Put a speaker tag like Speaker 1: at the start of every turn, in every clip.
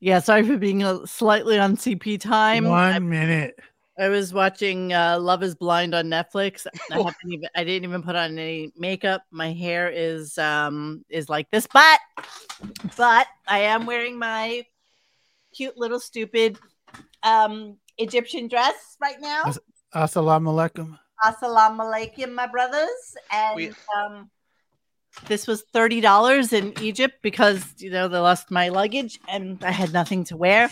Speaker 1: Yeah, sorry for being a slightly on CP time.
Speaker 2: One
Speaker 1: I,
Speaker 2: minute.
Speaker 1: I was watching uh, Love Is Blind on Netflix. I haven't even I didn't even put on any makeup. My hair is um is like this, but but I am wearing my cute little stupid um Egyptian dress right now.
Speaker 2: Yes. Assalamu alaikum.
Speaker 1: Assalamu alaikum, my brothers. And
Speaker 3: We-
Speaker 1: um, this was thirty dollars in Egypt because you know they lost my luggage and I had nothing to wear.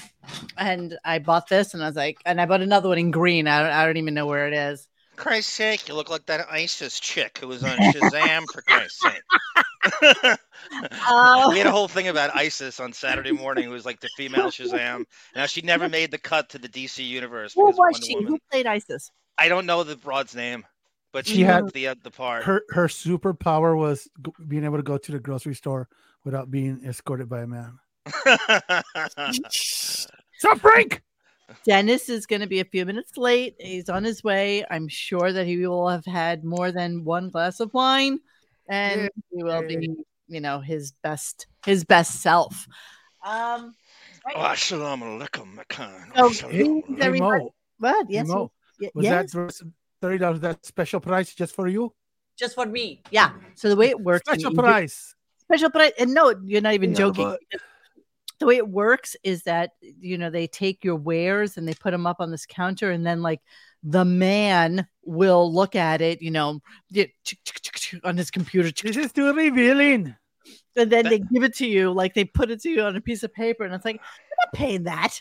Speaker 1: And I bought this, and I was like, and I bought another one in green. I don't, I don't even know where it is.
Speaker 3: Christ's sake, you look like that ISIS chick who was on Shazam for Christ's sake.
Speaker 1: Oh.
Speaker 3: we had a whole thing about ISIS on Saturday morning, who was like the female Shazam. Now she never made the cut to the DC universe.
Speaker 1: Who
Speaker 3: because
Speaker 1: was
Speaker 3: Wonder
Speaker 1: she?
Speaker 3: Woman-
Speaker 1: Who played ISIS?
Speaker 3: I don't know the broad's name, but she
Speaker 2: She had-
Speaker 3: had the uh, the part.
Speaker 2: Her her superpower was g- being able to go to the grocery store without being escorted by a man. Stop, Frank.
Speaker 1: Dennis is going to be a few minutes late. He's on his way. I'm sure that he will have had more than one glass of wine, and he will be, you know, his best, his best self. Um, right.
Speaker 3: oh, shalom alaikum, Makan.
Speaker 1: Oh,
Speaker 2: Hey,
Speaker 3: Shalom
Speaker 1: he-
Speaker 2: hey,
Speaker 1: there we-
Speaker 2: Mo,
Speaker 1: what?
Speaker 2: hey,
Speaker 1: Yes, he-
Speaker 2: Mo,
Speaker 1: y-
Speaker 2: was that
Speaker 1: yes,
Speaker 2: verse- thirty dollars? That special price just for you?
Speaker 1: just for me. Yeah. So the way it works, in
Speaker 2: Special
Speaker 1: Egypt-
Speaker 2: price.
Speaker 1: special price, and no, you're not even
Speaker 2: Yeah,
Speaker 1: joking.
Speaker 2: but-
Speaker 1: the way it works is that you know they take your wares and they put them up on this counter and then like the man will look at it you know on his computer
Speaker 2: This is too revealing.
Speaker 1: and then they give it to you like they put it to you on a piece of paper and it's like i'm not paying that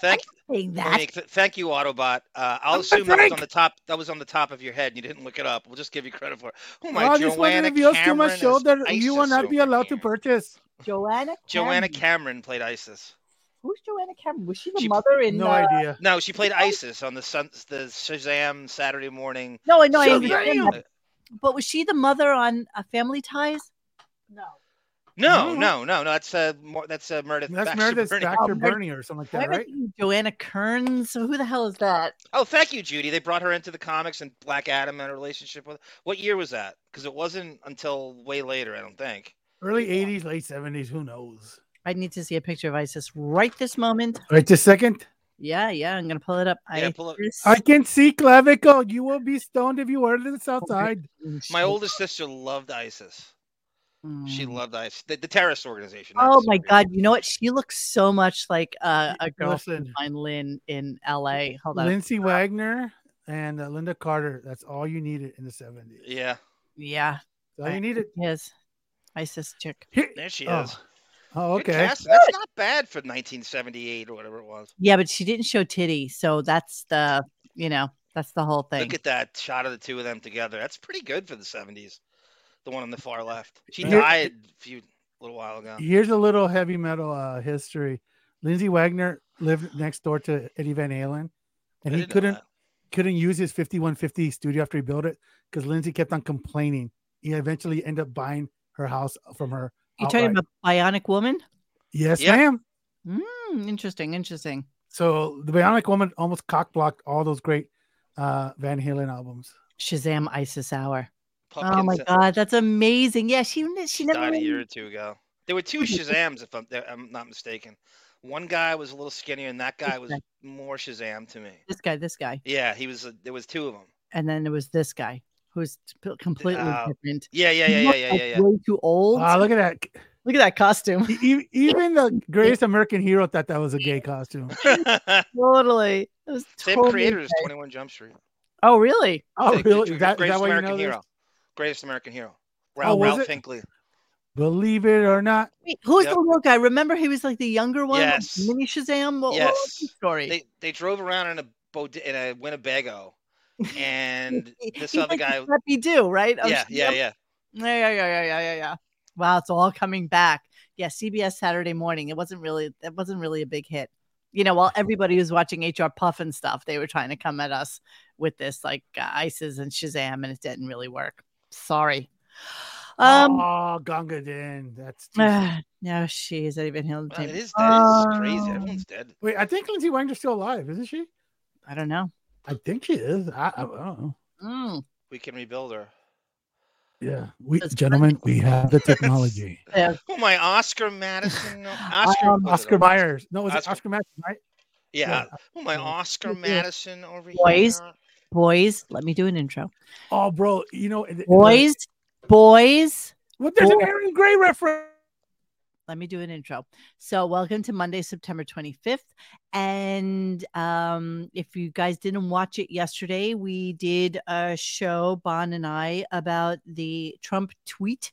Speaker 3: Thank,
Speaker 1: paying that
Speaker 3: Dominique, th- thank you, Autobot. Uh, I'll
Speaker 2: I'm
Speaker 3: assume that was
Speaker 2: Frank.
Speaker 3: on the top. That was on the top of your head. and You didn't look it up. We'll just give you credit for it. Oh my,
Speaker 2: All this one
Speaker 3: Joanna
Speaker 2: reveals to
Speaker 3: Cameron
Speaker 2: my
Speaker 3: is
Speaker 2: shoulder. You will
Speaker 3: ISIS
Speaker 2: not be
Speaker 3: over
Speaker 2: allowed to
Speaker 3: here.
Speaker 2: purchase.
Speaker 1: joanna
Speaker 3: Joanna
Speaker 1: Cameron.
Speaker 3: Cameron played ISIS.
Speaker 1: who's joanna cameron was she the
Speaker 3: She-
Speaker 1: mother in
Speaker 2: No
Speaker 1: uh,
Speaker 2: idea.
Speaker 3: No, she played ISIS on the sun, the Shazam Saturday morning.
Speaker 1: no i know i
Speaker 3: show.
Speaker 1: understand that, but was she the mother on uh, family ties no
Speaker 3: no,
Speaker 2: No.
Speaker 3: no, no, no. That's uh, Mor- that's uh, Meredith.
Speaker 2: That's
Speaker 3: Baxter
Speaker 2: Meredith's
Speaker 3: Burney.
Speaker 2: Dr.
Speaker 1: Mary-
Speaker 2: Bernie or something like
Speaker 1: Why
Speaker 2: that,
Speaker 1: am I
Speaker 2: right?
Speaker 1: thinking joanna kearns who the hell is that
Speaker 3: Oh, thank you, Judy. They brought her into the comics and Black Adam and her relationship with. What year was that? Because it wasn't until way later, I don't think.
Speaker 2: Early 80s, late 70s. Who knows?
Speaker 1: I need to see a picture of ISIS right this moment.
Speaker 2: Right this second.
Speaker 1: Yeah, yeah, I'm gonna pull it up.
Speaker 3: Yeah, pull up.
Speaker 1: ISIS.
Speaker 2: I can see clavicle. You will be stoned if you wear this outside.
Speaker 3: My older sister loved ISIS. She
Speaker 1: Mm.
Speaker 3: loved ISIS, the, the terrorist organization. not
Speaker 1: Oh
Speaker 3: the
Speaker 1: my
Speaker 3: Soviet.
Speaker 1: god, you know what? She looks so much like uh, a girl of
Speaker 2: Listen,
Speaker 1: mine, Lynn, in LA. Hold on.
Speaker 2: Lindsay Wagner and uh, Linda Carter. That's all you needed in the 70s.
Speaker 3: Yeah,
Speaker 1: Yeah,
Speaker 2: That's all you needed.
Speaker 1: yes. ISIS chick.
Speaker 2: Here-
Speaker 3: there she
Speaker 2: Oh,
Speaker 3: is.
Speaker 2: Oh,
Speaker 3: Good
Speaker 2: okay.
Speaker 3: casting. That's not bad for 1978 or whatever it was.
Speaker 1: Yeah, but she didn't show titty, so that's the you know that's the whole thing.
Speaker 3: Look at that shot of the two of them together. That's pretty good for the 70s. The one on the far left. She
Speaker 2: Yeah.
Speaker 3: died a few a little while ago.
Speaker 2: Here's a little heavy metal uh, history. Lindsay Wagner lived next door to Eddie Van Halen,
Speaker 3: I
Speaker 2: and he
Speaker 3: didn't know
Speaker 2: couldn't
Speaker 3: that.
Speaker 2: couldn't use his 5150 studio after he built it because Lindsay kept on complaining. He eventually ended up buying her house from her.
Speaker 1: You're talking
Speaker 2: outright.
Speaker 1: about Bionic Woman.
Speaker 2: Yes,
Speaker 3: Yeah.
Speaker 2: ma'am.
Speaker 1: Hmm, interesting, interesting.
Speaker 2: So the Bionic Woman almost cock blocked all those great uh, Van Halen albums.
Speaker 1: Shazam ISIS hour.
Speaker 3: Pumpkins
Speaker 1: oh my
Speaker 3: that
Speaker 1: god, that's amazing. Yeah, she ne- she never
Speaker 3: died a
Speaker 1: really-
Speaker 3: year or two ago. There were two Shazams, if I'm, I'm not mistaken. One guy was a little skinnier, and that guy was
Speaker 1: Okay.
Speaker 3: more Shazam to me.
Speaker 1: this guy, this guy,
Speaker 3: Yeah, he was. A, there was two of them.
Speaker 1: and then it was this guy who's p- completely
Speaker 3: Oh,
Speaker 1: different.
Speaker 3: Yeah, yeah,
Speaker 1: He
Speaker 3: yeah, yeah,
Speaker 1: looked
Speaker 3: yeah,
Speaker 1: like
Speaker 3: yeah, yeah.
Speaker 1: Way too old.
Speaker 2: Wow, Ah, look at that.
Speaker 1: Look at that costume.
Speaker 2: E- e- Even the greatest American hero thought that was a gay costume.
Speaker 1: totally. It was
Speaker 3: Same
Speaker 1: totally
Speaker 3: creator as
Speaker 1: gay.
Speaker 3: 21 Jump Street.
Speaker 1: Oh, really?
Speaker 2: Oh,
Speaker 3: They- they
Speaker 2: really?
Speaker 3: drew
Speaker 2: Is that, is that
Speaker 3: Greatest
Speaker 2: why you
Speaker 3: American
Speaker 2: know this?
Speaker 3: Hero. Greatest American Hero.
Speaker 2: Oh,
Speaker 3: Ralph,
Speaker 2: was
Speaker 3: Ralph
Speaker 2: it?
Speaker 3: Hinckley.
Speaker 2: Believe it or not,
Speaker 1: Wait, who's
Speaker 3: Yep.
Speaker 1: the little guy? Remember, he was like the younger one. like
Speaker 3: Yes.
Speaker 1: Mini Shazam. Oh, What, what was his
Speaker 3: Yes.
Speaker 1: story?
Speaker 3: They they drove around in a boat in a Winnebago, and
Speaker 1: He-
Speaker 3: this
Speaker 1: he's
Speaker 3: other
Speaker 1: like
Speaker 3: guy.
Speaker 1: Let me do right. Oh,
Speaker 3: Yeah, yeah,
Speaker 1: Shazam.
Speaker 3: yeah.
Speaker 1: yeah, yeah, yeah, yeah, yeah, yeah, yeah. Wow, it's all coming back. Yeah, CBS Saturday Morning. It wasn't really. It wasn't really a big hit. You know, while everybody was watching HR Puff and stuff, they were trying to come at us with this like uh, ISIS and Shazam, and it didn't really work. Sorry. Um.
Speaker 2: oh, Gonga Din. That's too soon.
Speaker 1: ah, no, she is even healed.
Speaker 3: Well, it is dead. It's crazy.
Speaker 1: Um,
Speaker 3: Everyone's dead.
Speaker 2: Wait, I think Lindsay Wagner's still alive, isn't she?
Speaker 1: I don't know.
Speaker 2: I think she is. I, I don't know.
Speaker 1: Mm.
Speaker 3: We can rebuild her.
Speaker 2: Yeah, we
Speaker 1: That's
Speaker 2: gentlemen, we have the technology.
Speaker 1: Yeah.
Speaker 3: Who am I? Oh, Oscar Madison? No, Oscar,
Speaker 1: Um,
Speaker 3: was it
Speaker 2: Oscar Myers. No, was
Speaker 3: Oscar-
Speaker 2: it Oscar Madison, right?
Speaker 3: Yeah. Who am I?
Speaker 2: yeah.
Speaker 3: Oscar
Speaker 1: Yeah.
Speaker 3: Madison over
Speaker 1: Boys.
Speaker 3: here?
Speaker 1: Boys, let me do an intro.
Speaker 2: Oh, bro, you know, and-
Speaker 1: Boys, boys,
Speaker 2: What? There's an
Speaker 1: boy.
Speaker 2: Aaron Gray reference.
Speaker 1: let me do an intro. So, welcome to Monday, September 25th. And um, if you guys didn't watch it yesterday, we did a show, Bon and I, about the Trump tweet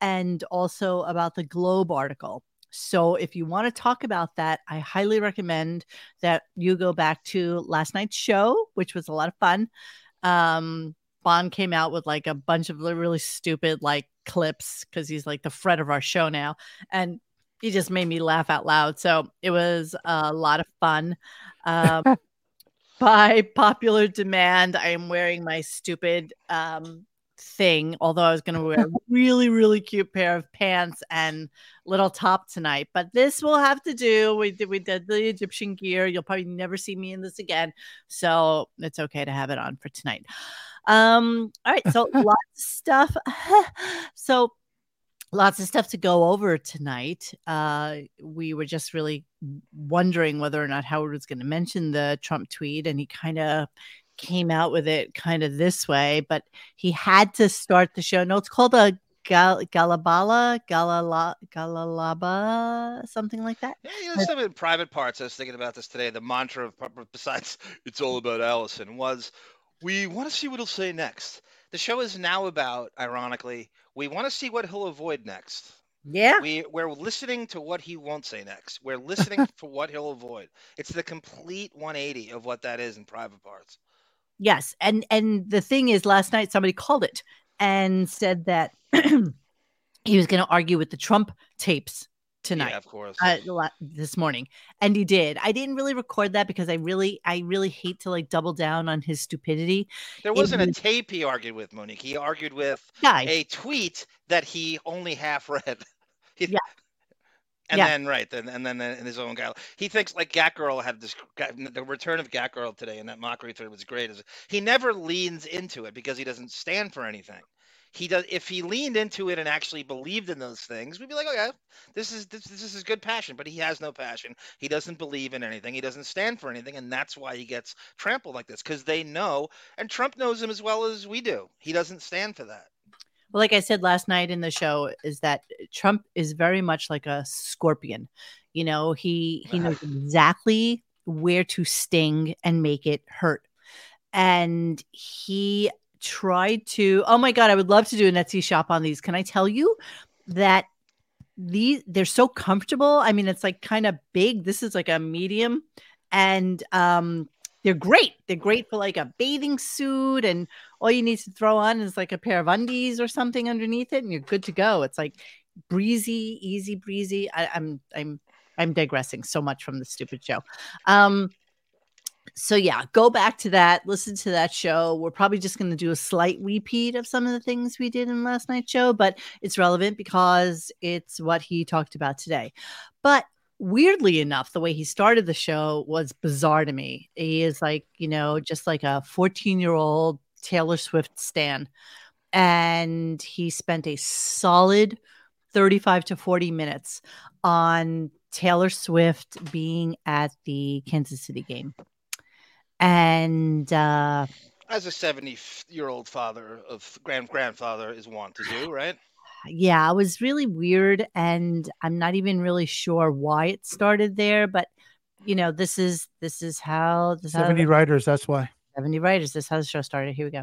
Speaker 1: and also about the Globe article. So, if you want to talk about that, I highly recommend that you go back to last night's show, which was a lot of fun. Um, Bond came out with like a bunch of li- really stupid like clips because he's like the Fred of our show now and he just made me laugh out loud. So it was a lot of fun. Um, by popular demand, I am wearing my stupid um, thing, although I was going to wear a really, really cute pair of pants and little top tonight. But this will have to do. We did, we did the Egyptian gear. You'll probably never see me in this again. So it's okay to have it on for tonight. Um, all right. So lots of stuff. so lots of stuff to go over tonight. Uh, we were just really wondering whether or not Howard was going to mention the Trump tweet, and he kind of came out with it kind of this way, but he had to start the show. No, it's called a gal- Galabala, Galala, Galalaba, something like that.
Speaker 3: Yeah, you know, some in private parts. I was thinking about this today. The mantra of besides it's all about Allison was, we want to see what he'll say next. The show is now about, ironically, we want to see what he'll avoid next.
Speaker 1: Yeah.
Speaker 3: We we're listening to what he won't say next. We're listening for what he'll avoid. It's the complete 180 of what that is in private parts.
Speaker 1: Yes, and and the thing is, last night somebody called it and said that he was going to argue with the Trump tapes tonight.
Speaker 3: Yeah, of course.
Speaker 1: uh, la- this morning and he did i didn't really record that because i really i really hate to like double down on his stupidity
Speaker 3: there
Speaker 1: it
Speaker 3: wasn't a
Speaker 1: was-
Speaker 3: tape he argued with Monique. He argued with
Speaker 1: guy
Speaker 3: a tweet that he only half read. He-
Speaker 1: Yeah.
Speaker 3: And
Speaker 1: Yeah.
Speaker 3: then right, then and then in his own guy, he thinks like Gatgirl had this Gat- the return of Gatgirl today, and that mockery thread was great. Is he never leans into it because he doesn't stand for anything. He does. If he leaned into it and actually believed in those things, we'd be like, okay, this is this, this is his good passion. But he has no passion. He doesn't believe in anything. He doesn't stand for anything, and that's why he gets trampled like this because they know, and Trump knows him as well as we do. He doesn't stand for that.
Speaker 1: Well, like I said last night in the show, is that uh, Trump is very much like a scorpion. You know, he he knows exactly where to sting and make it hurt. And he tried to. Oh my God, I would love to do an Etsy shop on these. Can I tell you that these they're so comfortable? I mean, it's like kind of big. This is like a medium, and um, they're great. They're great for like a bathing suit and all you need to throw on is like a pair of undies or something underneath it and you're good to go it's like breezy easy breezy I, i'm i'm i'm digressing so much from the stupid show um so yeah go back to that listen to that show we're probably just going to do a slight repeat of some of the things we did in last night's show but it's relevant because it's what he talked about today but weirdly enough, the way he started the show was bizarre to me. He is like, you know, just like a 14 year old Taylor Swift stan. And he spent a solid 35 to 40 minutes on Taylor Swift being at the Kansas City game. And uh,
Speaker 3: as a 70 year old father of grand grandfather is wont to do right
Speaker 1: yeah, it was really weird. And I'm not even really sure why it started there, but you know, this is this is how this is how
Speaker 2: Seventy writers. That's why.
Speaker 1: 70 writers. This is how the show started. Here we go.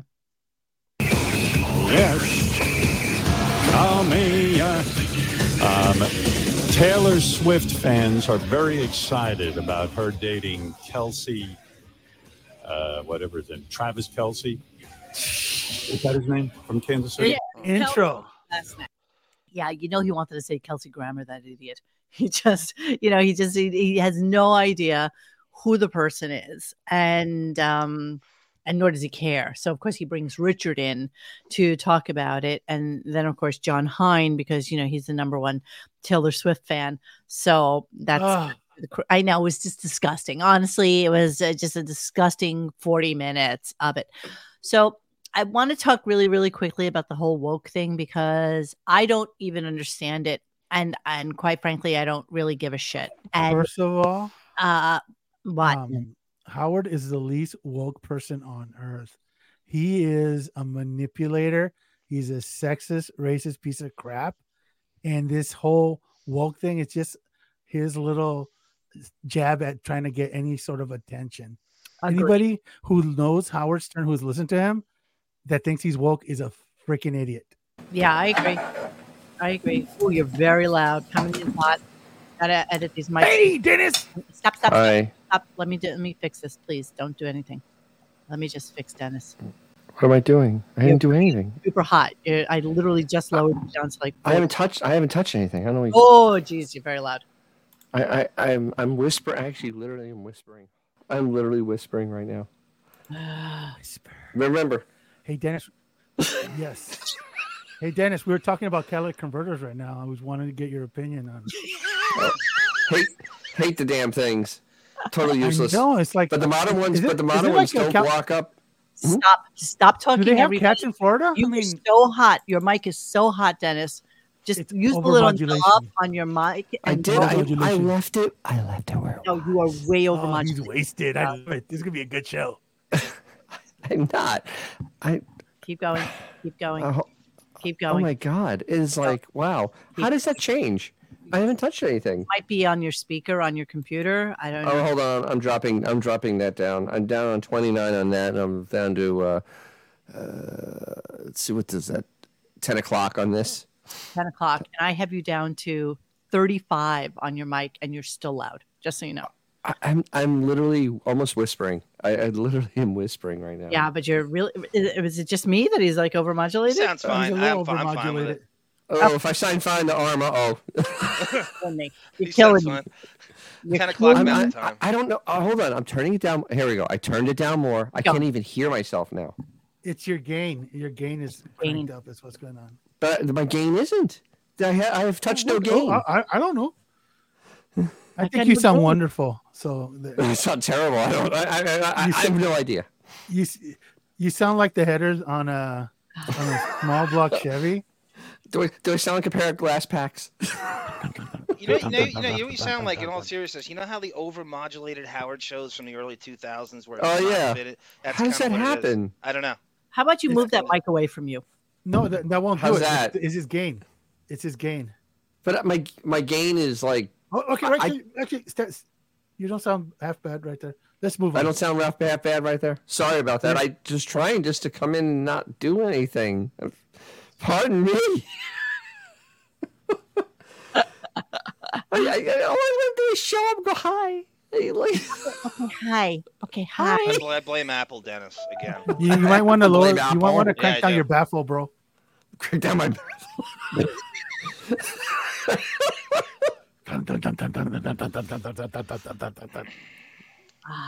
Speaker 4: Yes. I mean, uh, um, Taylor Swift fans are very excited about her dating Kelsey, uh, whatever his name, Travis Kelsey. Is that his name from Kansas City?
Speaker 2: Intro.
Speaker 1: Yeah, you know he wanted to say Kelsey Grammer, that idiot. He just, you know, he just he, he has no idea who the person is, and um, and nor does he care. So of course he brings Richard in to talk about it, and then of course John Hine because you know he's the number one Taylor Swift fan. So that's
Speaker 2: Ah,
Speaker 1: the cr- I know it was just disgusting. Honestly, it was uh, just a disgusting 40 minutes of it. So I want to talk really, really quickly about the whole woke thing because I don't even understand it, and and quite frankly, I don't really give a shit. And
Speaker 2: First of all,
Speaker 1: uh, what?
Speaker 2: um, Howard is the least woke person on earth. He is a manipulator. He's a sexist, racist piece of crap. And this whole woke thing is just his little jab at trying to get any sort of attention. Anybody who knows Howard Stern, who's listened to him, that thinks he's woke is a freaking idiot.
Speaker 1: Yeah, I agree. I agree. Oh, you're very loud. Coming in hot. Gotta edit these mics.
Speaker 2: Hey, Dennis!
Speaker 1: Stop, stop, stop,
Speaker 5: Hi.
Speaker 1: stop. Let me do, let me fix this, please. Don't do anything. Let me just fix Dennis.
Speaker 5: What am I doing? I didn't do anything.
Speaker 1: Super hot. You're, I literally just lowered you down to like.
Speaker 5: I haven't touched. I haven't touched anything. I don't know. What you,
Speaker 1: Oh, geez, you're very loud.
Speaker 5: I, I, I'm, I'm whisper. Actually, literally, I'm whispering. I'm literally whispering right now. Remember,
Speaker 2: Hey, Dennis. yes. Hey, Dennis, we were talking about catalytic converters right now. I was wanting to get your opinion on
Speaker 5: hate, hate the damn things. Totally useless.
Speaker 2: No, it's like
Speaker 5: But the modern ones,
Speaker 2: Is it-
Speaker 5: but the
Speaker 2: is
Speaker 5: modern
Speaker 2: it like
Speaker 5: ones
Speaker 2: a
Speaker 5: don't
Speaker 2: cal-
Speaker 5: walk up. Hmm?
Speaker 1: Stop. Stop
Speaker 2: Do
Speaker 1: talking.
Speaker 2: they have
Speaker 1: everybody.
Speaker 2: cats in Florida?
Speaker 1: You
Speaker 2: I mean,
Speaker 1: are so hot. Your mic is so hot, Dennis. Just
Speaker 2: It's
Speaker 1: use the little
Speaker 2: overmodulation.
Speaker 1: knob on your mic.
Speaker 5: I
Speaker 1: And
Speaker 5: did. I, I
Speaker 2: modulation.
Speaker 5: left it. I left it where. it
Speaker 1: No,
Speaker 5: was.
Speaker 1: you are way over
Speaker 2: oh,
Speaker 1: much.
Speaker 2: he's wasted. I love it. This is gonna be a good show.
Speaker 5: I'm not. I.
Speaker 1: Keep going. Keep going.
Speaker 5: Oh,
Speaker 1: Keep
Speaker 5: oh
Speaker 1: going.
Speaker 5: my god! It is like wow. How does that change? I haven't touched anything.
Speaker 1: Might be on your speaker on your computer. I don't know.
Speaker 5: Oh, hold on. I'm dropping. I'm dropping that down. I'm down on 29 on that, and I'm down to. Uh, uh, let's see. What does that? 10 o'clock on this.
Speaker 1: 10 o'clock and I have you down to 35 on your mic and you're still loud, just so you know.
Speaker 5: I, I'm. I'm literally almost whispering. I, I literally am whispering right now.
Speaker 1: Yeah, but you're really, is it just me that he's like overmodulated?
Speaker 3: Sounds fine.
Speaker 2: He's a
Speaker 3: I'm,
Speaker 2: little
Speaker 3: fi- I'm fine with
Speaker 2: overmodulated.
Speaker 3: it.
Speaker 5: Oh, if I sign fine the arm. Oh,
Speaker 1: Kill me.
Speaker 3: You
Speaker 1: You're killing me.
Speaker 3: sound
Speaker 1: You're
Speaker 3: 10
Speaker 1: killing
Speaker 3: o'clock
Speaker 5: I'm,
Speaker 1: me.
Speaker 3: Mountain
Speaker 5: I,
Speaker 3: Time.
Speaker 5: I don't know. Oh, hold on. I'm turning it down. Here we go. I turned it down more. I
Speaker 1: Go.
Speaker 5: can't even hear myself now.
Speaker 2: It's your gain. Your gain is
Speaker 1: Gain.
Speaker 2: cranked up. Is what's going on.
Speaker 5: But my gain isn't. I, ha- I have touched no
Speaker 2: Oh,
Speaker 5: gain.
Speaker 2: I, I- I don't know. I think
Speaker 1: can't
Speaker 2: you
Speaker 1: even
Speaker 2: sound
Speaker 1: move.
Speaker 2: wonderful. So the-
Speaker 5: It's not terrible. I don't. I, I, I, I
Speaker 2: You
Speaker 5: have no idea.
Speaker 2: you s- you sound like the headers on a on a small block Chevy.
Speaker 5: Do I, do I sound like a pair of glass packs?
Speaker 3: You know, you know, you know, you know what you sound like in all seriousness. You know how the overmodulated Howard shows from the early 2000s were.
Speaker 5: Oh, yeah.
Speaker 3: That's
Speaker 5: How does
Speaker 3: kinda
Speaker 5: that
Speaker 3: what it is.
Speaker 5: happen?
Speaker 3: I don't know.
Speaker 1: How about you
Speaker 2: It's
Speaker 1: move that mic away from you?
Speaker 2: No, that, that won't
Speaker 5: How's
Speaker 2: do it. It's-
Speaker 5: that?
Speaker 2: It's his gain. It's his gain.
Speaker 5: But uh, my my gain is like
Speaker 2: Oh, okay,
Speaker 5: I-
Speaker 2: right.
Speaker 5: I-
Speaker 2: Actually, actually st- you don't sound half bad right there. Let's move on.
Speaker 5: I don't sound rough bad bad right there. Sorry about that. I just trying just to come in and not do anything. Pardon me. I, I, all I want to do is show up, go hi. Like,
Speaker 1: Hi. Okay, hi.
Speaker 3: I, bl- I blame Apple Dennis again.
Speaker 2: You, you might want to lower.
Speaker 5: Blame
Speaker 2: You might want to
Speaker 5: Apple.
Speaker 2: crank
Speaker 3: Yeah, I
Speaker 2: down
Speaker 3: do.
Speaker 2: your baffle, bro.
Speaker 5: crack down my.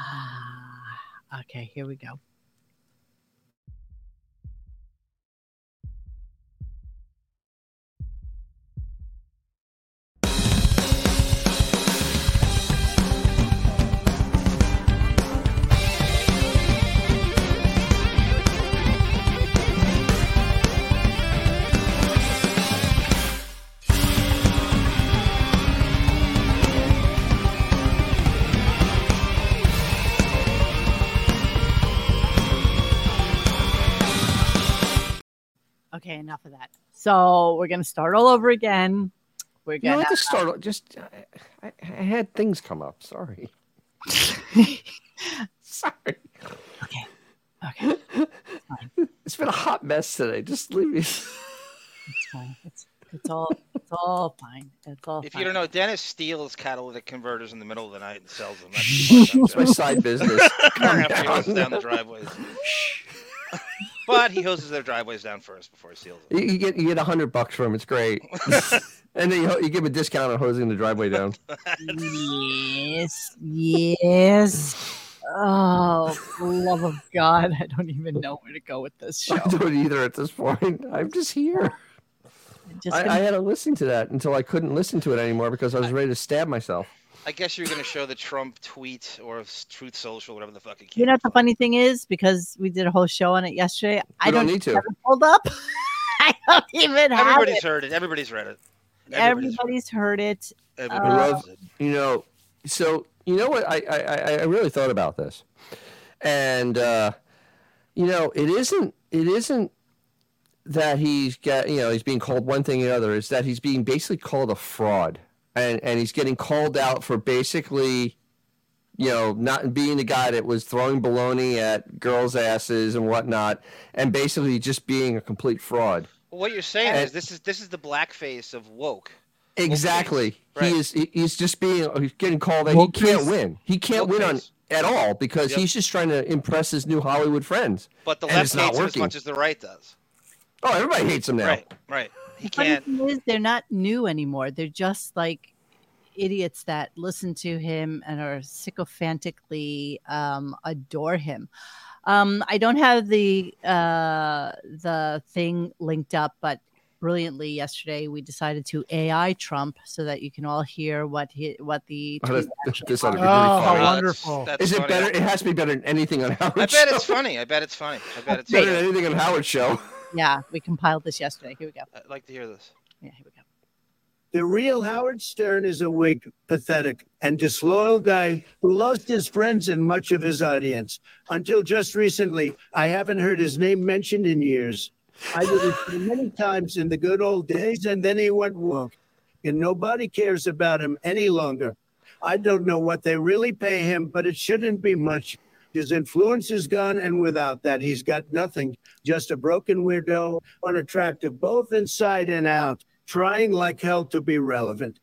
Speaker 1: Ah, okay, here we go. Okay, enough of that. So we're gonna start all over again. We're
Speaker 5: You
Speaker 1: gonna uh,
Speaker 5: know, at the start, just I, I, I had things come up. Sorry. Sorry.
Speaker 1: okay.
Speaker 5: It's been a hot mess today. Just leave me.
Speaker 1: It's fine. It's it's all it's all fine. It's all.
Speaker 3: If
Speaker 1: fine.
Speaker 3: you don't know, Dennis steals catalytic converters in the middle of the night and sells them. That's what
Speaker 5: It's my
Speaker 3: I'm saying.
Speaker 5: side business. Calm
Speaker 3: After he goes down
Speaker 5: down.
Speaker 3: the driveways. But he hoses their driveways down first before he steals
Speaker 5: You,
Speaker 3: them.
Speaker 5: you get you get a hundred bucks from him. It's great. and then you, ho- you give him a discount on hosing the driveway down.
Speaker 1: yes, yes. Oh, for the love of God, I don't even know where to go with this show.
Speaker 5: I don't either at this point. I'm just here.
Speaker 1: I'm just
Speaker 5: I,
Speaker 1: gonna,
Speaker 5: I had to listen to that until I couldn't listen to it anymore because I was ready to stab myself.
Speaker 3: I guess you're gonna show the Trump tweet or s- Truth Social, whatever the fuck it.
Speaker 1: You know
Speaker 3: came
Speaker 1: what the funny thing is? Because we did a whole show on it yesterday. I
Speaker 5: don't
Speaker 1: don't,
Speaker 5: need to.
Speaker 1: have it pulled up. I don't even have it.
Speaker 3: Everybody's heard it. Everybody's read it.
Speaker 1: Everybody's,
Speaker 3: Everybody's, read
Speaker 1: heard it.
Speaker 3: it. Everybody
Speaker 5: Uh,
Speaker 3: loves it.
Speaker 5: you know so you know what i i I- i really thought about this and uh you know it isn't it isn't that he's got you know he's being called one thing or the other it's that he's being basically called a fraud and and he's getting called out for basically you know not being the guy that was throwing baloney at girls asses and whatnot and basically just being a complete fraud
Speaker 3: Well, what you're saying
Speaker 5: Uh,
Speaker 3: is this is this is the blackface of woke.
Speaker 5: Exactly.
Speaker 3: Right.
Speaker 5: He is. he- He's just being. oh, He's getting called. out.
Speaker 2: Well,
Speaker 5: he can't
Speaker 2: Chris-
Speaker 5: win. He can't
Speaker 3: Well,
Speaker 5: win on
Speaker 3: Chris-
Speaker 5: at all because
Speaker 3: Yep.
Speaker 5: he's just trying to impress his new Hollywood friends.
Speaker 3: But the
Speaker 5: And
Speaker 3: left
Speaker 5: it's not
Speaker 3: hates him as
Speaker 5: working.
Speaker 3: much as the right does.
Speaker 5: Oh, everybody hates him now.
Speaker 3: Right, right. He
Speaker 1: The funny
Speaker 3: can't.
Speaker 1: thing is, they're not new anymore. They're just like idiots that listen to him and are sycophantically um, adore him. Um, I don't have the uh, the thing linked up, but brilliantly yesterday we decided to AI Trump so that you can all hear what he, what the
Speaker 5: Oh, that's-
Speaker 1: tweet actually
Speaker 5: this ought to be
Speaker 1: was.
Speaker 2: Oh,
Speaker 5: pretty funny.
Speaker 2: wow.
Speaker 3: that's-
Speaker 2: wonderful.
Speaker 3: that's
Speaker 5: Is it
Speaker 3: funny.
Speaker 5: better? It has to be better than anything on Howard.
Speaker 3: I bet it's
Speaker 5: show.
Speaker 3: funny. I bet it's funny. I bet it's.
Speaker 5: better
Speaker 3: Funny.
Speaker 5: than anything on Howard show.
Speaker 1: yeah, we compiled this yesterday. Here we go.
Speaker 3: I'd like to hear this.
Speaker 1: Yeah, here we go.
Speaker 6: The real Howard Stern is a wig, pathetic, and disloyal guy who lost his friends and much of his audience. Until just recently, I haven't heard his name mentioned in years. I did it so many times in the good old days, and then he went woke, and nobody cares about him any longer. I don't know what they really pay him, but it shouldn't be much. His influence is gone, and without that, he's got nothing. Just a broken weirdo, unattractive both inside and out trying like hell to be relevant.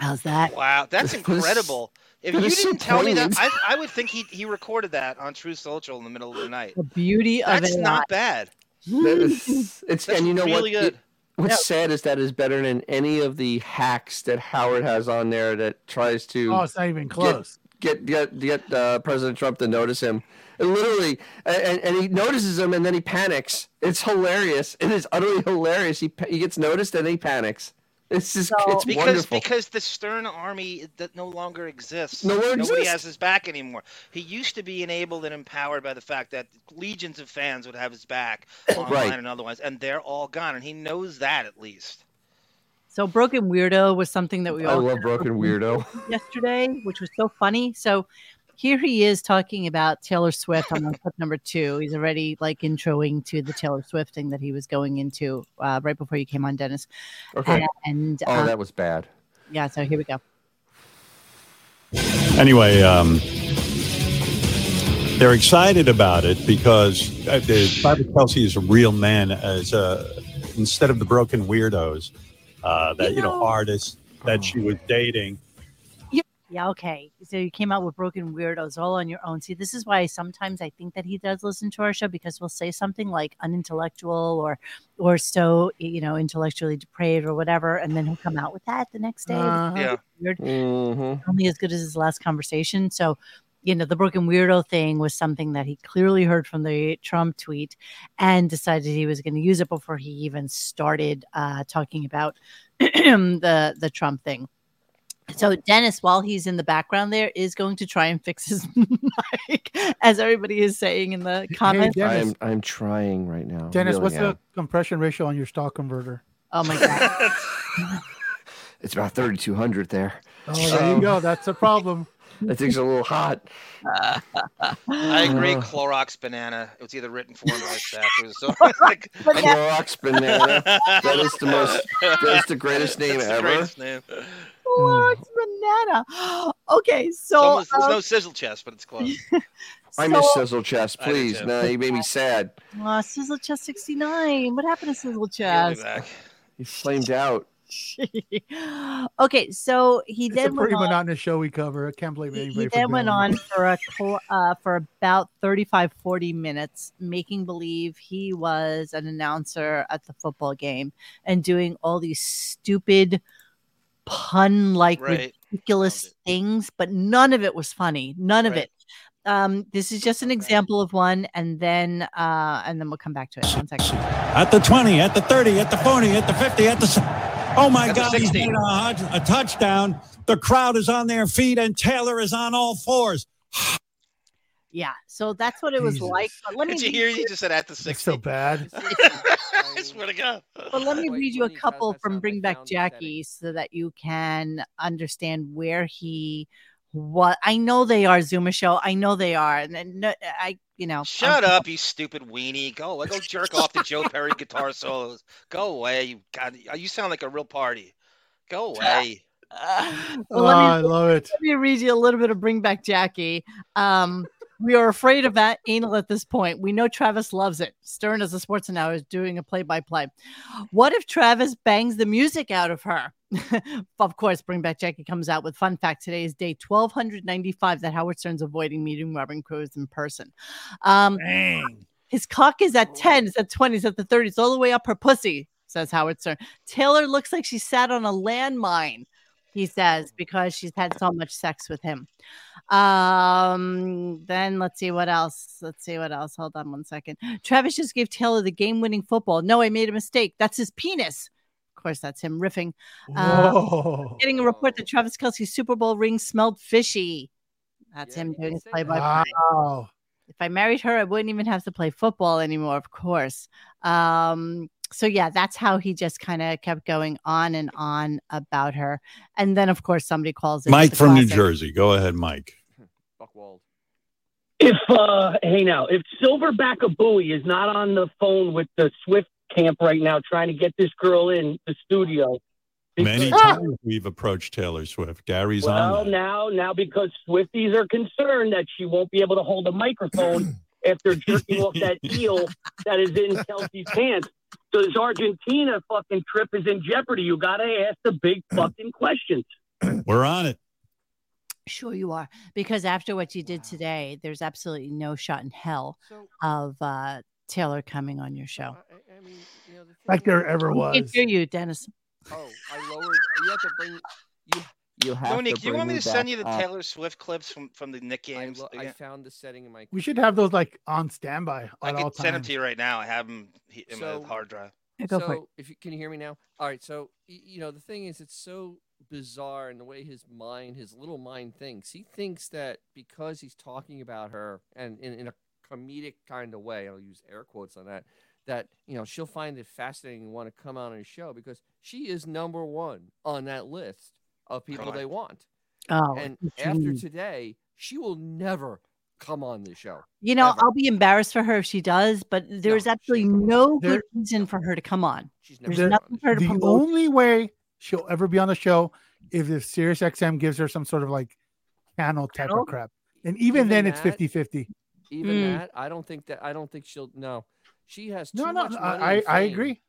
Speaker 1: How's that?
Speaker 3: Wow, that's
Speaker 5: That was-
Speaker 3: incredible. If
Speaker 5: that
Speaker 3: you
Speaker 5: was so
Speaker 3: didn't tell me that,
Speaker 5: poignant.
Speaker 3: I, I would think he he recorded that on True Social in the middle of the night.
Speaker 1: The beauty of
Speaker 3: That's
Speaker 1: it.
Speaker 3: not bad.
Speaker 5: That is- it's
Speaker 3: That's
Speaker 5: and you know
Speaker 3: really
Speaker 5: what?
Speaker 3: good.
Speaker 5: what's sad is that is better than any of the hacks that Howard has on there that tries to.
Speaker 2: Oh, it's not even close.
Speaker 5: get get get uh, President Trump to notice him. And literally, and, and he notices him, and then he panics. It's hilarious. It is utterly hilarious. He pa- he gets noticed, and he panics. It's just
Speaker 1: So-
Speaker 5: it's
Speaker 3: because
Speaker 5: wonderful.
Speaker 3: because the Stern Army that no longer exists.
Speaker 5: No longer
Speaker 3: Nobody
Speaker 5: exists.
Speaker 3: has his back anymore. He used to be enabled and empowered by the fact that legions of fans would have his back online
Speaker 5: Right.
Speaker 3: and otherwise, and they're all gone. And he knows that at least.
Speaker 1: So broken weirdo was something that we
Speaker 5: I
Speaker 1: all
Speaker 5: love Broken Weirdo.
Speaker 1: yesterday, which was so funny. So here he is talking about Taylor Swift on clip number two. He's already like introing to the Taylor Swift thing that he was going into uh, right before you came on, Dennis.
Speaker 5: Okay.
Speaker 1: And
Speaker 5: Oh,
Speaker 3: uh,
Speaker 1: um,
Speaker 5: that was bad.
Speaker 1: yeah, so here we go.
Speaker 4: Anyway, um, they're excited about it because uh, the, Barbara Kelsey is a real man. As a, instead of the broken weirdos uh, that you, know,
Speaker 1: know-
Speaker 4: artists that she was dating.
Speaker 1: Yeah, okay. So you came out with broken weirdos all on your own. See, this is why sometimes I think that he does listen to our show because we'll say something like unintellectual or or so you know intellectually depraved or whatever, and then he'll come out with that the next day.
Speaker 2: Uh-huh.
Speaker 3: Yeah.
Speaker 1: Weird.
Speaker 5: hmm
Speaker 1: only as good as his last conversation. So, you know, the broken weirdo thing was something that he clearly heard from the Trump tweet and decided he was going to use it before he even started uh, talking about the the Trump thing. So Dennis, while he's in the background, there is going to try and fix his mic, as everybody is saying in the comments.
Speaker 2: Dennis.
Speaker 5: I'm I'm trying right now.
Speaker 2: Dennis,
Speaker 5: really
Speaker 2: what's
Speaker 5: am.
Speaker 2: the compression ratio on your stock converter?
Speaker 1: Oh my god!
Speaker 5: It's about thirty two hundred there.
Speaker 2: Oh, there you
Speaker 5: Um,
Speaker 2: go. That's a problem.
Speaker 5: That thing's a little hot.
Speaker 3: I agree.
Speaker 5: Uh.
Speaker 3: Clorox banana. It was either written for him or staff. It was so like.
Speaker 5: Clorox banana. That is the most. That is the greatest name
Speaker 3: That's the
Speaker 5: ever.
Speaker 3: greatest name. It's
Speaker 1: Clorox banana. Okay, so
Speaker 3: almost- there's
Speaker 1: um,
Speaker 3: no sizzle chest, but it's close.
Speaker 5: I
Speaker 1: so-
Speaker 5: miss Sizzle Chest,
Speaker 3: I do
Speaker 5: please.
Speaker 3: too.
Speaker 5: No, you made me sad.
Speaker 1: Aw, uh, Sizzle Chest 69. What happened to Sizzle
Speaker 3: He'll
Speaker 1: Chest?
Speaker 3: be back.
Speaker 5: You flamed out.
Speaker 1: okay, so he
Speaker 2: It's a
Speaker 1: then went
Speaker 2: pretty
Speaker 1: on,
Speaker 2: monotonous show we cover. I can't blame
Speaker 1: he,
Speaker 2: anybody.
Speaker 1: he
Speaker 2: for
Speaker 1: then went
Speaker 2: doing it.
Speaker 1: on for a co- uh, for about 35 40 minutes making believe he was an announcer at the football game and doing all these stupid pun like
Speaker 3: Right.
Speaker 1: ridiculous
Speaker 3: Loved
Speaker 1: things, but none of it was funny. None of
Speaker 3: Right.
Speaker 1: it. Um, this is just an
Speaker 3: Okay.
Speaker 1: example of one, and then uh, and then we'll come back to it. One second.
Speaker 4: At the 20, at the 30, at the 40, at the 50, at the. s-
Speaker 7: Oh my
Speaker 3: That's a
Speaker 7: God, he's
Speaker 3: 16.
Speaker 7: made a, hud- a touchdown. The crowd is on their feet, and Taylor is on all fours.
Speaker 1: Yeah, so that's what it was
Speaker 2: Jesus.
Speaker 1: like. But let me
Speaker 3: Did you
Speaker 1: read
Speaker 3: hear?
Speaker 1: you-
Speaker 3: You just said at the
Speaker 2: It's
Speaker 3: 60.
Speaker 2: so bad.
Speaker 3: I swear to God.
Speaker 1: but let me
Speaker 5: Wait,
Speaker 1: read you a
Speaker 5: Tony, how's
Speaker 1: couple
Speaker 5: that
Speaker 1: from
Speaker 5: sound?
Speaker 1: Bring
Speaker 5: I
Speaker 1: Back
Speaker 5: found the setting.
Speaker 1: Jackie so that you can understand where he what I know they are Zuma show. I know they are. And then no, I you know
Speaker 3: Shut
Speaker 1: I'm-
Speaker 3: up, you stupid weenie. Go away. Go jerk off to Joe Perry guitar solos. Go away. You God, you sound like a real party. Go away.
Speaker 1: well,
Speaker 2: oh,
Speaker 1: let me
Speaker 2: I love it.
Speaker 1: let me read you a little bit of Bring Back Jackie. Um, we are afraid of that anal at this point. We know Travis loves it. Stern, as a sports announcer, is doing a play by play. What if Travis bangs the music out of her? of course, Bring Back Jackie comes out with fun fact. Today is day 1295 that Howard Stern's avoiding meeting Robin Cruz in person. Um,
Speaker 2: Dang.
Speaker 1: his cock is at 10s, at 20s, at the 30s, all the way up her pussy, says Howard Stern. Taylor looks like she sat on a landmine, he says, because she's had so much sex with him. Um, then let's see what else. Let's see what else. Hold on one second. Travis just gave Taylor the game winning football. No, I made a mistake. That's his penis. Of course, that's him riffing. Um,
Speaker 2: Whoa.
Speaker 1: Getting a report that Travis Kelsey's Super Bowl ring smelled fishy. That's
Speaker 5: Yeah,
Speaker 1: him
Speaker 5: you
Speaker 1: doing
Speaker 5: can
Speaker 1: his
Speaker 5: say
Speaker 1: play by
Speaker 5: that.
Speaker 1: play
Speaker 2: Wow.
Speaker 1: if I married her, I wouldn't even have to play football anymore, of course. Um, so yeah, that's how he just kind of kept going on and on about her. And then of course somebody calls it
Speaker 4: Mike
Speaker 1: the
Speaker 4: from New
Speaker 1: classic.
Speaker 4: Jersey. Go ahead, Mike.
Speaker 5: Buckwald.
Speaker 8: If uh, hey now, if Silverback Abui is not on the phone with the Swift camp right now, trying to get this girl in the studio,
Speaker 4: Many
Speaker 8: because-
Speaker 4: times we've approached Taylor Swift. Gary's
Speaker 8: well,
Speaker 4: on. that.
Speaker 8: now now because Swifties are concerned that she won't be able to hold a microphone after jerking off that eel that is in Kelsey's pants. So this Argentina fucking trip is in jeopardy. You gotta ask the big fucking questions.
Speaker 4: We're on it.
Speaker 1: Sure you are. Because after what you did today, there's absolutely no shot in hell
Speaker 5: So, uh,
Speaker 1: of uh Taylor coming on your show.
Speaker 5: I, I mean, you know, the thing
Speaker 2: Like there
Speaker 5: is-
Speaker 2: ever
Speaker 1: I can't
Speaker 2: was.
Speaker 1: hear you, Dennis.
Speaker 5: Oh, I lowered. You have to bring. You, you have
Speaker 3: Tony,
Speaker 5: to
Speaker 3: do you
Speaker 5: bring
Speaker 3: want me to send
Speaker 5: back
Speaker 3: you the
Speaker 5: up.
Speaker 3: Taylor Swift clips from, from the Nick
Speaker 5: I,
Speaker 3: games?
Speaker 5: lo- I
Speaker 3: Yeah.
Speaker 5: found the setting in my.
Speaker 2: We should have those like on standby at
Speaker 3: I
Speaker 2: all
Speaker 3: can send them
Speaker 2: times.
Speaker 3: to you right now. I have them in
Speaker 5: So-
Speaker 3: my hard drive.
Speaker 1: Yeah, Go
Speaker 5: so,
Speaker 1: for it.
Speaker 5: if you can you hear me now, all right. So y- you know the thing is, it's so bizarre in the way his mind, his little mind, thinks. He thinks that because he's talking about her and in, in a comedic kind of way, I'll use air quotes on that, that you know she'll find it fascinating and want to come on his show because she is number one on that list of people
Speaker 3: Right.
Speaker 5: they want.
Speaker 1: Oh,
Speaker 5: and
Speaker 1: it's
Speaker 5: after
Speaker 1: me.
Speaker 5: today, she will never come on this show.
Speaker 1: you know,
Speaker 5: ever.
Speaker 1: I'll be embarrassed for her if she does, but there's
Speaker 5: she
Speaker 1: absolutely
Speaker 5: ain't coming on.
Speaker 1: no good
Speaker 2: There-
Speaker 1: reason for her to come on.
Speaker 5: She's never
Speaker 1: There's
Speaker 5: coming
Speaker 1: nothing
Speaker 5: on
Speaker 1: for her to
Speaker 2: the
Speaker 1: promote.
Speaker 2: only way she'll ever be on the show is if Sirius XM gives her some sort of like channel type
Speaker 1: Channel?
Speaker 2: of crap. And even, then, it's
Speaker 5: that-
Speaker 2: 50 50.
Speaker 5: even
Speaker 1: Mm.
Speaker 5: that i don't think that i don't think she'll no she has too
Speaker 2: No, no,
Speaker 5: much
Speaker 2: no,
Speaker 5: money
Speaker 2: I,
Speaker 5: and
Speaker 2: I
Speaker 5: fame.
Speaker 2: agree.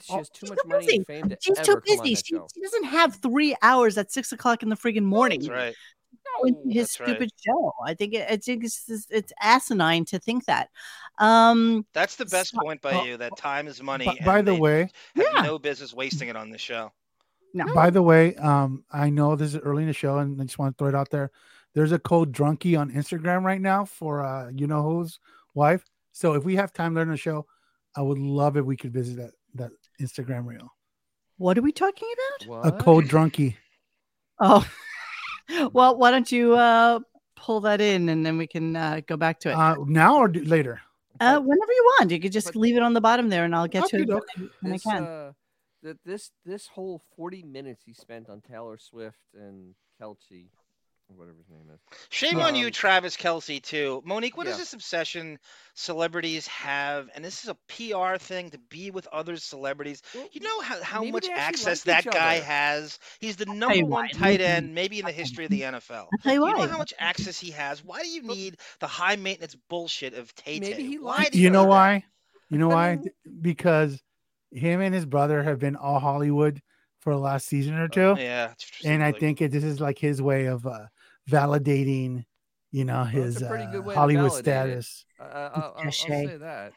Speaker 5: she
Speaker 2: Oh,
Speaker 5: has too
Speaker 1: she's
Speaker 5: much
Speaker 1: too
Speaker 5: money
Speaker 1: busy.
Speaker 5: and fame to
Speaker 1: She's too
Speaker 5: ever come on
Speaker 1: busy.
Speaker 5: that
Speaker 1: She,
Speaker 5: show.
Speaker 1: she doesn't have three hours at six o'clock in the friggin' morning.
Speaker 3: That's right.
Speaker 1: go into his
Speaker 3: That's right.
Speaker 1: stupid show. I think it, I think it's just- it's asinine to think that. Um,
Speaker 3: That's the best
Speaker 1: So-
Speaker 3: point by
Speaker 2: Oh,
Speaker 3: you that time is money.
Speaker 2: By,
Speaker 3: and
Speaker 2: by the
Speaker 3: they
Speaker 2: way,
Speaker 3: have
Speaker 1: Yeah.
Speaker 3: no business wasting it on this show.
Speaker 2: by the way, um, I know this is early in the show, and I just want to throw it out there. There's a code drunkie on Instagram right now for uh, you know who's wife. So if we have time during the show, I would love if we could visit that that Instagram reel.
Speaker 1: what are we talking about?
Speaker 2: A
Speaker 5: what?
Speaker 2: code drunkie.
Speaker 1: Oh, well, why don't you uh pull that in and then we can uh, go back to it
Speaker 2: Uh, now or do, later?
Speaker 1: uh, whenever you want. You could just
Speaker 5: but-
Speaker 1: leave it on the bottom there, and I'll get to it
Speaker 2: Okey-doke.
Speaker 1: when I- when I
Speaker 5: this,
Speaker 1: can.
Speaker 5: uh, that this this whole 40 minutes he spent on taylor swift and kelce or whatever his name is
Speaker 3: Shame on you,
Speaker 5: Um,
Speaker 3: Travis Kelsey, too. Monique, What is
Speaker 5: yeah.
Speaker 3: this obsession celebrities have? And this is a PR thing to be with other celebrities. You know how, how
Speaker 5: maybe
Speaker 3: much
Speaker 5: they actually
Speaker 3: access
Speaker 5: like
Speaker 3: that
Speaker 5: each
Speaker 3: guy
Speaker 5: other.
Speaker 3: has? He's the
Speaker 1: tell you
Speaker 3: number one
Speaker 1: what,
Speaker 3: tight
Speaker 1: listen,
Speaker 3: end, maybe in the history of the NFL.
Speaker 1: I'll tell you why.
Speaker 3: You know how much access he has? Why do you need the high maintenance bullshit of Tay
Speaker 5: Maybe
Speaker 3: Tay?
Speaker 5: he
Speaker 3: Why
Speaker 5: likes
Speaker 3: do
Speaker 2: You know
Speaker 3: need that?
Speaker 2: why? You know
Speaker 5: I
Speaker 2: why?
Speaker 5: mean-
Speaker 2: Because him and his brother have been all Hollywood for the last season or two,
Speaker 3: Oh, Yeah. it's
Speaker 2: and I
Speaker 3: like-
Speaker 2: think it, this is like his way of uh, validating, you know,
Speaker 5: it's
Speaker 2: his
Speaker 5: a pretty good
Speaker 2: uh,
Speaker 5: way to
Speaker 2: Hollywood
Speaker 5: validate it.
Speaker 2: status.
Speaker 5: I, I, I'll, I'll
Speaker 1: Cachet.
Speaker 5: say that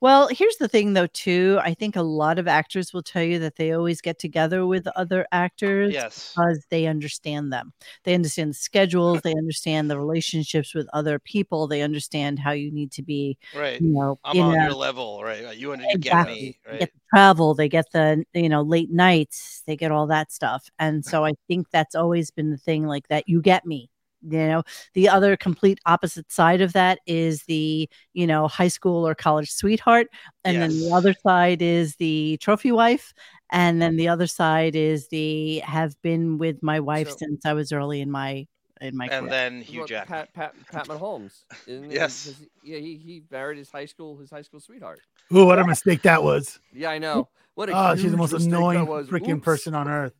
Speaker 1: Well, here's the thing, though, too. I think a lot of actors will tell you that they always get together with other actors
Speaker 3: Yes.
Speaker 1: because they understand them. They understand the schedules, they understand the relationships with other people, they understand how you need to be,
Speaker 3: Right.
Speaker 1: you know,
Speaker 3: I'm
Speaker 1: in
Speaker 3: on
Speaker 1: a-
Speaker 3: your level, right? You and you get me,
Speaker 1: Exactly. They
Speaker 3: right?
Speaker 1: get the travel, they get the you know late nights, they get all that stuff, and so I think that's always been the thing, like that you get me. You know, the other complete opposite side of that is the you know high school or college sweetheart, and then
Speaker 3: Yes.
Speaker 1: the other side is the trophy wife, and then the other side is the have been with my wife
Speaker 5: So-
Speaker 1: since I was early in my in my
Speaker 3: And
Speaker 1: career.
Speaker 3: then Hugh
Speaker 5: Look,
Speaker 3: Jackman.
Speaker 5: Pat, Pat, Pat Mahomes. Isn't
Speaker 3: Yes.
Speaker 5: He, 'cause he- yeah, he, he married his high school his high school sweetheart.
Speaker 2: Ooh, what a mistake that was.
Speaker 5: Yeah, I know. What a
Speaker 2: Oh, she's
Speaker 5: huge
Speaker 2: the most
Speaker 5: mistake that
Speaker 2: annoying
Speaker 5: was.
Speaker 2: freaking
Speaker 5: Oops.
Speaker 2: person on earth.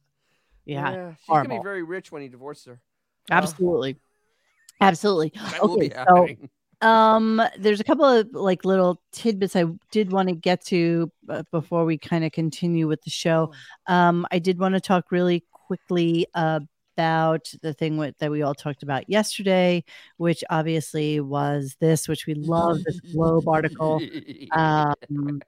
Speaker 1: yeah,
Speaker 5: she's gonna
Speaker 1: horrible.
Speaker 5: be very rich when he divorces her. Uh,
Speaker 1: absolutely, absolutely.
Speaker 5: that will
Speaker 1: Okay,
Speaker 5: be
Speaker 1: so
Speaker 5: happening.
Speaker 1: um there's a couple of like little tidbits i did want to get to uh, before we kind of continue with the show um i did want to talk really quickly about the thing with, that we all talked about yesterday which obviously was this which we love this globe article um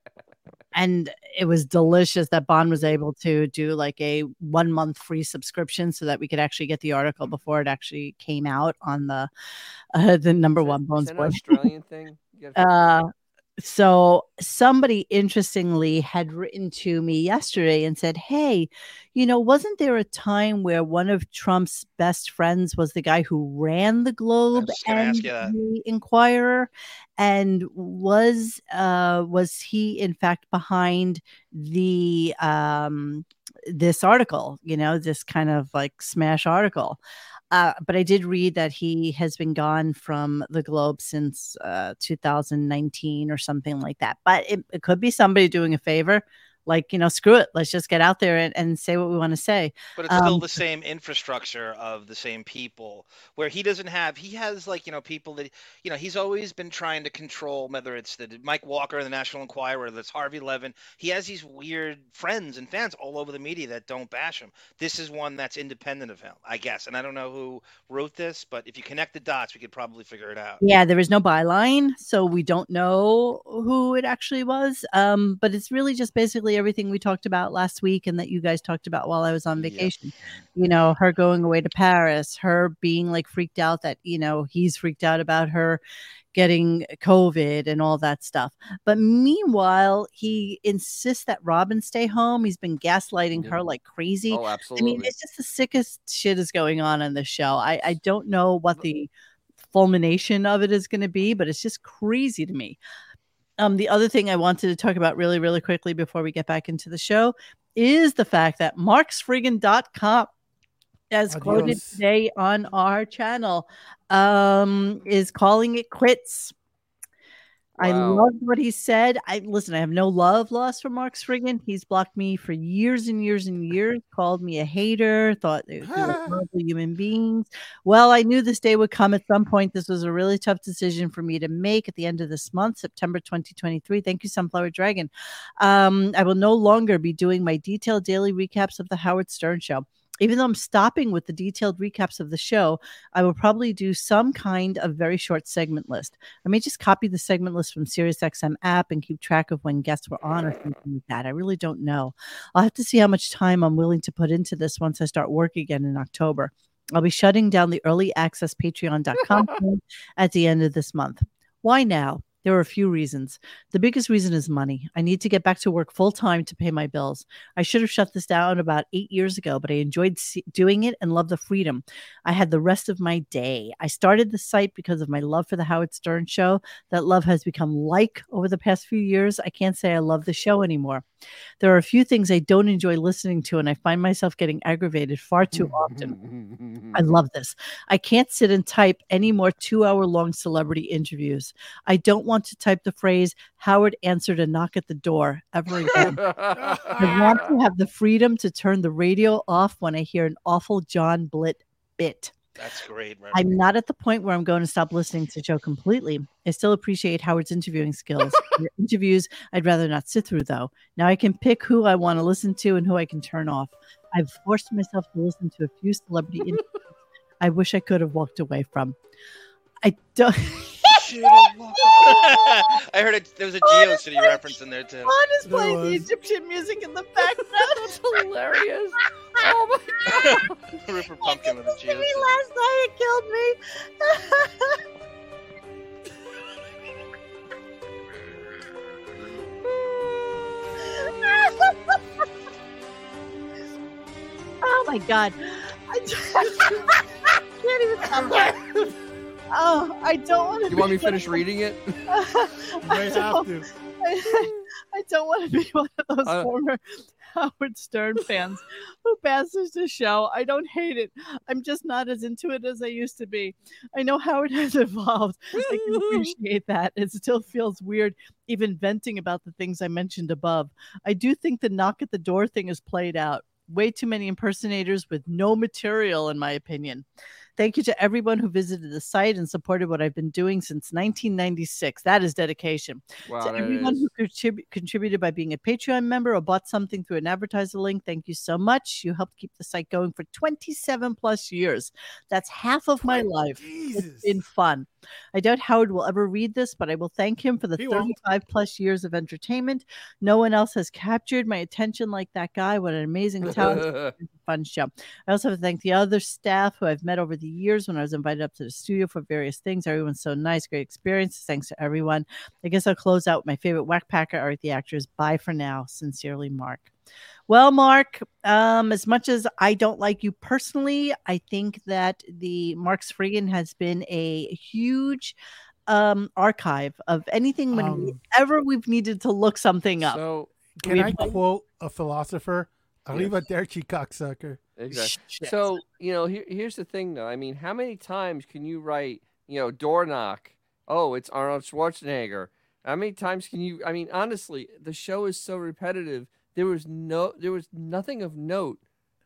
Speaker 1: and it was delicious that bond was able to do like a one month free subscription so that we could actually get the article before it actually came out on the uh, the number
Speaker 5: Is that-
Speaker 1: one
Speaker 5: is
Speaker 1: bones
Speaker 5: that an
Speaker 1: boy
Speaker 5: Australian thing. You gotta-
Speaker 1: uh, so somebody interestingly had written to me yesterday and said, "Hey, you know, wasn't there a time where one of Trump's best friends was the guy who ran the Globe
Speaker 3: just gonna
Speaker 1: and
Speaker 3: ask you that.
Speaker 1: the Inquirer, and was uh, was he in fact behind the um, this article? You know, this kind of like smash article." Uh, but I did read that he has been gone from the Globe since uh, 2019 or something like that. But it, it could be somebody doing a favor, like you know, screw it, let's just get out there and, and say what we want to say.
Speaker 3: But it's still
Speaker 1: Um,
Speaker 3: the same infrastructure of the same people where he doesn't have, he has like, you know, people that, you know, he's always been trying to control, whether it's the Mike Walker, the National Enquirer, that's Harvey Levin. He has these weird friends and fans all over the media that don't bash him. This is one that's independent of him, I guess. And I don't know who wrote this, but if you connect the dots, we could probably figure it out.
Speaker 1: Yeah, there is no byline, so we don't know who it actually was. Um, but it's really just basically everything we talked about last week and that you guys talked about while I was on
Speaker 3: Yeah.
Speaker 1: vacation. you know, her going away to Paris, her being like freaked out that, you know, he's freaked out about her getting COVID and all that stuff. But meanwhile, he insists that Robin stay home. He's been gaslighting
Speaker 5: Yeah.
Speaker 1: her like crazy.
Speaker 5: oh,
Speaker 1: I mean,
Speaker 5: absolutely.
Speaker 1: it's just the sickest shit is going on in this show. I, I don't know what the fulmination of it is going to be, but it's just crazy to me. Um, the other thing I wanted to talk about really, really quickly before we get back into the show is the fact that marksfriggin.com, as quoted
Speaker 2: Adios.
Speaker 1: today on our channel, um, is calling it quits. I
Speaker 5: Wow.
Speaker 1: loved what he said. I listen, I have no love lost for Mark Spriggan. He's blocked me for years and years and years, called me a hater, thought that we were horrible human beings. Well, I knew this day would come at some point. This was a really tough decision for me to make at the end of this month, September 2023. Thank you, Sunflower Dragon. Um, I will no longer be doing my detailed daily recaps of the Howard Stern show. Even though I'm stopping with the detailed recaps of the show, I will probably do some kind of very short segment list. I may just copy the segment list from SiriusXM app and keep track of when guests were on or something like that. I really don't know. I'll have to see how much time I'm willing to put into this once I start work again in October. I'll be shutting down the early access patreon.com thing at the end of this month. Why now? There are a few reasons. The biggest reason is money. I need to get back to work full time to pay my bills. I should have shut this down about eight years ago, but I enjoyed se- doing it and love the freedom. I had the rest of my day. I started the site because of my love for the Howard Stern show. That love has become like over the past few years. I can't say I love the show anymore. There are a few things I don't enjoy listening to, and I find myself getting aggravated far too
Speaker 9: Hmm.
Speaker 1: often. I
Speaker 9: Mm.
Speaker 1: love this. I can't sit and type any more two hour long celebrity interviews. I don't want to type the phrase, Howard answered a knock at the door ever again. I want to have the freedom to turn the radio off when I hear an awful John Blitt bit.
Speaker 3: That's great. Right?
Speaker 1: I'm not at the point where I'm going to stop listening to Joe completely. I still appreciate Howard's interviewing skills. Your interviews, I'd rather not sit through though. Now I can pick who I want to listen to and who I can turn off. I've forced myself to listen to a few celebrity interviews I wish I could have walked away from. I don't.
Speaker 3: Egyptian woman. I heard it, there was a Geo City reference in there too.
Speaker 1: Juan is
Speaker 2: There
Speaker 1: playing the
Speaker 2: was.
Speaker 1: Egyptian music in the background. That's hilarious. Oh my god.
Speaker 3: Rupert
Speaker 1: He did
Speaker 3: Pumpkin with a
Speaker 1: this to me
Speaker 3: Geo City.
Speaker 1: last night. It killed me. uh, oh my god! I just- I can't even stop. laughing. Oh, I don't want to.
Speaker 5: You want me to finish reading it?
Speaker 2: You
Speaker 1: I
Speaker 2: might have
Speaker 1: don't,
Speaker 2: to.
Speaker 1: I don't want to be one of those
Speaker 5: I-
Speaker 1: former Howard Stern fans who bashes the show. I don't hate it. I'm just not as into it as I used to be. I know Howard has evolved. I can appreciate that. It still feels weird even venting about the things I mentioned above. I do think the knock at the door thing is played out. Way too many impersonators with no material, in my opinion. Thank you to everyone who visited the site and supported what I've been doing since 1996. That is dedication
Speaker 5: Wow,
Speaker 1: to
Speaker 5: that
Speaker 1: everyone
Speaker 5: is.
Speaker 1: who contrib- contributed by being a Patreon member or bought something through an advertiser link, thank you so much. You helped keep the site going for 27 plus years. That's half of my life.
Speaker 2: Jesus.
Speaker 1: It's been fun. I doubt Howard will ever read this, but I will thank him for the
Speaker 2: He
Speaker 1: 35
Speaker 2: won't.
Speaker 1: plus years of entertainment. No one else has captured my attention like that guy. What an amazing talent fun show. I also have to thank the other staff who I've met over the years when I was invited up to the studio for various things. Everyone's so nice, great experience. Thanks to everyone. I guess I'll close out with my favorite whack packer, Art the Actors. Bye for now. Sincerely, Mark. Well, Mark, um, as much as I don't like you personally, I think that the Mark's Freegan has been a huge um archive of anything when
Speaker 2: Um,
Speaker 1: ever we've needed to look something up.
Speaker 5: so
Speaker 2: Can
Speaker 1: we-
Speaker 2: I quote a philosopher?
Speaker 5: Yes.
Speaker 2: Arrivederci, cocksucker.
Speaker 5: exactly.
Speaker 1: Shit.
Speaker 5: So you know, here, here's the thing, though. I mean, how many times can you write, you know, door knock? Oh, it's Arnold Schwarzenegger. How many times can you? I mean, honestly, the show is so repetitive. There was no, there was nothing of note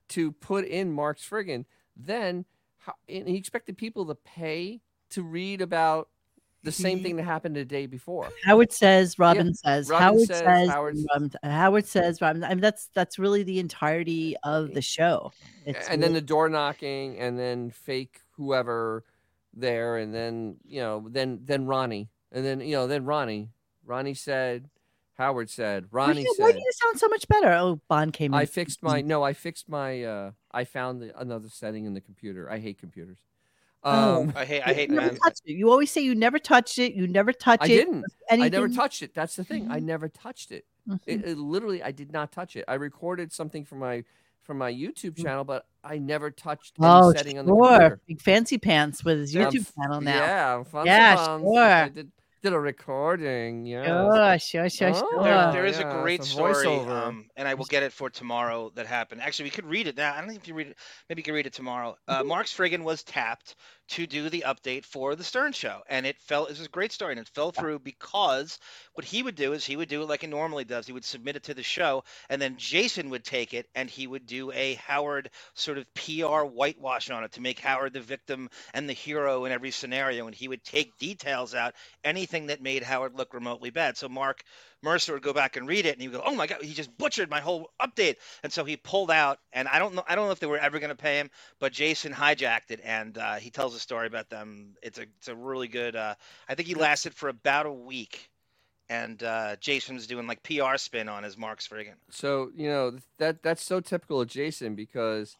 Speaker 5: to put in Mark's friggin. Then, how, and he expected people to pay to read about the same
Speaker 2: He-
Speaker 5: thing that happened the day before.
Speaker 1: Howard says, Robin says,
Speaker 5: Robin
Speaker 1: Howard
Speaker 5: says,
Speaker 1: says, um, Howard,
Speaker 5: Howard-
Speaker 1: Robin, Howard says, Robin. I mean, that's that's really the entirety of the show. It's
Speaker 5: and then the door knocking and then fake whoever there and then you know then then ronnie and then you know then ronnie ronnie said howard said
Speaker 1: Why
Speaker 5: ronnie
Speaker 1: do you- why do
Speaker 5: said
Speaker 1: you sound so much better? Oh, Bond came in.
Speaker 5: i fixed my no i fixed my uh i found the, another setting in the computer i hate computers
Speaker 1: Oh.
Speaker 5: um
Speaker 3: I hate, I hate
Speaker 1: you, never
Speaker 3: men.
Speaker 1: touched it. you always say you never touched it. You never touch
Speaker 5: i
Speaker 1: it.
Speaker 5: didn't
Speaker 1: Anything. Mm-hmm.
Speaker 5: i never touched it that's the thing i never touched it
Speaker 1: Mhm.
Speaker 5: It, it literally, I did not touch it. I recorded something from my from my YouTube channel, but I never touched any
Speaker 1: Mm. Oh,
Speaker 5: setting on the
Speaker 1: sure.
Speaker 5: computer.
Speaker 1: Big fancy pants with his
Speaker 5: I'm
Speaker 1: YouTube
Speaker 5: f-
Speaker 1: channel now.
Speaker 5: Yeah, I'm fun
Speaker 1: Yeah,
Speaker 5: I
Speaker 1: sure.
Speaker 5: did, did a recording. Yeah.
Speaker 1: Sure, sure, sure,
Speaker 5: Oh.
Speaker 1: sure.
Speaker 3: There,
Speaker 5: Yeah,
Speaker 3: there is
Speaker 5: yeah,
Speaker 3: a great
Speaker 5: it's a
Speaker 3: story,
Speaker 5: voiceover.
Speaker 3: um, and I will get it for tomorrow. That happened. Actually, we could read it now. I don't think if you read it. Maybe you can read it tomorrow. Uh, Mark Spriggan was tapped to do the update for the Stern Show, and it fell. This is a great story, and it fell through because what he would do is he would do it like he normally does. He would submit it to the show, and then Jason would take it and he would do a Howard sort of PR whitewash on it to make Howard the victim and the hero in every scenario. And he would take details out, anything that made Howard look remotely bad. So Mark Mercer would go back and read it, and he would go, "Oh my God, he just butchered my whole update." And so he pulled out, and I don't know, I don't know if they were ever going to pay him, but Jason hijacked it, and uh, he tells a story about them. It's a, it's a really good. Uh, I think he lasted for about a week, and uh, Jason was doing like PR spin on his Mark Friggin.
Speaker 5: So you know th- that that's so typical of Jason because,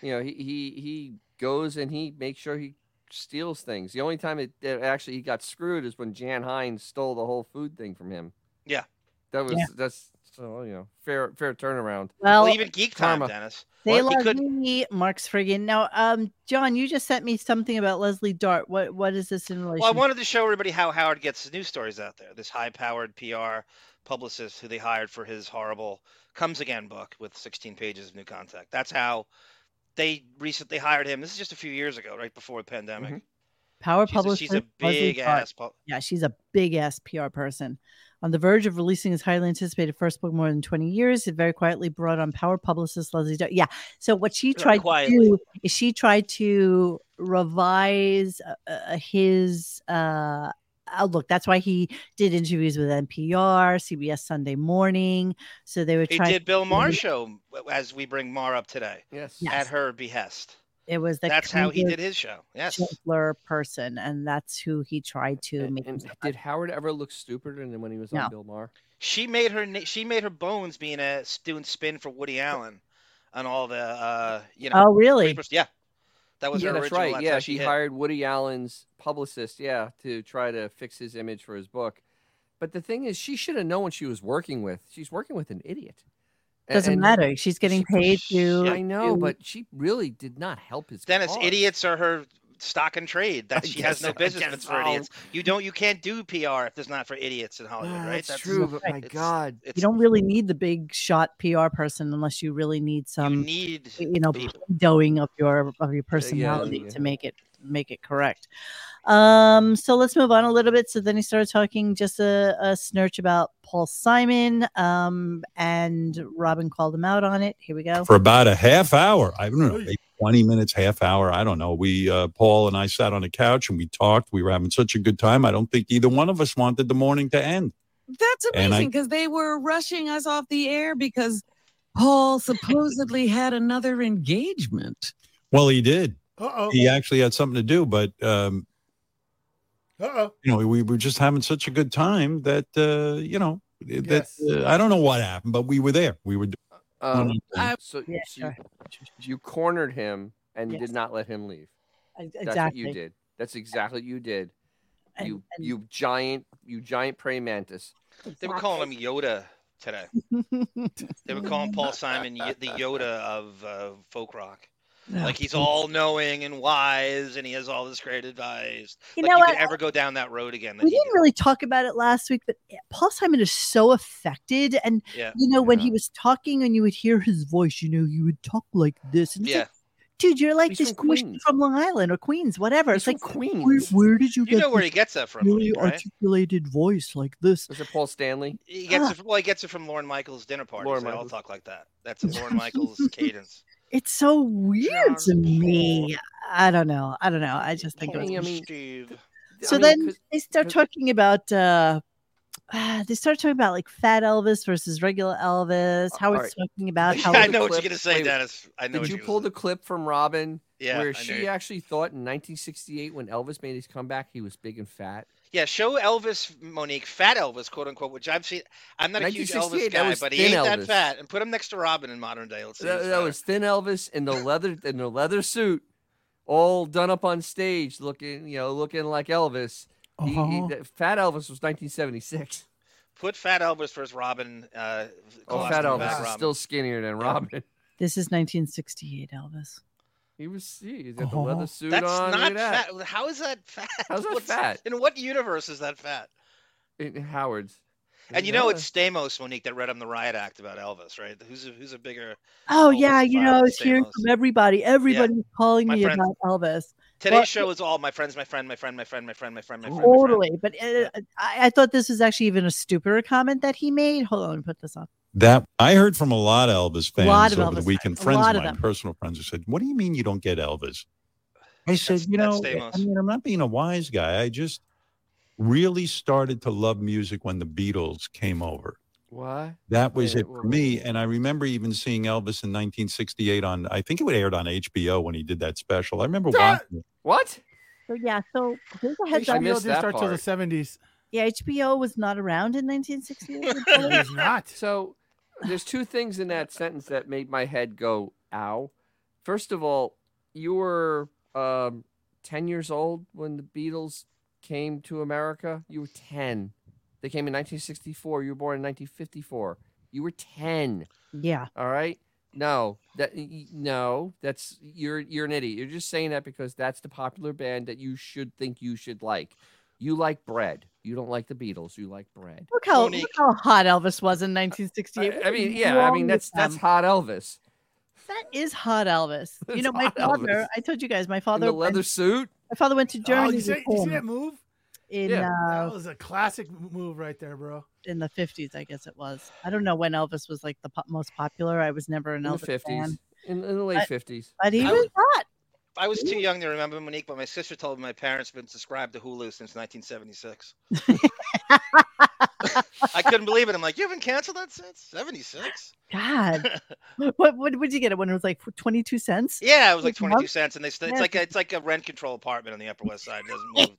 Speaker 5: you know, he he he goes and he makes sure he steals things. The only time it, that actually he got screwed is when Jan Hines stole the whole food thing from him.
Speaker 3: Yeah.
Speaker 5: That was
Speaker 1: Yeah.
Speaker 5: that's so you know fair fair turnaround.
Speaker 1: Well,
Speaker 3: well, even Geek Time,
Speaker 5: karma.
Speaker 3: Dennis.
Speaker 1: They
Speaker 3: What? He
Speaker 1: love
Speaker 3: couldn't-
Speaker 1: me, Mark's friggin. Now, um, John, you just sent me something about Leslie Dart. What what is this in relation?
Speaker 3: Well, I wanted to show everybody how Howard gets his news stories out there. This high-powered PR publicist who they hired for his horrible "Comes Again" book with 16 pages of new contact. That's how they recently hired him. This is just a few years ago, right before the pandemic.
Speaker 1: Power
Speaker 3: She's, a,
Speaker 1: publisher.
Speaker 3: she's a
Speaker 1: Leslie
Speaker 3: big
Speaker 1: Dart.
Speaker 3: ass. Pu-
Speaker 1: Yeah, she's a big ass PR person. On the verge of releasing his highly anticipated first book in more than 20 years, it very quietly brought on power publicist Leslie Dart. Yeah. So what she
Speaker 3: Uh,
Speaker 1: tried
Speaker 3: quietly.
Speaker 1: to do is she tried to revise uh, uh, his uh, outlook. That's why he did interviews with NPR, CBS Sunday Morning. So they were
Speaker 3: he
Speaker 1: trying.
Speaker 3: did Bill
Speaker 1: Mhm.
Speaker 3: Maher show as we bring Mar up today
Speaker 5: Yes.
Speaker 1: Yeah.
Speaker 3: at
Speaker 1: Yes.
Speaker 3: her behest.
Speaker 1: It was the
Speaker 3: That's how he
Speaker 1: kinder,
Speaker 3: did his show. Yes.
Speaker 1: gentler person, and that's who he tried to
Speaker 5: And,
Speaker 1: make.
Speaker 5: and
Speaker 1: himself
Speaker 5: did Howard ever look stupider than when he was
Speaker 1: No.
Speaker 5: on Bill Maher?
Speaker 3: She made her na- she made her bones being a doing spin for Woody Allen on all the uh you know
Speaker 1: Oh, really?
Speaker 3: papers. Yeah. That was
Speaker 5: yeah,
Speaker 3: her
Speaker 5: that's
Speaker 3: original.
Speaker 5: right.
Speaker 3: that's
Speaker 5: yeah,
Speaker 3: how
Speaker 5: she
Speaker 3: hit.
Speaker 5: hired Woody Allen's publicist, yeah, to try to fix his image for his book. But the thing is, she should have known what she was working with. She's working with an idiot. A-
Speaker 1: Doesn't
Speaker 5: and
Speaker 1: matter. She's getting
Speaker 5: she-
Speaker 1: paid to.
Speaker 5: I know,
Speaker 1: to-
Speaker 5: but she really did not help his
Speaker 3: Dennis,
Speaker 5: cause.
Speaker 3: idiots are her stock and trade. That
Speaker 5: I
Speaker 3: she has
Speaker 5: guess
Speaker 3: no
Speaker 5: so, I
Speaker 3: business if
Speaker 5: guess
Speaker 3: it's for
Speaker 5: so.
Speaker 3: idiots. You don't you can't do PR if there's not for idiots in
Speaker 5: Ah,
Speaker 3: Hollywood, right?
Speaker 5: that's, true, but my
Speaker 3: it's-
Speaker 5: God,
Speaker 3: It's,
Speaker 1: you don't really need the big shot PR person unless you really need
Speaker 3: you
Speaker 1: some,
Speaker 3: need
Speaker 1: you, know,
Speaker 3: people.
Speaker 1: doing of your of your personality
Speaker 5: yeah.
Speaker 1: to make it make it correct. Um, so let's move on a little bit. So then he started talking just a, a snurch about Paul Simon, um, and Robin called him out on it. Here we go.
Speaker 4: for about a half hour. I don't know, maybe 20 minutes, half hour. I don't know. We, uh, Paul and I sat on a couch and we talked. We were having such a good time. I don't think either one of us wanted the morning to end.
Speaker 9: That's
Speaker 4: And I-
Speaker 9: amazing because they were rushing us off the air because Paul supposedly had another engagement.
Speaker 4: Well, he did.
Speaker 2: Uh
Speaker 4: He actually had something to do, but, um,
Speaker 2: oh. Uh oh.
Speaker 4: you know, we were just having such a good time that, uh, you know, that
Speaker 2: Yes.
Speaker 4: uh, I don't know what happened, but we were there. We were doing
Speaker 1: Uh,
Speaker 5: um,
Speaker 9: I-
Speaker 5: so
Speaker 1: Yeah,
Speaker 5: so
Speaker 1: sure.
Speaker 5: you, you cornered him and
Speaker 1: Yes. E,
Speaker 5: did not let him leave.
Speaker 1: Exactly.
Speaker 5: That's what you did. That's exactly what you did.
Speaker 1: And-
Speaker 5: you
Speaker 1: and-
Speaker 5: you giant you giant praying mantis.
Speaker 3: They were calling him Yoda today. They were calling Paul Simon y- the Yoda of uh, folk rock. Like he's all knowing and wise, and he has all this great advice.
Speaker 1: You
Speaker 3: like
Speaker 1: know
Speaker 3: you
Speaker 1: what?
Speaker 3: could ever go down that road again. That
Speaker 1: we
Speaker 3: he
Speaker 1: didn't really talk about it last week, but Paul Simon is so affected. And
Speaker 3: Yeah.
Speaker 1: you know, when he
Speaker 5: Yeah.
Speaker 1: was talking and you would hear his voice, you know, he would talk like this. And
Speaker 3: did.
Speaker 1: it's
Speaker 3: Yeah,
Speaker 1: like, dude, you're like
Speaker 5: He's
Speaker 1: this
Speaker 5: from
Speaker 1: Jewish
Speaker 5: Queens.
Speaker 1: from Long Island or Queens, whatever. it's
Speaker 5: He's
Speaker 1: like
Speaker 5: from Queens.
Speaker 1: Where, where did you,
Speaker 3: you
Speaker 1: get
Speaker 3: know where
Speaker 1: this
Speaker 3: he gets that from,
Speaker 1: really
Speaker 3: right?
Speaker 1: articulated voice like this?
Speaker 5: Was it Paul Stanley?
Speaker 3: He gets
Speaker 1: Ah.
Speaker 3: it from, well, he gets it from Lauren Michaels' dinner parties.
Speaker 5: Lorne
Speaker 3: they all
Speaker 5: Michaels.
Speaker 3: talk like that. That's a Lauren Michaels cadence.
Speaker 1: It's so weird to
Speaker 3: John
Speaker 1: me.
Speaker 3: Paul.
Speaker 1: I don't know. I don't know. I just think it
Speaker 5: Paul
Speaker 1: was.
Speaker 5: I mean-
Speaker 3: Steve.
Speaker 1: So
Speaker 5: I mean,
Speaker 1: then
Speaker 5: 'cause-
Speaker 1: they start
Speaker 5: 'cause-
Speaker 1: talking about uh they start talking about like fat Elvis versus regular Elvis.
Speaker 5: Uh,
Speaker 1: How
Speaker 5: all
Speaker 1: it's
Speaker 5: right.
Speaker 1: talking about
Speaker 5: Yeah,
Speaker 1: how
Speaker 3: I
Speaker 5: the
Speaker 3: know what you're
Speaker 5: clip-
Speaker 3: gonna say,
Speaker 5: wait,
Speaker 3: Dennis. I know.
Speaker 5: did
Speaker 3: what
Speaker 5: you
Speaker 3: you're
Speaker 5: pull the
Speaker 3: gonna
Speaker 5: clip from Robin
Speaker 3: say. yeah, I
Speaker 5: where
Speaker 3: know
Speaker 5: she
Speaker 3: you-
Speaker 5: actually thought in 1968 when Elvis made his comeback he was big and fat.
Speaker 3: Yeah, show Elvis Monique, fat Elvis, quote unquote, which I've seen. I'm not a huge Elvis
Speaker 5: 1968, that
Speaker 3: guy,
Speaker 5: was
Speaker 3: but he
Speaker 5: thin
Speaker 3: ain't that
Speaker 5: Elvis.
Speaker 3: fat. And put him next to Robin in modern day. Let's see
Speaker 5: That,
Speaker 3: who's
Speaker 5: that
Speaker 3: fatter.
Speaker 5: was thin Elvis in the leather in the leather suit, all done up on stage, looking you know looking like Elvis. He- he-
Speaker 2: Uh-huh.
Speaker 5: that- fat Elvis was 1976.
Speaker 3: Put Fat Elvis versus Robin. Uh,
Speaker 5: Oh,
Speaker 3: costume back,
Speaker 5: Fat Elvis is
Speaker 3: Robin.
Speaker 5: still skinnier than Robin.
Speaker 1: this is 1968 Elvis.
Speaker 5: He was see, he's got the
Speaker 2: Oh,
Speaker 3: Uh-huh.
Speaker 5: leather suit
Speaker 3: That's
Speaker 5: on. look
Speaker 3: not
Speaker 5: at that.
Speaker 3: fat. How is that fat?
Speaker 5: How's that
Speaker 3: What's-
Speaker 5: fat?
Speaker 3: In what universe is that fat?
Speaker 5: In Howard's.
Speaker 3: And you know
Speaker 5: Yeah.
Speaker 3: it's Stamos, Monique, that read him the riot act about Elvis, right? Who's a, who's a bigger?
Speaker 1: Oh
Speaker 3: Elvis
Speaker 1: yeah,
Speaker 3: is
Speaker 1: you
Speaker 3: fat,
Speaker 1: know, I
Speaker 3: the
Speaker 1: was
Speaker 3: same
Speaker 1: hearing
Speaker 3: Elvis.
Speaker 1: from everybody. Everybody was calling
Speaker 3: My
Speaker 1: me
Speaker 3: friend-
Speaker 1: about Elvis.
Speaker 3: Today's
Speaker 1: Well,
Speaker 3: show is all my friends, my friend, my friend, my friend, my friend, my friend, my friend. my friend."
Speaker 1: Totally. But uh I, I thought this was actually even a stupider comment that he made. Hold on, let me put this on.
Speaker 4: that. I heard from a lot of Elvis
Speaker 1: A
Speaker 4: fans
Speaker 1: lot of
Speaker 4: over
Speaker 1: Elvis
Speaker 4: the weekend,
Speaker 1: fans, a
Speaker 4: friends
Speaker 1: lot
Speaker 4: of
Speaker 1: of
Speaker 4: mine,
Speaker 1: them.
Speaker 4: personal friends who said, What do you mean you don't get Elvis? I said,
Speaker 3: That's-
Speaker 4: you know,
Speaker 3: that's Stamos.
Speaker 4: I mean, I'm not being a wise guy. I just really started to love music when the Beatles came over.
Speaker 5: Why?
Speaker 4: That was
Speaker 5: Wait,
Speaker 4: it
Speaker 5: wait,
Speaker 4: for
Speaker 5: wait,
Speaker 4: me.
Speaker 5: wait.
Speaker 4: And I remember even seeing Elvis in 1968 on, I think it would aired on HBO when he did that special. I remember
Speaker 2: Ah!
Speaker 4: watching it.
Speaker 5: What?
Speaker 1: So yeah, so here's a heads
Speaker 2: HBO
Speaker 1: up.
Speaker 5: missed
Speaker 2: didn't
Speaker 5: that
Speaker 2: start till the
Speaker 5: part.
Speaker 2: 70s.
Speaker 1: Yeah, HBO was not around in 1968.
Speaker 2: It was not.
Speaker 5: So there's two things in that sentence that made my head go ow. First of all, you were um, 10 years old when the Beatles came to America. You were 10. They came in 1964. You were born in 1954. You were 10.
Speaker 1: yeah.
Speaker 5: All right. No, that y- y- no, that's you're you're an idiot. You're just saying that because that's the popular band that you should think you should like. You like bread. You don't like the Beatles. You like bread.
Speaker 1: Look how,
Speaker 3: Monique.
Speaker 1: look how hot Elvis was in 1968.
Speaker 5: I,
Speaker 1: What
Speaker 5: I
Speaker 1: is
Speaker 5: mean, yeah, I
Speaker 1: wrong
Speaker 5: mean
Speaker 1: with
Speaker 5: that's that's
Speaker 1: them?
Speaker 5: hot Elvis
Speaker 1: That is hot Elvis.
Speaker 5: It's
Speaker 1: You know, my
Speaker 5: hot
Speaker 1: father,
Speaker 5: Elvis.
Speaker 1: I told you guys, my
Speaker 5: in
Speaker 1: father
Speaker 5: the leather
Speaker 1: went,
Speaker 5: suit.
Speaker 1: my father went to
Speaker 2: Oh,
Speaker 1: Germany
Speaker 2: you,
Speaker 1: with
Speaker 2: see, you see
Speaker 1: him
Speaker 2: that move?
Speaker 1: in
Speaker 5: Yeah.
Speaker 1: uh,
Speaker 2: That was a classic move right there, bro.
Speaker 1: in the 50s, I guess it was. I don't know when Elvis was like the po- most popular. I was never an
Speaker 5: In the
Speaker 1: Elvis
Speaker 5: fifties,
Speaker 1: fan,
Speaker 5: in, in the late fifties.
Speaker 1: but he
Speaker 3: I
Speaker 1: was hot.
Speaker 3: I was too young to remember Monique, but my sister told me my parents have been subscribed to Hulu since 1976. I couldn't believe it. I'm like, you haven't canceled that since 76?
Speaker 1: God, what what would you get it when it was like twenty two cents?
Speaker 3: Yeah, it was like
Speaker 1: Huh?
Speaker 3: 22 cents, and they st- it's
Speaker 1: Yeah.
Speaker 3: like a, it's like a rent control apartment on the Upper West Side.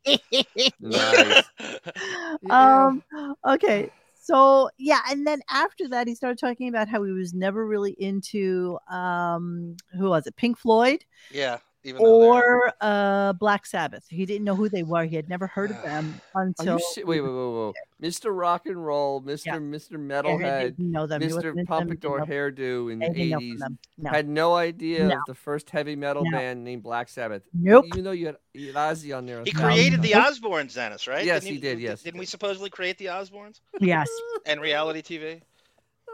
Speaker 3: It
Speaker 5: Nice.
Speaker 3: doesn't move.
Speaker 1: um okay so yeah and then after that he started talking about how he was never really into um who was it pink floyd
Speaker 3: yeah, even though they're-
Speaker 1: or uh black sabbath he didn't know who they were he had never heard of them
Speaker 5: Are
Speaker 1: until
Speaker 5: you si- wait, wait, wait, wait. Mr. Rock and Roll, Mr. Mr.
Speaker 1: he
Speaker 5: Metalhead,
Speaker 1: didn't know them He wasn't
Speaker 5: Mr.
Speaker 1: into them, he didn't
Speaker 5: Pompadour
Speaker 1: know-
Speaker 5: hairdo in the
Speaker 1: and he didn't know
Speaker 5: eighties.
Speaker 1: from them. no
Speaker 5: Had no idea
Speaker 1: No.
Speaker 5: of the first heavy metal
Speaker 1: No.
Speaker 5: band named Black Sabbath.
Speaker 1: nope
Speaker 5: Even though you had Ozzy on there. a
Speaker 3: He
Speaker 5: thousand
Speaker 3: created the
Speaker 5: times.
Speaker 3: Osbournes, Dennis, right?
Speaker 5: Yes,
Speaker 3: Didn't
Speaker 5: he did, yes, he
Speaker 3: Didn't we
Speaker 5: did.
Speaker 3: supposedly create the Osbournes
Speaker 1: yes
Speaker 3: and reality TV?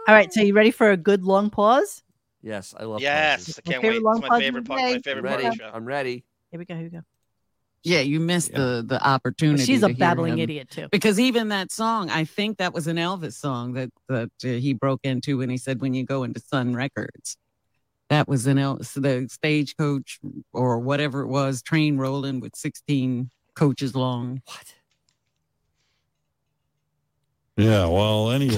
Speaker 1: all right so you ready for a good long pause
Speaker 5: Yes, I love.
Speaker 3: Yes, I
Speaker 1: My
Speaker 3: can't
Speaker 1: favorite
Speaker 3: wait.
Speaker 1: long
Speaker 3: It's my
Speaker 1: pause of
Speaker 3: favorite
Speaker 1: the
Speaker 3: part. My
Speaker 1: day.
Speaker 5: I'm
Speaker 3: favorite part
Speaker 5: ready.
Speaker 3: of the show.
Speaker 5: I'm ready.
Speaker 1: here we go here we go
Speaker 9: Yeah, you missed
Speaker 5: Yeah.
Speaker 9: the the opportunity.
Speaker 1: she's a
Speaker 9: to hear
Speaker 1: babbling
Speaker 9: him.
Speaker 1: idiot too
Speaker 9: Because even that song, I think that was an Elvis song that that uh, he broke into when he said, "When you go into Sun Records," that was an Elvis, the stagecoach or whatever it was, train rolling with sixteen coaches long.
Speaker 5: What?
Speaker 4: Yeah, well, anyway.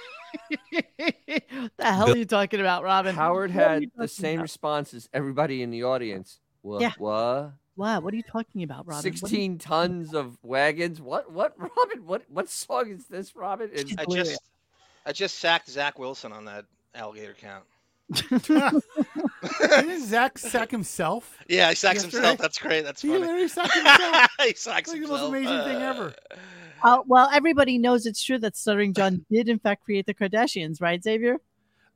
Speaker 1: the hell are you talking about robin
Speaker 5: Howard
Speaker 1: What are
Speaker 5: had
Speaker 1: you
Speaker 5: the
Speaker 1: talking
Speaker 5: same
Speaker 1: about?
Speaker 5: response as everybody in the audience. What?
Speaker 1: Yeah.
Speaker 5: What?
Speaker 1: wow what are you talking about robin What are you-
Speaker 5: Sixteen tons of wagons. What? What? Robin? What? What song is this, Robin? And
Speaker 3: I
Speaker 1: Hilarious.
Speaker 3: just I just sacked Zach Wilson on that alligator count.
Speaker 2: Didn't Zach sack himself?
Speaker 3: Yeah, he sacks
Speaker 2: Yesterday.
Speaker 3: himself. That's great. That's
Speaker 2: He
Speaker 3: funny.
Speaker 2: literally sacked himself.
Speaker 3: he sacks
Speaker 2: Like the most
Speaker 3: himself. Uh,
Speaker 2: amazing thing ever.
Speaker 1: Oh well, everybody knows it's true that Stuttering John did, in fact, create the Kardashians, right, Xavier?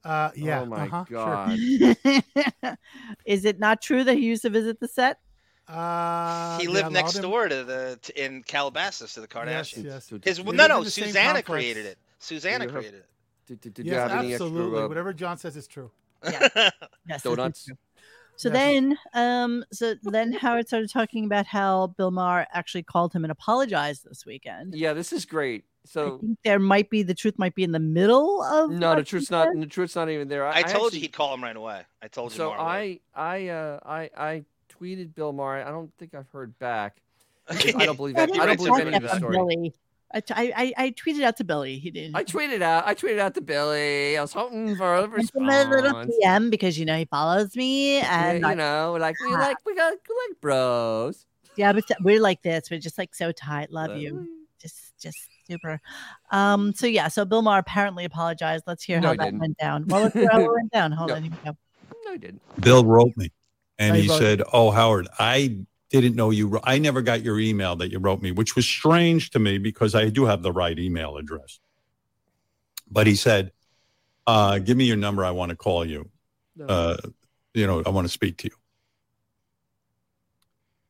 Speaker 2: Uh, yeah.
Speaker 5: Oh my
Speaker 2: uh-huh, sure.
Speaker 5: god.
Speaker 1: Is it not true that he used to visit the set?
Speaker 2: Uh,
Speaker 3: he
Speaker 2: they
Speaker 3: lived
Speaker 2: allowed
Speaker 3: next
Speaker 2: him-
Speaker 3: door to the t- in Calabasas to the
Speaker 2: Yes,
Speaker 3: Kardashians.
Speaker 2: yes.
Speaker 5: Did-
Speaker 3: His
Speaker 5: did-
Speaker 3: well,
Speaker 2: They
Speaker 3: no,
Speaker 2: lived
Speaker 3: no,
Speaker 2: in the same
Speaker 3: Susanna
Speaker 2: complex.
Speaker 3: created it. Susanna
Speaker 5: you have-
Speaker 3: created
Speaker 5: Did, did, did you
Speaker 2: Yes,
Speaker 5: have any extra?
Speaker 2: absolutely.
Speaker 5: uh,
Speaker 2: Whatever John says is true.
Speaker 3: it.
Speaker 1: Yes. this is
Speaker 5: Donuts.
Speaker 1: true. So
Speaker 2: Yes.
Speaker 1: then, um, so then Howard started talking about how Bill Maher actually called him and apologized this weekend.
Speaker 5: Yeah, this is great.
Speaker 1: I
Speaker 5: So
Speaker 1: think there might be the truth might be in the middle of
Speaker 5: no,
Speaker 1: what
Speaker 5: the
Speaker 1: he
Speaker 5: truth's not.
Speaker 1: said.
Speaker 5: The truth's not even there. I,
Speaker 3: I, told you
Speaker 5: actually-
Speaker 3: he'd call him right away. I told you.
Speaker 5: So
Speaker 3: tomorrow.
Speaker 5: I, I, uh, I, I tweeted Bill Maher. I don't think I've heard back. because I don't believe
Speaker 1: I
Speaker 5: that.
Speaker 1: didn't
Speaker 5: I don't
Speaker 1: like
Speaker 5: believe any
Speaker 1: that
Speaker 5: of the
Speaker 1: from
Speaker 5: story.
Speaker 1: Billy. I, t- I, I- I tweeted out to Billy. He didn't.
Speaker 5: I tweeted out. I tweeted out to Billy. I was hoping for a
Speaker 1: I sent him a little
Speaker 5: response.
Speaker 1: PM because you know he follows me,
Speaker 5: Yeah,
Speaker 1: and I
Speaker 5: you know, like we
Speaker 1: Yeah.
Speaker 5: like we got we like bros.
Speaker 1: Yeah, but th- we're like this. We're just like so tight. Love you. Just, just super. Um. So yeah. So Bill Maher apparently apologized. Let's hear
Speaker 5: No,
Speaker 1: how
Speaker 5: he
Speaker 1: that
Speaker 5: didn't.
Speaker 1: went down. Well, let's hear how it went down. Hold
Speaker 5: No.
Speaker 1: on. Here we go.
Speaker 5: No, you didn't.
Speaker 4: Bill wrote me and
Speaker 2: Hey,
Speaker 4: he
Speaker 2: bud.
Speaker 4: said, Oh, Howard, I didn't know you. wr- I never got your email that you wrote me, which was strange to me because I do have the right email address. But he said, uh, Give me your number. I want to call you.
Speaker 5: No.
Speaker 4: Uh, you know, I want to speak to you.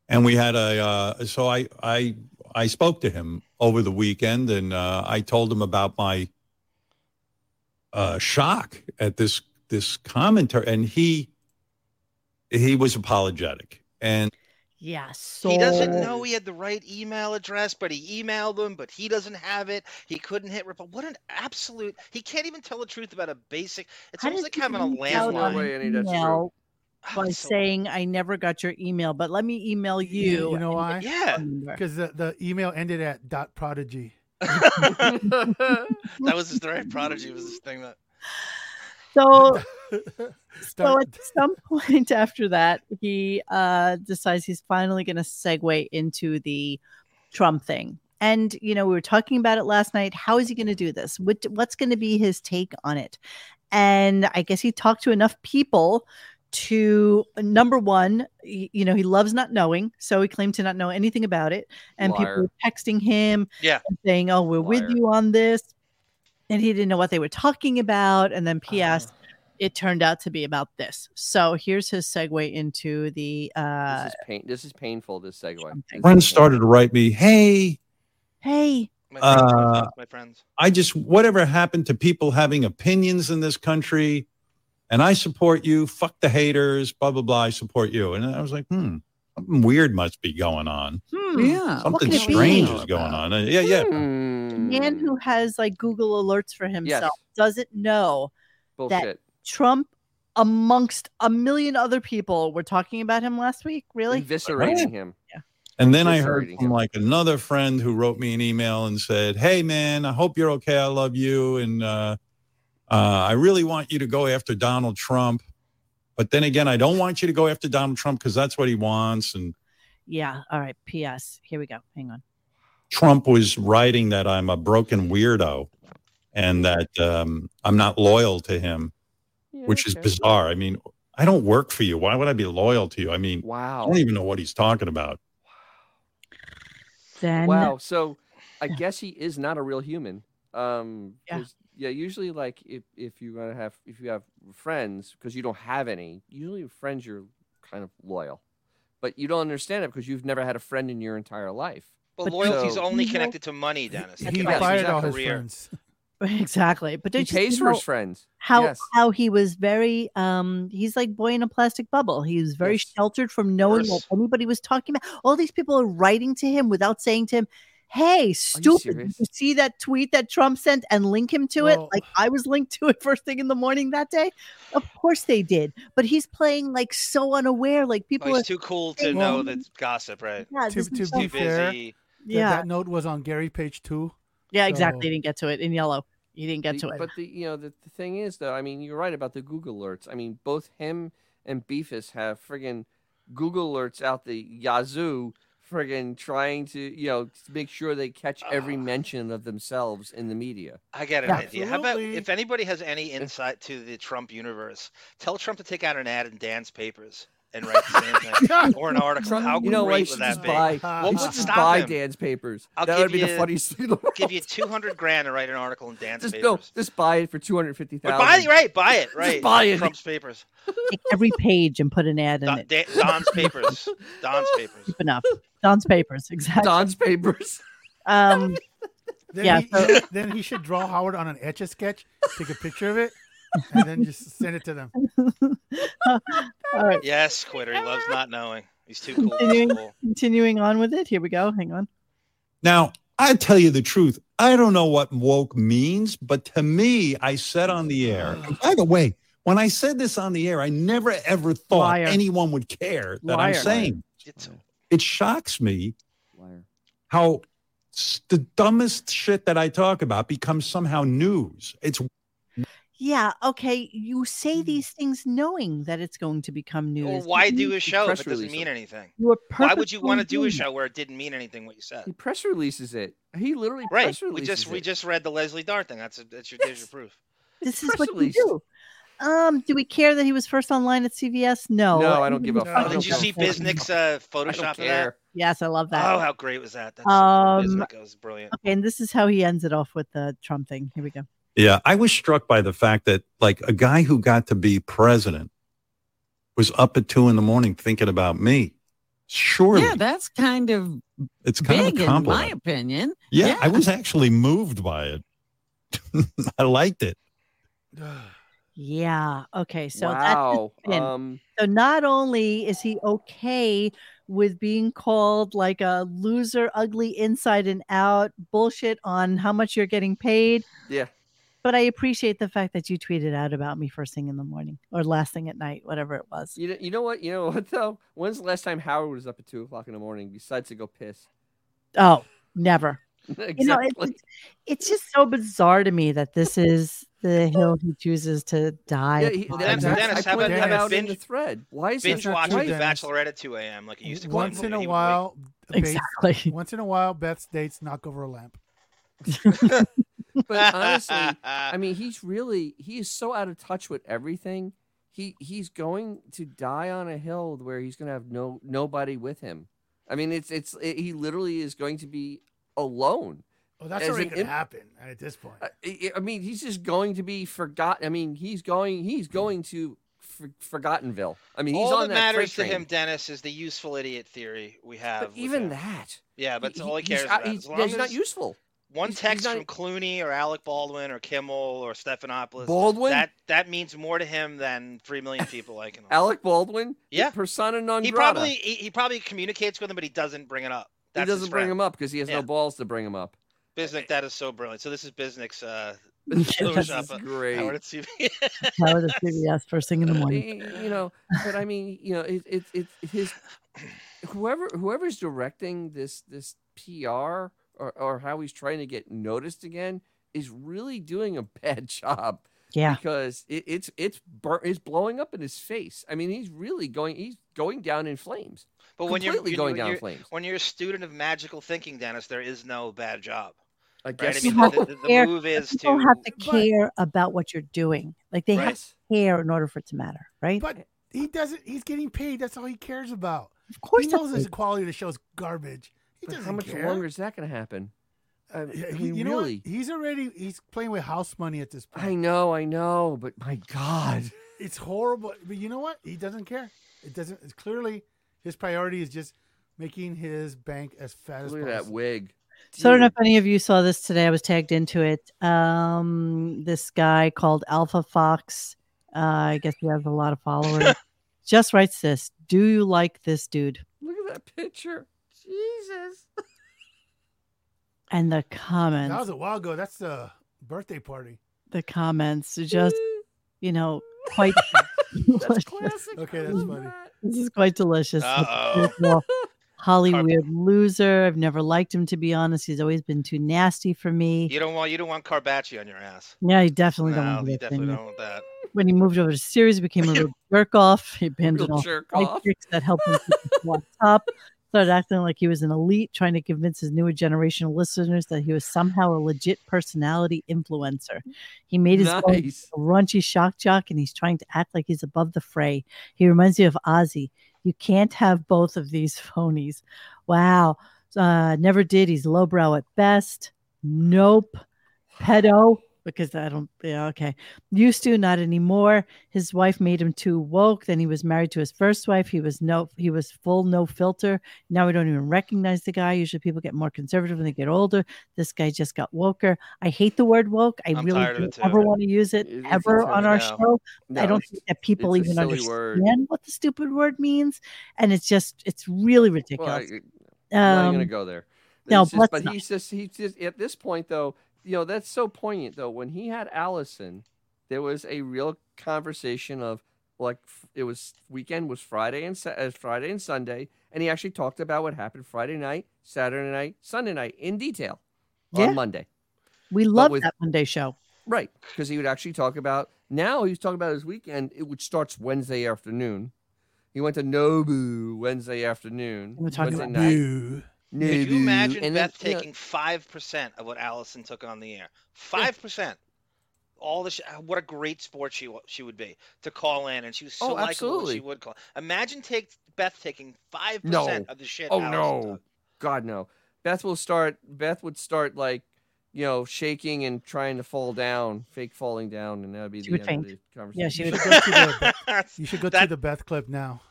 Speaker 4: And we had a, uh, so I, I, I spoke to him over the weekend and uh, I told him about my uh, shock at this, this commentary. And he, he was apologetic and
Speaker 1: Yeah. So
Speaker 3: He doesn't know he had the right email address, but he emailed them, but he doesn't have it. He couldn't hit reply. What an absolute! He can't even tell the truth about a basic. It's
Speaker 1: How does
Speaker 3: almost like
Speaker 1: he
Speaker 3: having a
Speaker 1: reach out
Speaker 5: There's no
Speaker 1: on
Speaker 3: landline.
Speaker 5: way any of that's true.
Speaker 1: email
Speaker 3: Oh,
Speaker 1: by
Speaker 3: it's so-
Speaker 1: saying I never got your email, but let me email you.
Speaker 2: You know
Speaker 1: and
Speaker 2: why?
Speaker 3: yeah,
Speaker 1: phone number."
Speaker 2: Because the, the email ended at dot prodigy.
Speaker 3: that was his right prodigy. Was this thing that
Speaker 1: So so
Speaker 2: Dot-
Speaker 1: at some point after that, he uh, decides he's finally going to segue into the Trump thing. And you know, we were talking about it last night. How is he going to do this? What, what's going to be his take on it? And I guess he talked to enough people to number one, y- you know, he loves not knowing, so he claimed to not know anything about it. And people
Speaker 5: Liar.
Speaker 1: were texting him,
Speaker 3: Yeah.
Speaker 1: and saying, "Oh, we're with
Speaker 5: Liar.
Speaker 1: you on this," and he didn't know what they were talking about. And then,
Speaker 5: Uh-huh.
Speaker 1: P.S it turned out to be about this. So here's his segue into the
Speaker 5: This
Speaker 1: uh,
Speaker 5: is pain. This is painful. This segue.
Speaker 1: something.
Speaker 4: friends started to write me, Hey,
Speaker 1: hey,
Speaker 3: my friends, my
Speaker 4: Uh,
Speaker 3: friends, my friends.
Speaker 4: I just, whatever happened to people having opinions in this country? And I support you. Fuck the haters, blah, blah, blah. I support you. And I was like, Hmm, something weird must be going on.
Speaker 1: hmm,
Speaker 9: Yeah. what
Speaker 4: Something
Speaker 1: could it be? Hmm.
Speaker 4: strange is going on. Uh, Yeah, yeah.
Speaker 5: Hmm.
Speaker 1: man who has like Google alerts for himself doesn't know
Speaker 5: Bullshit.
Speaker 1: Trump amongst a million other people were talking about him last week. Really?
Speaker 5: Eviscerating him.
Speaker 4: And then I
Speaker 5: Just
Speaker 4: heard
Speaker 5: reading
Speaker 4: from
Speaker 5: it.
Speaker 4: like another friend who wrote me an email and said, "Hey man, I hope you're okay. I love you, and uh, uh, I really want you to go after Donald Trump, but then again, I don't want you to go after Donald Trump because that's what he wants." And
Speaker 1: Yeah. All right. P.S. Here we go. Hang on.
Speaker 4: Trump was writing that I'm a broken weirdo and that um, I'm not loyal to him, which is bizarre. I mean, I don't work for you. Why would I be loyal to you? I mean, I
Speaker 5: Wow.
Speaker 4: don't even know what he's talking about.
Speaker 1: Then
Speaker 5: Wow. So I guess he is not a real human. Um,
Speaker 1: Yeah.
Speaker 5: 'cause- Yeah. Usually, like if if you're gonna have if you have friends because you don't have any, usually with friends you're kind of loyal, but you don't understand it because you've never had a friend in your entire life.
Speaker 3: But,
Speaker 1: But
Speaker 3: loyalty's
Speaker 5: so-
Speaker 3: only
Speaker 1: You know-
Speaker 3: connected to money, Dennis.
Speaker 2: He
Speaker 3: That's
Speaker 2: he
Speaker 3: the only
Speaker 5: Yes,
Speaker 2: fired
Speaker 3: thing
Speaker 2: all
Speaker 3: about
Speaker 2: his
Speaker 3: career.
Speaker 2: friends.
Speaker 1: exactly. But
Speaker 5: He
Speaker 1: don't you
Speaker 5: pays
Speaker 1: see
Speaker 5: for
Speaker 1: how-
Speaker 5: his friends.
Speaker 1: how
Speaker 5: Yes.
Speaker 1: how he was very um he's like boy in a plastic bubble he was very
Speaker 5: Yes.
Speaker 1: sheltered from knowing what
Speaker 3: Yes.
Speaker 1: anybody was talking about all these people are writing to him without saying to him hey stupid did
Speaker 5: serious?
Speaker 1: you see that tweet that trump sent and link him to it
Speaker 2: Well-
Speaker 1: like i was linked to it first thing in the morning that day of course they did but he's playing like so unaware like
Speaker 3: Oh,
Speaker 1: people
Speaker 3: he's
Speaker 1: are
Speaker 3: too cool to
Speaker 1: Well-
Speaker 3: know that's gossip, right?
Speaker 1: yeah,
Speaker 2: To-
Speaker 1: this is
Speaker 2: to
Speaker 1: so-
Speaker 2: be
Speaker 3: Too
Speaker 2: fair,
Speaker 3: busy.
Speaker 2: That-
Speaker 1: yeah,
Speaker 2: That, note was on Gary page two.
Speaker 1: yeah, exactly.
Speaker 2: so-
Speaker 1: He didn't get to it in yellow. He didn't get
Speaker 5: The-
Speaker 1: to it.
Speaker 5: But the you know the, the thing is though, I mean you're right about the Google alerts. I mean both him and Beefus have friggin' Google alerts out the yazoo, friggin' trying to you know to make sure they catch every
Speaker 3: Ah.
Speaker 5: mention of themselves in the media.
Speaker 3: I got an
Speaker 2: Yeah.
Speaker 3: idea. How about
Speaker 2: Absolutely.
Speaker 3: if anybody has any insight to the Trump universe, tell Trump to take out an ad in Dan's papers and write the same thing or an article.
Speaker 5: Trump-
Speaker 3: How
Speaker 5: you know what? You
Speaker 3: great
Speaker 5: should
Speaker 3: would
Speaker 5: just
Speaker 3: that be?
Speaker 2: What
Speaker 5: buy. you
Speaker 2: would
Speaker 5: should just
Speaker 3: stop
Speaker 5: buy
Speaker 3: him?
Speaker 5: Dan's papers.
Speaker 3: I'll
Speaker 5: that would
Speaker 3: give
Speaker 5: be the
Speaker 3: you-
Speaker 5: funniest thing in the world.
Speaker 3: Give you two hundred grand to write an article in Dan's
Speaker 5: just no,
Speaker 3: papers.
Speaker 5: just buy it for two hundred fifty
Speaker 3: But buy
Speaker 5: thousand.
Speaker 3: it, right? Buy it, right?
Speaker 5: buy it.
Speaker 3: Trump's papers,
Speaker 1: Take every page and put an ad in
Speaker 3: Don,
Speaker 1: it.
Speaker 3: Dan- Don's papers, Don's papers.
Speaker 1: Cheap enough. Don's papers, exactly.
Speaker 5: Don's papers.
Speaker 1: Um,
Speaker 2: Then
Speaker 1: Yeah,
Speaker 2: He, then he should draw Howard on an etch a sketch, take a picture of it, and then just send it to them.
Speaker 1: all right.
Speaker 3: Yes, quitter. He loves not knowing. He's too cool. He's
Speaker 1: Continuing.
Speaker 3: cool.
Speaker 1: continuing on with it. Here we go. Hang on.
Speaker 4: Now, I tell you the truth. I don't know what woke means, but to me, I said on the air. and by the way, when I said this on the air, I never ever thought
Speaker 1: Liar.
Speaker 4: anyone would care that I'm
Speaker 1: Liar.
Speaker 4: saying.
Speaker 3: It's-
Speaker 4: It shocks me how s- the dumbest shit that I talk about becomes somehow news. It's
Speaker 1: Yeah. Okay. You say these things knowing that it's going to become news.
Speaker 3: Or why do a show if
Speaker 5: press
Speaker 3: it doesn't
Speaker 5: release
Speaker 3: mean
Speaker 5: it.
Speaker 3: anything?
Speaker 1: You were
Speaker 3: Why would you
Speaker 1: purposefully
Speaker 3: want to do a
Speaker 1: doing
Speaker 3: show where it didn't mean anything what you said?
Speaker 5: He press releases it. He literally
Speaker 3: Right.
Speaker 5: press
Speaker 3: We
Speaker 5: releases
Speaker 3: just
Speaker 5: it.
Speaker 3: we just read the Leslie Dart thing. That's a, that's your there's your proof.
Speaker 1: it. This is
Speaker 5: press
Speaker 1: what you
Speaker 5: release.
Speaker 1: do. Um, do we care that he was first online at CVS? No.
Speaker 5: No, I don't give a fuck.
Speaker 3: Oh, did you see
Speaker 5: Okay.
Speaker 3: Biznik's uh,
Speaker 5: I
Speaker 3: Photoshop
Speaker 5: don't
Speaker 3: of that?
Speaker 5: care.
Speaker 1: Yes, I love that.
Speaker 3: Oh, how great was that? That's
Speaker 1: Um,
Speaker 3: Biznik. That was brilliant.
Speaker 1: Okay, and this is how he ends it off with the Trump thing. Here we go.
Speaker 4: Yeah, I was struck by the fact that like a guy who got to be president was up at two in the morning thinking about me. Surely,
Speaker 9: Yeah, that's kind of
Speaker 4: it's kind
Speaker 9: big
Speaker 4: of a
Speaker 9: in my
Speaker 4: compliment.
Speaker 9: opinion.
Speaker 4: yeah,
Speaker 9: yeah.
Speaker 4: I was actually moved by it. I liked it.
Speaker 1: Yeah. Okay. So that's
Speaker 5: wow.
Speaker 1: spin.
Speaker 5: Um,
Speaker 1: So not only is he okay with being called like a loser, ugly inside and out bullshit on how much you're getting paid.
Speaker 5: Yeah.
Speaker 1: But I appreciate the fact that you tweeted out about me first thing in the morning or last thing at night, whatever it was.
Speaker 5: you know, you know what? You know what though? When's the last time Howard was up at two o'clock in the morning besides to go piss?
Speaker 1: Oh, never.
Speaker 5: exactly.
Speaker 1: You know, it's- It's just so bizarre to me that this is the hill he chooses to die.
Speaker 5: yeah, he,
Speaker 1: upon.
Speaker 5: that-
Speaker 2: Dennis-
Speaker 5: that's-
Speaker 2: Dennis,
Speaker 5: I
Speaker 2: how about
Speaker 5: pointed that
Speaker 2: Dennis?
Speaker 5: out in the
Speaker 3: Binge-
Speaker 5: thread. Why is
Speaker 3: Binge
Speaker 5: that not
Speaker 3: watching
Speaker 5: right?
Speaker 3: The
Speaker 2: Dennis.
Speaker 3: Bachelorette at 2 a.m. like it used to. go on
Speaker 2: Once
Speaker 3: movie,
Speaker 2: in a
Speaker 3: he would wait.
Speaker 2: while, Beth-
Speaker 1: exactly.
Speaker 2: Once in a while, Beth's dates knock over a lamp.
Speaker 5: But honestly, I mean, he's really he is so out of touch with everything. He he's going to die on a hill where he's going to have no nobody with him. I mean, it's it's he literally is going to be alone.
Speaker 2: Oh, that's
Speaker 5: As
Speaker 2: already
Speaker 5: an
Speaker 2: going
Speaker 5: imp-
Speaker 2: to happen at this point.
Speaker 5: I, I- I mean, he's just going to be forgotten. I mean, he's going he's going to for, Forgottenville. I mean, he's
Speaker 3: all
Speaker 5: on
Speaker 3: that
Speaker 5: that freight
Speaker 3: matters to
Speaker 5: train.
Speaker 3: him, Dennis, is the useful idiot theory we have.
Speaker 5: But
Speaker 3: with
Speaker 5: even
Speaker 3: him.
Speaker 5: that,
Speaker 3: yeah, but
Speaker 5: he-
Speaker 3: that's all he
Speaker 5: he's
Speaker 3: cares
Speaker 5: out-
Speaker 3: about.
Speaker 5: he's-
Speaker 3: As
Speaker 5: yeah,
Speaker 3: long
Speaker 5: he's not
Speaker 3: as
Speaker 5: useful.
Speaker 3: one
Speaker 5: he's- he's
Speaker 3: text
Speaker 5: not-
Speaker 3: from Clooney or Alec Baldwin or Kimmel or Stephanopoulos,
Speaker 5: Baldwin,
Speaker 3: that that means more to him than three million people liking him.
Speaker 5: Alec Baldwin, the
Speaker 3: Yeah.
Speaker 5: persona non
Speaker 3: he
Speaker 5: grata.
Speaker 3: probably he, he probably communicates with him, but he doesn't bring it up.
Speaker 5: he
Speaker 3: That's
Speaker 5: doesn't bring him up because he has
Speaker 3: Yeah.
Speaker 5: no balls to bring him up.
Speaker 3: Biznick, that is so brilliant. So this is Biznick's uh,
Speaker 5: this
Speaker 3: Photoshop
Speaker 5: is
Speaker 3: of
Speaker 5: great.
Speaker 3: Howard at CBS.
Speaker 1: Power to CVS first thing in the
Speaker 5: Y-
Speaker 1: morning.
Speaker 5: y- you know, but I mean, you know, it, it, it, his whoever whoever's directing this this PR or, or how he's trying to get noticed again is really doing a bad job
Speaker 1: Yeah.
Speaker 5: because it, it's it's bur- it's blowing up in his face. I mean, he's really going he's going down in flames.
Speaker 3: But when you're,
Speaker 5: completely
Speaker 3: you
Speaker 5: going
Speaker 3: when
Speaker 5: down in
Speaker 3: you're,
Speaker 5: flames.
Speaker 3: when you're a student of magical thinking, Dennis, there is no bad job.
Speaker 5: I
Speaker 3: Right? I
Speaker 5: guess
Speaker 3: mean,
Speaker 1: You have
Speaker 3: the,
Speaker 1: to
Speaker 3: the- the
Speaker 1: care.
Speaker 3: move is
Speaker 1: People have to
Speaker 2: But-
Speaker 1: care about what you're doing. Like they have
Speaker 5: right.
Speaker 1: to care in order for it to matter, right?
Speaker 2: But he doesn't. He's getting paid. That's all he cares about.
Speaker 1: of course,
Speaker 2: He
Speaker 1: that's
Speaker 2: knows
Speaker 1: it.
Speaker 2: his quality of the show is garbage. He
Speaker 5: But
Speaker 2: doesn't
Speaker 5: how much
Speaker 2: care.
Speaker 5: longer is that going to happen? I,
Speaker 2: Yeah,
Speaker 5: I
Speaker 2: Um, he-
Speaker 5: mean,
Speaker 2: you know
Speaker 5: really.
Speaker 2: what? He's already. He's playing with house money at this point.
Speaker 5: I know, I know, but my God.
Speaker 2: It's horrible. But you know what? He doesn't care. It doesn't. It's clearly, his priority is just making his bank as fat
Speaker 5: Look
Speaker 2: as
Speaker 5: at that
Speaker 2: possible.
Speaker 5: wig.
Speaker 1: So I don't know
Speaker 5: Dude.
Speaker 1: if any of you saw this today. I was tagged into it. Um, this guy called Alpha Fox. Uh, I guess he has a lot of followers. Just writes this. Do you like this dude?
Speaker 5: Look at that picture. Jesus.
Speaker 1: And the
Speaker 2: That,
Speaker 1: comments.
Speaker 2: was a while ago. That's the birthday party.
Speaker 1: the comments are just you know quite.
Speaker 5: That's
Speaker 1: delicious.
Speaker 5: classic.
Speaker 2: Okay,
Speaker 5: I
Speaker 2: that's
Speaker 5: love
Speaker 2: funny.
Speaker 5: that.
Speaker 1: this is quite delicious.
Speaker 3: Uh
Speaker 1: Well, Holly
Speaker 3: Carp-
Speaker 1: weird loser. I've never liked him to be honest. He's always been too nasty for me.
Speaker 3: You don't want you don't want Carbachi on your ass.
Speaker 1: Yeah, you definitely don't.
Speaker 3: No,
Speaker 1: want to
Speaker 3: you
Speaker 1: be with
Speaker 3: definitely
Speaker 1: him.
Speaker 3: don't want that.
Speaker 1: When he moved over to series, he became a real jerk off. He abandoned
Speaker 5: Real
Speaker 1: all
Speaker 5: jerk
Speaker 1: life
Speaker 5: off.
Speaker 1: tricks that helped him keep his blocks up. Started acting like he was an elite, trying to convince his newer generation of listeners that he was somehow a legit personality influencer. He made his own
Speaker 5: Nice.
Speaker 1: raunchy shock jock, and he's trying to act like he's above the fray. He reminds me of Ozzy. You can't have both of these phonies. Wow. Uh, never did. He's lowbrow at best. Nope. Pedo. Because I don't, yeah, okay. Used to, not anymore. His wife made him too woke. Then he was married to his first wife. He was no, he was full no filter. Now we don't even recognize the guy. Usually people get more conservative when they get older. This guy just got woker. I hate the word woke. I
Speaker 3: I'm
Speaker 1: really
Speaker 3: tired of
Speaker 1: don't
Speaker 3: it
Speaker 1: ever
Speaker 3: too.
Speaker 1: want to use it
Speaker 5: It is a
Speaker 1: ever
Speaker 5: term
Speaker 1: on our
Speaker 3: now.
Speaker 1: show. I
Speaker 5: No,
Speaker 1: don't
Speaker 5: it's-
Speaker 1: think that people
Speaker 5: it's a
Speaker 1: even
Speaker 5: silly
Speaker 1: understand
Speaker 5: word.
Speaker 1: what the stupid word means, and it's just it's really
Speaker 5: well, I,
Speaker 1: ridiculous.
Speaker 5: I'm not even
Speaker 1: um,
Speaker 5: gonna go there.
Speaker 1: no,
Speaker 5: It's just-
Speaker 1: let's
Speaker 5: but
Speaker 1: not.
Speaker 5: he's just he's just at this point though. You know that's so poignant though. When he had Allison, there was a real conversation of like f- it was weekend was Friday and Sa- uh, Friday and Sunday, and he actually talked about what happened Friday night, Saturday night, Sunday night in detail
Speaker 1: Yeah.
Speaker 5: on Monday.
Speaker 1: we love
Speaker 5: with-
Speaker 1: that one day show.
Speaker 5: Right, because he would actually talk about now. He was talking about his weekend, it, which starts Wednesday afternoon. He went to Nobu Wednesday
Speaker 1: And
Speaker 5: afternoon.
Speaker 1: we're talking
Speaker 5: Wednesday
Speaker 1: about
Speaker 5: night.
Speaker 2: Boo.
Speaker 3: Could you
Speaker 5: Nobu,
Speaker 3: imagine
Speaker 5: and then,
Speaker 3: Beth
Speaker 5: you know,
Speaker 3: taking five percent of what Allison took on the air? Five percent. All the sh- what a great sport she wa- she would be to call in, and she was so
Speaker 5: Oh,
Speaker 3: likable. when
Speaker 5: absolutely.
Speaker 3: She would call. Imagine take Beth taking five percent
Speaker 5: No.
Speaker 3: of the shit.
Speaker 5: Oh
Speaker 3: Allison
Speaker 5: no,
Speaker 3: took.
Speaker 5: God no. Beth will start. Beth would start like, you know, shaking and trying to fall down, fake falling down, and that would be
Speaker 1: She
Speaker 5: the
Speaker 1: would
Speaker 5: end of the
Speaker 1: faint.
Speaker 5: conversation.
Speaker 1: Yeah, she would.
Speaker 2: You should go
Speaker 3: That-
Speaker 2: to the Beth clip now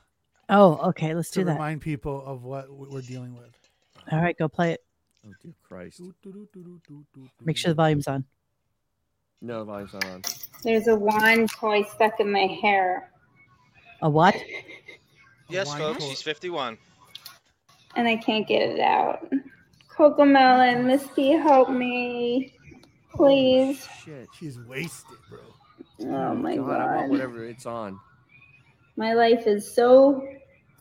Speaker 1: Oh, okay, let's
Speaker 2: to
Speaker 1: do that.
Speaker 2: remind people of what w- we're dealing with.
Speaker 1: All right, go play it.
Speaker 5: Oh dear Christ!
Speaker 1: Make sure the
Speaker 2: Mm-hmm.
Speaker 1: volume's on.
Speaker 5: No, volume's not on.
Speaker 10: There's a wine toy stuck in my hair,
Speaker 1: A what?
Speaker 3: Yes,
Speaker 2: Wine
Speaker 3: folks,
Speaker 2: court.
Speaker 3: she's 51.
Speaker 10: and I can't get it out. Coco Melon, Misty, help me, please.
Speaker 5: Shit!
Speaker 2: She's wasted, bro.
Speaker 10: Oh my
Speaker 5: God, I want
Speaker 10: god,
Speaker 5: whatever it's on.
Speaker 10: my life is so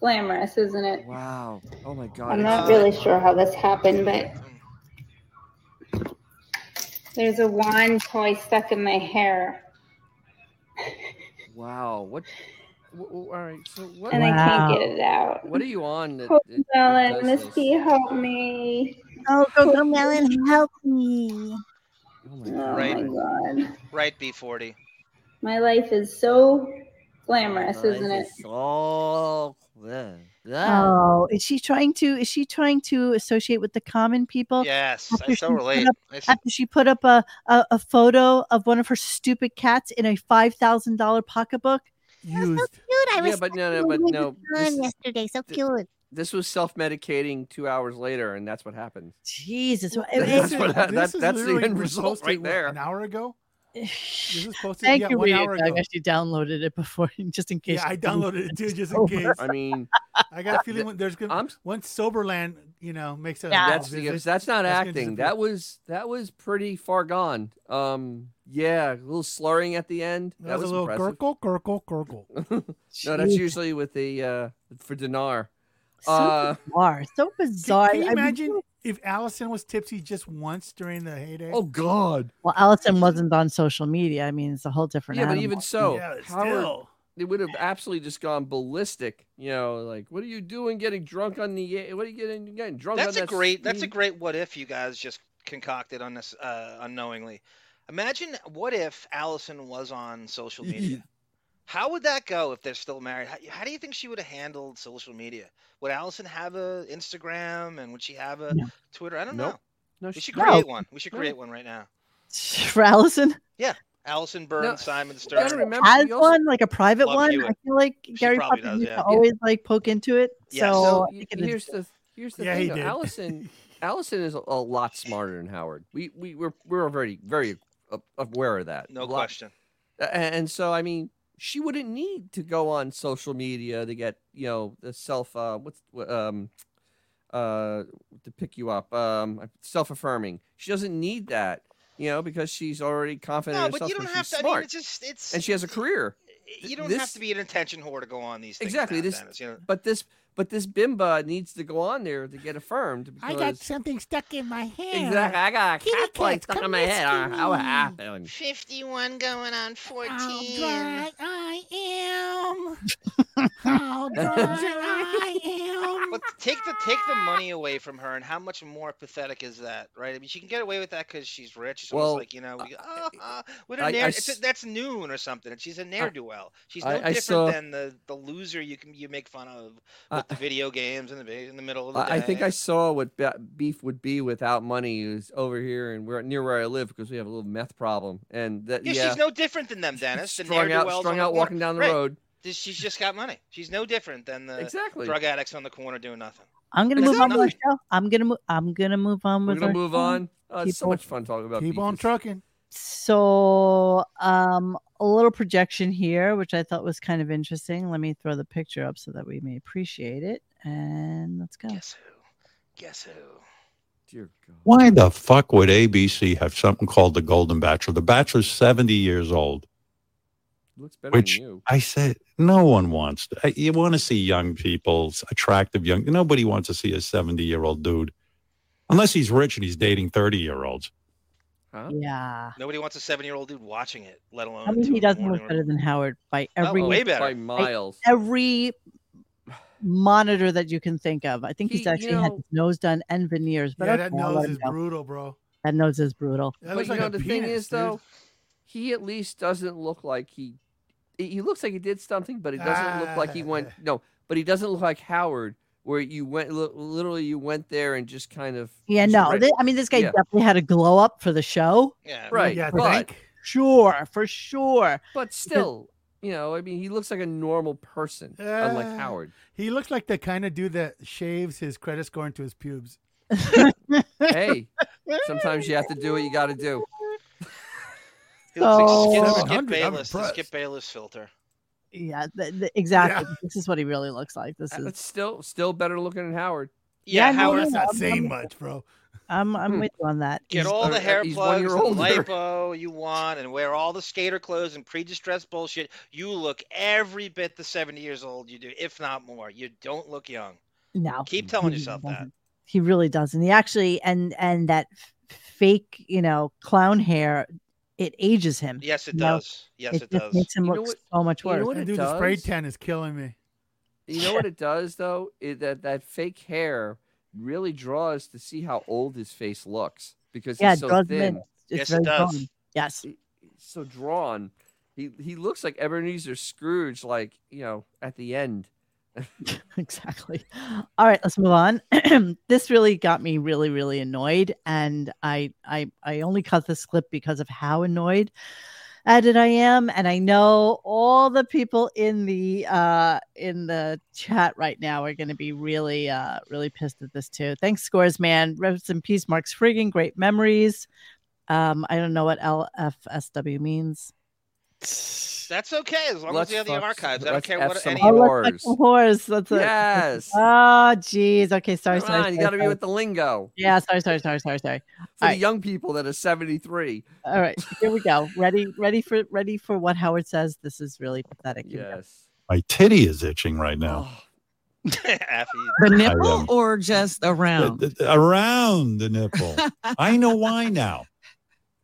Speaker 10: glamorous, isn't it?
Speaker 5: Wow! Oh my God!
Speaker 10: I'm
Speaker 5: it's
Speaker 10: not
Speaker 5: on.
Speaker 10: really sure how this happened, but there's a wine toy stuck in my hair,
Speaker 5: Wow! What? wh- wh- all right. So what?
Speaker 10: and I can't
Speaker 1: Wow.
Speaker 10: get it out.
Speaker 5: What are you on? That,
Speaker 10: Coco
Speaker 5: that- that
Speaker 10: Melon,
Speaker 5: does this?
Speaker 10: Misty, help me.
Speaker 1: Oh, go go, Melon, help me.
Speaker 5: Oh my
Speaker 10: Oh
Speaker 5: God!
Speaker 10: my god,
Speaker 3: Right, B40.
Speaker 10: my life is so glamorous,
Speaker 5: Nice,
Speaker 10: isn't it?
Speaker 5: it's all- yeah,
Speaker 3: Ah.
Speaker 5: yeah.
Speaker 1: Oh, is she trying to? Is she trying to associate with the common people?
Speaker 3: Yes,
Speaker 1: after
Speaker 3: I so
Speaker 1: she
Speaker 3: relate.
Speaker 1: put up-
Speaker 3: I s-
Speaker 1: After she put up a, a, a photo of one of her stupid cats in a five thousand dollar pocketbook.
Speaker 2: Used.
Speaker 5: I was yeah, but no, no, but no. This, yesterday, so
Speaker 1: cute.
Speaker 5: This was self-medicating two hours later, and that's what happened.
Speaker 1: Jesus, what-
Speaker 5: That's
Speaker 1: it's-
Speaker 5: what- that-
Speaker 2: this is
Speaker 5: that's the
Speaker 2: literally
Speaker 5: end
Speaker 2: was
Speaker 5: result
Speaker 2: posted,
Speaker 5: Oh, right
Speaker 2: what,
Speaker 5: there.
Speaker 2: An hour ago. This
Speaker 1: Thank
Speaker 2: was posted. yeah,
Speaker 1: you,
Speaker 2: one
Speaker 1: Rita.
Speaker 2: hour
Speaker 1: Doug.
Speaker 2: ago.
Speaker 1: I actually downloaded it before, just in case.
Speaker 2: Yeah, I
Speaker 1: you didn't.
Speaker 2: downloaded it too, just in
Speaker 1: Oh,
Speaker 2: case.
Speaker 5: I mean,
Speaker 2: I got a feeling when there's gonna
Speaker 5: I'm
Speaker 2: once Soberland, you know, makes it.
Speaker 1: Yeah.
Speaker 5: that's because that's not
Speaker 2: that's gonna
Speaker 5: acting.
Speaker 2: disappear.
Speaker 5: That was that was pretty far gone. Um, yeah, a little slurring at the end. That,
Speaker 2: that was, a little
Speaker 5: impressive.
Speaker 2: gurgle, gurgle, gurgle.
Speaker 5: no, that's
Speaker 1: Jeez.
Speaker 5: usually with the uh for Dinar.
Speaker 1: So
Speaker 5: Uh,
Speaker 1: bizarre. So bizarre.
Speaker 2: Can you
Speaker 1: I mean,
Speaker 2: imagine if Allison was tipsy just once during the heyday?
Speaker 5: Oh God.
Speaker 1: well, Allison wasn't on social media. I mean, it's a whole different.
Speaker 5: Yeah, but
Speaker 1: animal.
Speaker 5: even so,
Speaker 2: yeah, but
Speaker 5: Howard
Speaker 2: still.
Speaker 5: they would have absolutely just gone ballistic. You know, like what are you doing getting drunk on the air? What are you getting you getting drunk
Speaker 3: That's
Speaker 5: on
Speaker 3: a
Speaker 5: that
Speaker 3: great. That's a
Speaker 5: steam?"
Speaker 3: great. What if you guys just concocted on this uh, unknowingly? Imagine what if Allison was on social media. How would that go if they're still married? How, how do you think she would have handled social media? Would Allison have a Instagram and would she have a
Speaker 1: No.
Speaker 3: Twitter? I don't
Speaker 5: Nope.
Speaker 3: know.
Speaker 5: No,
Speaker 3: We
Speaker 5: she
Speaker 3: should
Speaker 1: No.
Speaker 3: create one. We should
Speaker 5: No.
Speaker 3: create one right now.
Speaker 1: for Allison
Speaker 3: Allison Burns,
Speaker 5: No,
Speaker 3: Simon
Speaker 5: you gotta
Speaker 3: Stern.
Speaker 5: remember,
Speaker 1: has
Speaker 5: we also-
Speaker 1: one, like a private
Speaker 3: Love
Speaker 1: one.
Speaker 3: Hewitt.
Speaker 1: I feel like Gary
Speaker 3: probably
Speaker 1: Poppins
Speaker 3: does,
Speaker 1: used
Speaker 3: yeah.
Speaker 1: to always like poke into it.
Speaker 3: Yes.
Speaker 1: So,
Speaker 5: So
Speaker 1: I
Speaker 5: y-
Speaker 1: think it is-
Speaker 5: here's the here's the
Speaker 2: Yeah, he
Speaker 5: thing. though.
Speaker 2: did.
Speaker 5: Allison Allison is a, a lot smarter than Howard. We we we're we're very very a- aware of that.
Speaker 3: No
Speaker 5: A lot-
Speaker 3: question.
Speaker 5: a- And so I mean, she wouldn't need to go on social media to get you know the self uh what's wh- um uh to pick you up um self affirming. She doesn't need that you know because she's already confident
Speaker 3: No,
Speaker 5: in
Speaker 3: but
Speaker 5: herself
Speaker 3: you don't
Speaker 5: and
Speaker 3: have
Speaker 5: she's
Speaker 3: to. I mean,
Speaker 5: smart
Speaker 3: it's just it's.
Speaker 5: and she has a career.
Speaker 3: You don't have
Speaker 5: this-
Speaker 3: to be an attention whore to go on these things.
Speaker 5: Exactly,
Speaker 3: now,
Speaker 5: this-
Speaker 3: Dennis, you know?
Speaker 5: But this but this bimba needs to go on there to get affirmed because
Speaker 2: something stuck in my hair.
Speaker 5: Exactly. I got a
Speaker 2: Kitty
Speaker 5: cat plate
Speaker 2: cats,
Speaker 5: stuck in
Speaker 2: come
Speaker 5: my head.
Speaker 2: rescue
Speaker 5: Uh, How it
Speaker 2: me.
Speaker 5: happened?
Speaker 3: 51 going on 14.
Speaker 2: I am. How I
Speaker 3: But take the take the money away from her, and how much more pathetic is that, right? I mean, she can get away with that because she's rich. It's almost
Speaker 5: Well,
Speaker 3: like you know, we,
Speaker 5: I-
Speaker 3: ah, ah, what
Speaker 5: I- I
Speaker 3: a ne'er, it's
Speaker 5: s-
Speaker 3: a, that's noon or something. And she's a ne'er do well. She's no
Speaker 5: I- I
Speaker 3: different
Speaker 5: saw-
Speaker 3: than the, the loser you can you make fun of with
Speaker 5: I-
Speaker 3: the video games in the vi- in the middle of the day.
Speaker 5: I I think I saw what ba- beef would be without money. Is over here and we're near where I live because we have a little meth problem. And that
Speaker 3: Yeah,
Speaker 5: yeah,
Speaker 3: she's no different than them, Dennis. The
Speaker 5: strung out,
Speaker 3: ne'er-do-wells on
Speaker 5: strung
Speaker 3: the
Speaker 5: out,
Speaker 3: corner.
Speaker 5: walking down the
Speaker 3: Right.
Speaker 5: road.
Speaker 3: This- She's just got money. She's no different than the
Speaker 5: Exactly.
Speaker 3: drug addicts on the corner doing nothing.
Speaker 1: I'm gonna
Speaker 3: It's
Speaker 1: move on with our
Speaker 3: nothing.
Speaker 1: show. I'm gonna move. I'm gonna move on
Speaker 5: We're
Speaker 1: with.
Speaker 5: gonna
Speaker 1: our
Speaker 5: move
Speaker 1: show.
Speaker 5: on. Oh, it's so
Speaker 1: Keep
Speaker 5: much fun talking about.
Speaker 2: Keep on
Speaker 5: beefus.
Speaker 2: trucking.
Speaker 1: So, um, a little projection here, which I thought was kind of interesting. Let me throw the picture up so that we may appreciate it. And let's go.
Speaker 3: Guess who? Guess who?
Speaker 5: Dear God.
Speaker 4: Why the fuck would ABC have something called The Golden Bachelor? The Bachelor's 70 years old.
Speaker 5: Looks better
Speaker 4: Which-
Speaker 5: than you.
Speaker 4: I said, no one wants to. I- You want to see young people, attractive young. Nobody wants to see a 70 year old dude unless he's rich and he's dating 30 year olds.
Speaker 5: Huh?
Speaker 1: Yeah.
Speaker 3: Nobody wants a seven-year-old dude watching it, let alone.
Speaker 1: I
Speaker 3: at
Speaker 1: mean,
Speaker 3: two
Speaker 1: he
Speaker 3: in the
Speaker 1: doesn't
Speaker 3: morning
Speaker 1: look
Speaker 3: or-
Speaker 1: better than Howard by every
Speaker 3: Oh, way better.
Speaker 5: By miles.
Speaker 1: every monitor that you can think of. I think he's
Speaker 5: He- you
Speaker 1: actually had
Speaker 5: know-
Speaker 1: his nose done and veneers, but
Speaker 2: Yeah,
Speaker 1: okay,
Speaker 2: that
Speaker 1: I'll
Speaker 2: nose
Speaker 1: let
Speaker 2: is
Speaker 1: him go.
Speaker 2: brutal, bro.
Speaker 1: that nose is brutal.
Speaker 2: That
Speaker 5: But
Speaker 2: looks
Speaker 5: you
Speaker 2: like
Speaker 5: know
Speaker 2: a
Speaker 5: the thing
Speaker 2: penis,
Speaker 5: is
Speaker 2: dude.
Speaker 5: though, he at least doesn't look like he. He looks like he did something, but it doesn't look like he went.
Speaker 2: Ah.
Speaker 5: No, but he doesn't look like Howard, where you went. li- Literally, you went there and just kind of.
Speaker 1: Yeah,
Speaker 5: just
Speaker 1: no,
Speaker 5: ra-
Speaker 1: thi- I mean, this guy
Speaker 5: Yeah.
Speaker 1: definitely had a glow up for the show.
Speaker 3: Yeah.
Speaker 5: right,
Speaker 2: Yeah,
Speaker 5: but
Speaker 2: thank-
Speaker 1: Sure, for sure.
Speaker 5: but still, you know, I mean, he looks like a normal person, unlike
Speaker 2: Ah.
Speaker 5: Howard.
Speaker 2: He looks like the kind of dude that shaves his credit score into his pubes.
Speaker 5: Hey, sometimes you have to do what you got to do.
Speaker 3: He looks like
Speaker 1: So-
Speaker 3: Skip, Skip
Speaker 2: 700, I'm
Speaker 3: Bayless, the Skip
Speaker 2: impressed.
Speaker 3: Bayless filter.
Speaker 1: Yeah, th- th- exactly. This is what he really looks like. This is.
Speaker 5: But still, still better looking than Howard.
Speaker 1: Yeah,
Speaker 3: Yeah,
Speaker 1: no,
Speaker 3: Howard,
Speaker 2: That's
Speaker 1: no,
Speaker 2: not
Speaker 1: I'm-
Speaker 2: saying
Speaker 1: I'm-
Speaker 2: much, bro.
Speaker 1: I'm I'm
Speaker 5: Hmm.
Speaker 1: with you on that.
Speaker 3: get
Speaker 1: He's-
Speaker 3: all
Speaker 5: uh,
Speaker 3: the
Speaker 5: uh,
Speaker 3: hair
Speaker 5: he's one
Speaker 3: plugs,
Speaker 5: year
Speaker 3: and
Speaker 5: older.
Speaker 3: lipo you want, and wear all the skater clothes and pre-distressed bullshit. You look every bit the 70 years old you do, if not more. You don't look young.
Speaker 1: no,
Speaker 3: Keep telling
Speaker 1: he
Speaker 3: yourself that.
Speaker 1: doesn't. He really doesn't. He actually and and that f- fake, you know, clown hair, it ages him.
Speaker 3: Yes, it
Speaker 1: No,
Speaker 3: does. Yes, it,
Speaker 1: just
Speaker 3: does.
Speaker 1: makes him
Speaker 5: You
Speaker 1: look
Speaker 5: know
Speaker 1: so much
Speaker 5: you know
Speaker 1: worse.
Speaker 5: what
Speaker 2: That
Speaker 5: it
Speaker 2: dude, the spray
Speaker 5: does?
Speaker 2: tan is killing me.
Speaker 5: You know what it does though? It, that that fake hair really draws to see how old his face looks because
Speaker 1: yeah,
Speaker 5: he's
Speaker 1: it
Speaker 5: so
Speaker 1: draws him in.
Speaker 5: thin,
Speaker 1: It's
Speaker 3: Yes, it
Speaker 1: very
Speaker 3: does.
Speaker 1: drawn. Yes.
Speaker 5: so drawn. He he looks like Ebenezer Scrooge, like you know, at the end.
Speaker 1: exactly. All right, let's move on. this really got me really, really annoyed, and I, I, I only cut this clip because of how annoyed at it I am, and I know all the people in the uh, in the chat right now are going to be really, uh, really pissed at this too. Thanks, scores man. Rest in peace, Mark's friggin' great memories. Um, I don't know what LFSW means.
Speaker 3: That's okay as long
Speaker 5: Let's
Speaker 3: as you have the
Speaker 5: fuck-
Speaker 3: archives. I don't
Speaker 5: let's
Speaker 3: care
Speaker 5: F
Speaker 3: what
Speaker 5: some
Speaker 3: any.
Speaker 1: Oh,
Speaker 5: Horse.
Speaker 1: let's fuck some horse. That's it.
Speaker 5: Yes.
Speaker 1: Oh, geez. Okay, sorry,
Speaker 5: Come
Speaker 1: sorry.
Speaker 5: on, you
Speaker 1: sorry,
Speaker 5: got to be
Speaker 1: sorry.
Speaker 5: with the lingo
Speaker 1: Yeah, sorry, sorry, sorry, sorry, sorry.
Speaker 5: for the
Speaker 1: Alright.
Speaker 5: young people that are seventy three.
Speaker 1: All right, here we go. Ready, ready for ready for what Howard says. This is really pathetic. Here we go.
Speaker 5: Yes.
Speaker 4: My titty is itching right now.
Speaker 5: Oh,
Speaker 3: Affy.
Speaker 9: The
Speaker 4: I
Speaker 9: nipple
Speaker 4: am.
Speaker 9: or just around?
Speaker 4: Th- th- Around the nipple. I know why now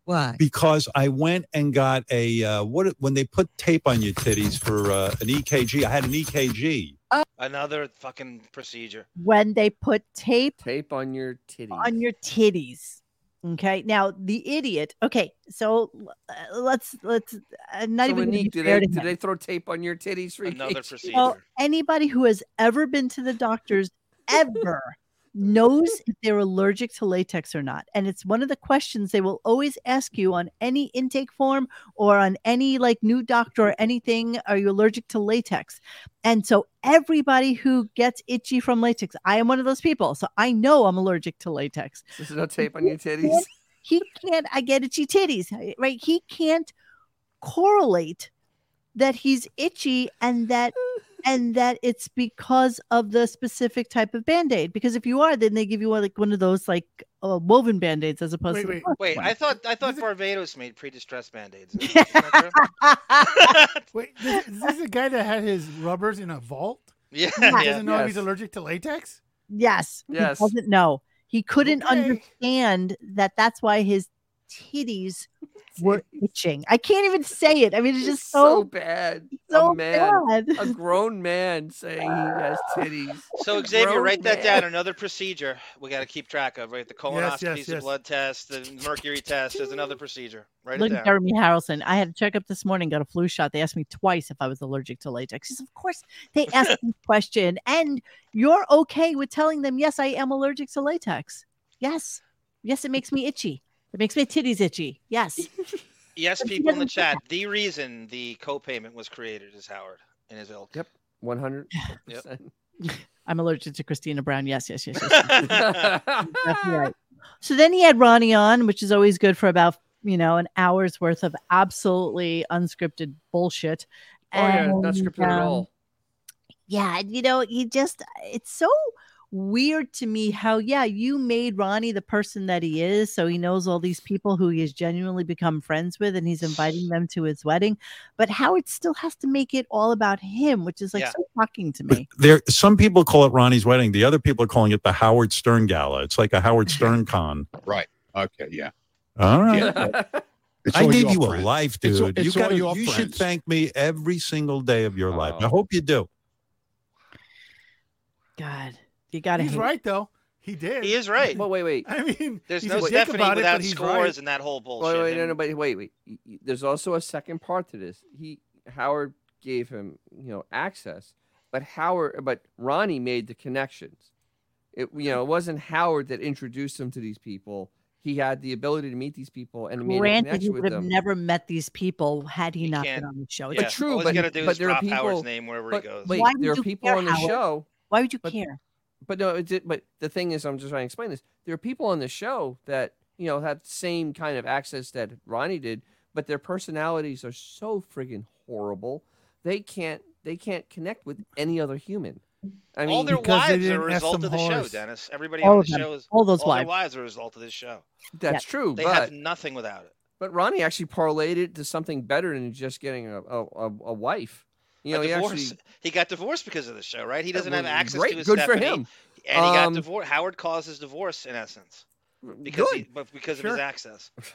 Speaker 9: Why?
Speaker 4: because I went and got a uh, what when they put tape on your titties for uh, an EKG. I had an E EKG.
Speaker 3: Another fucking procedure.
Speaker 1: when they put tape
Speaker 5: Tape on your titty.
Speaker 1: on your titties. Okay. Now the idiot. Okay, so uh, let's let's uh, not even
Speaker 5: So,
Speaker 1: gonna
Speaker 5: Monique,
Speaker 1: be
Speaker 5: do
Speaker 1: fair
Speaker 5: they,
Speaker 1: to
Speaker 5: do
Speaker 1: him.
Speaker 5: they throw tape on your titties for
Speaker 3: Another
Speaker 5: EKG?
Speaker 3: procedure.
Speaker 1: Well, anybody who has ever been to the doctors ever knows if they're allergic to latex or not. And it's one of the questions they will always ask you on any intake form or on any like new doctor or anything. Are you allergic to latex? And so everybody who gets itchy from latex, I am one of those people. So I know I'm allergic to latex.
Speaker 5: There's no tape on your titties.
Speaker 1: He can't, I get itchy titties, right? He can't correlate that he's itchy and that and that it's because of the specific type of band-aid because if you are then they give you one, like one of those like uh, woven band-aids as opposed
Speaker 2: Wait,
Speaker 1: to the
Speaker 2: wait.
Speaker 1: cloth
Speaker 3: Wait,
Speaker 1: one.
Speaker 3: I thought I thought Barbados made pre-distressed band-aids. Isn't that true?
Speaker 2: Wait, this, this is a guy that had his rubbers in a vault.
Speaker 3: yeah,
Speaker 1: Yeah.
Speaker 2: He
Speaker 3: yeah.
Speaker 2: doesn't know if he's
Speaker 5: Yes.
Speaker 2: allergic to latex.
Speaker 1: yes
Speaker 5: Yes.
Speaker 1: he doesn't know he couldn't
Speaker 2: Okay.
Speaker 1: understand that that's why his titties were itching i can't even say it i mean it's just so
Speaker 5: bad.
Speaker 1: so
Speaker 5: a man,
Speaker 1: bad
Speaker 5: a grown man saying he has titties.
Speaker 3: So Xavier,
Speaker 5: Grown
Speaker 3: write that
Speaker 5: man.
Speaker 3: down. Another procedure we got to keep track of. Right, the
Speaker 2: Yes,
Speaker 3: colonoscopies,
Speaker 2: yes,
Speaker 3: the
Speaker 2: yes.
Speaker 3: blood test, the mercury test. There's another procedure. Write
Speaker 1: Look
Speaker 3: it
Speaker 1: at
Speaker 3: down.
Speaker 1: Jeremy Harrelson. I had a checkup this morning, got a flu shot. They asked me twice if I was allergic to latex. He says, Of course, they asked me the question, and you're okay with telling them, Yes, I am allergic to latex. Yes. Yes, it makes me itchy. It makes my titties itchy. Yes.
Speaker 3: Yes,
Speaker 1: But he
Speaker 3: people in the
Speaker 1: doesn't do
Speaker 3: chat. The reason the co-payment was created is Howard and his ilk.
Speaker 5: One hundred
Speaker 3: Yep.
Speaker 5: percent.
Speaker 1: I'm allergic to Christina Brown. Yes, yes, yes, yes. Definitely right. So then he had Ronnie on, which is always good for about you know an hour's worth of absolutely unscripted bullshit.
Speaker 5: Oh yeah,
Speaker 1: And,
Speaker 5: not scripted at
Speaker 1: um,
Speaker 5: all.
Speaker 1: yeah and, you know you just it's so weird to me how yeah you made ronnie the person that he is so he knows all these people who he has genuinely become friends with and he's inviting them to his wedding but howard still has to make it all about him which is like
Speaker 3: Yeah.
Speaker 1: so shocking to
Speaker 4: But
Speaker 1: me
Speaker 4: there, some people call it Ronnie's wedding. The other people are calling it the Howard Stern Gala. It's like a Howard Stern con.
Speaker 11: Right. Okay. Yeah.
Speaker 4: All right.
Speaker 11: It's
Speaker 4: I
Speaker 11: all
Speaker 4: gave
Speaker 11: your
Speaker 4: you a
Speaker 11: friend.
Speaker 4: life,
Speaker 11: It's all-
Speaker 4: dude.
Speaker 11: it's
Speaker 4: you
Speaker 11: all
Speaker 4: gotta,
Speaker 11: your
Speaker 4: you should
Speaker 11: friends.
Speaker 4: thank me every single day of your life. I
Speaker 5: Oh.
Speaker 4: hope you do.
Speaker 1: god you gotta
Speaker 2: He's
Speaker 1: hate
Speaker 2: right though. He did.
Speaker 3: he is right.
Speaker 5: Well, wait, wait,
Speaker 2: I mean,
Speaker 3: There's
Speaker 2: he's
Speaker 3: no
Speaker 2: a dick
Speaker 3: Stephanie
Speaker 2: about it, but
Speaker 3: without
Speaker 2: he's
Speaker 3: scores
Speaker 2: right.
Speaker 3: and that whole bullshit.
Speaker 5: wait, wait, no,
Speaker 3: And
Speaker 5: no, but wait, wait. Y- y- There's also a second part to this. He Howard gave him, you know, access, but Howard, but Ronnie made the connections. It, you know, it wasn't Howard that introduced him to these people. He had the ability to meet these people and made a
Speaker 1: granted he
Speaker 5: connection with
Speaker 1: would have
Speaker 5: them.
Speaker 1: never met these people had he
Speaker 3: You
Speaker 1: not
Speaker 3: can't-
Speaker 1: been on the show
Speaker 3: yeah,
Speaker 1: It's
Speaker 5: But true,
Speaker 3: all he's
Speaker 5: but-
Speaker 3: gotta do
Speaker 5: but
Speaker 3: is
Speaker 5: there are
Speaker 3: drop Howard's
Speaker 5: people-
Speaker 3: name wherever
Speaker 5: But
Speaker 3: he goes.
Speaker 5: wait,
Speaker 1: Why
Speaker 5: there
Speaker 1: would
Speaker 5: are
Speaker 1: you
Speaker 5: people
Speaker 1: care,
Speaker 5: on the
Speaker 1: Howard?
Speaker 5: show
Speaker 1: why would you
Speaker 5: but-
Speaker 1: care
Speaker 5: But no, it did, but the thing is, I'm just trying to explain this. There are people on the show that you know have the same kind of access that Ronnie did, but their personalities are so friggin' horrible. They can't they can't connect with any any other human.
Speaker 3: all
Speaker 5: I mean,
Speaker 3: their
Speaker 2: because they
Speaker 3: wives are a
Speaker 2: didn't ask
Speaker 3: result
Speaker 2: them
Speaker 3: of the
Speaker 2: horse.
Speaker 3: show, Dennis. Everybody
Speaker 1: All
Speaker 3: on
Speaker 1: of
Speaker 3: the
Speaker 1: them.
Speaker 3: show is
Speaker 1: all those
Speaker 3: all their
Speaker 1: wives
Speaker 3: wives are a result of this show.
Speaker 5: that's true.
Speaker 3: They
Speaker 5: but
Speaker 3: have nothing without it.
Speaker 5: but Ronnie actually parlayed it to something better than just getting a a, a, a wife. You know,
Speaker 3: a
Speaker 5: he
Speaker 3: divorce.
Speaker 5: actually
Speaker 3: he got divorced because of the show, right? He doesn't have
Speaker 5: well,
Speaker 3: access
Speaker 5: great,
Speaker 3: to his
Speaker 5: good
Speaker 3: Stephanie,
Speaker 5: for him.
Speaker 3: and he got
Speaker 5: Um, Mm,
Speaker 3: divorced. Howard caused his divorce in essence because
Speaker 5: Good.
Speaker 3: he, but because of
Speaker 5: Sure.
Speaker 3: his access.
Speaker 5: But,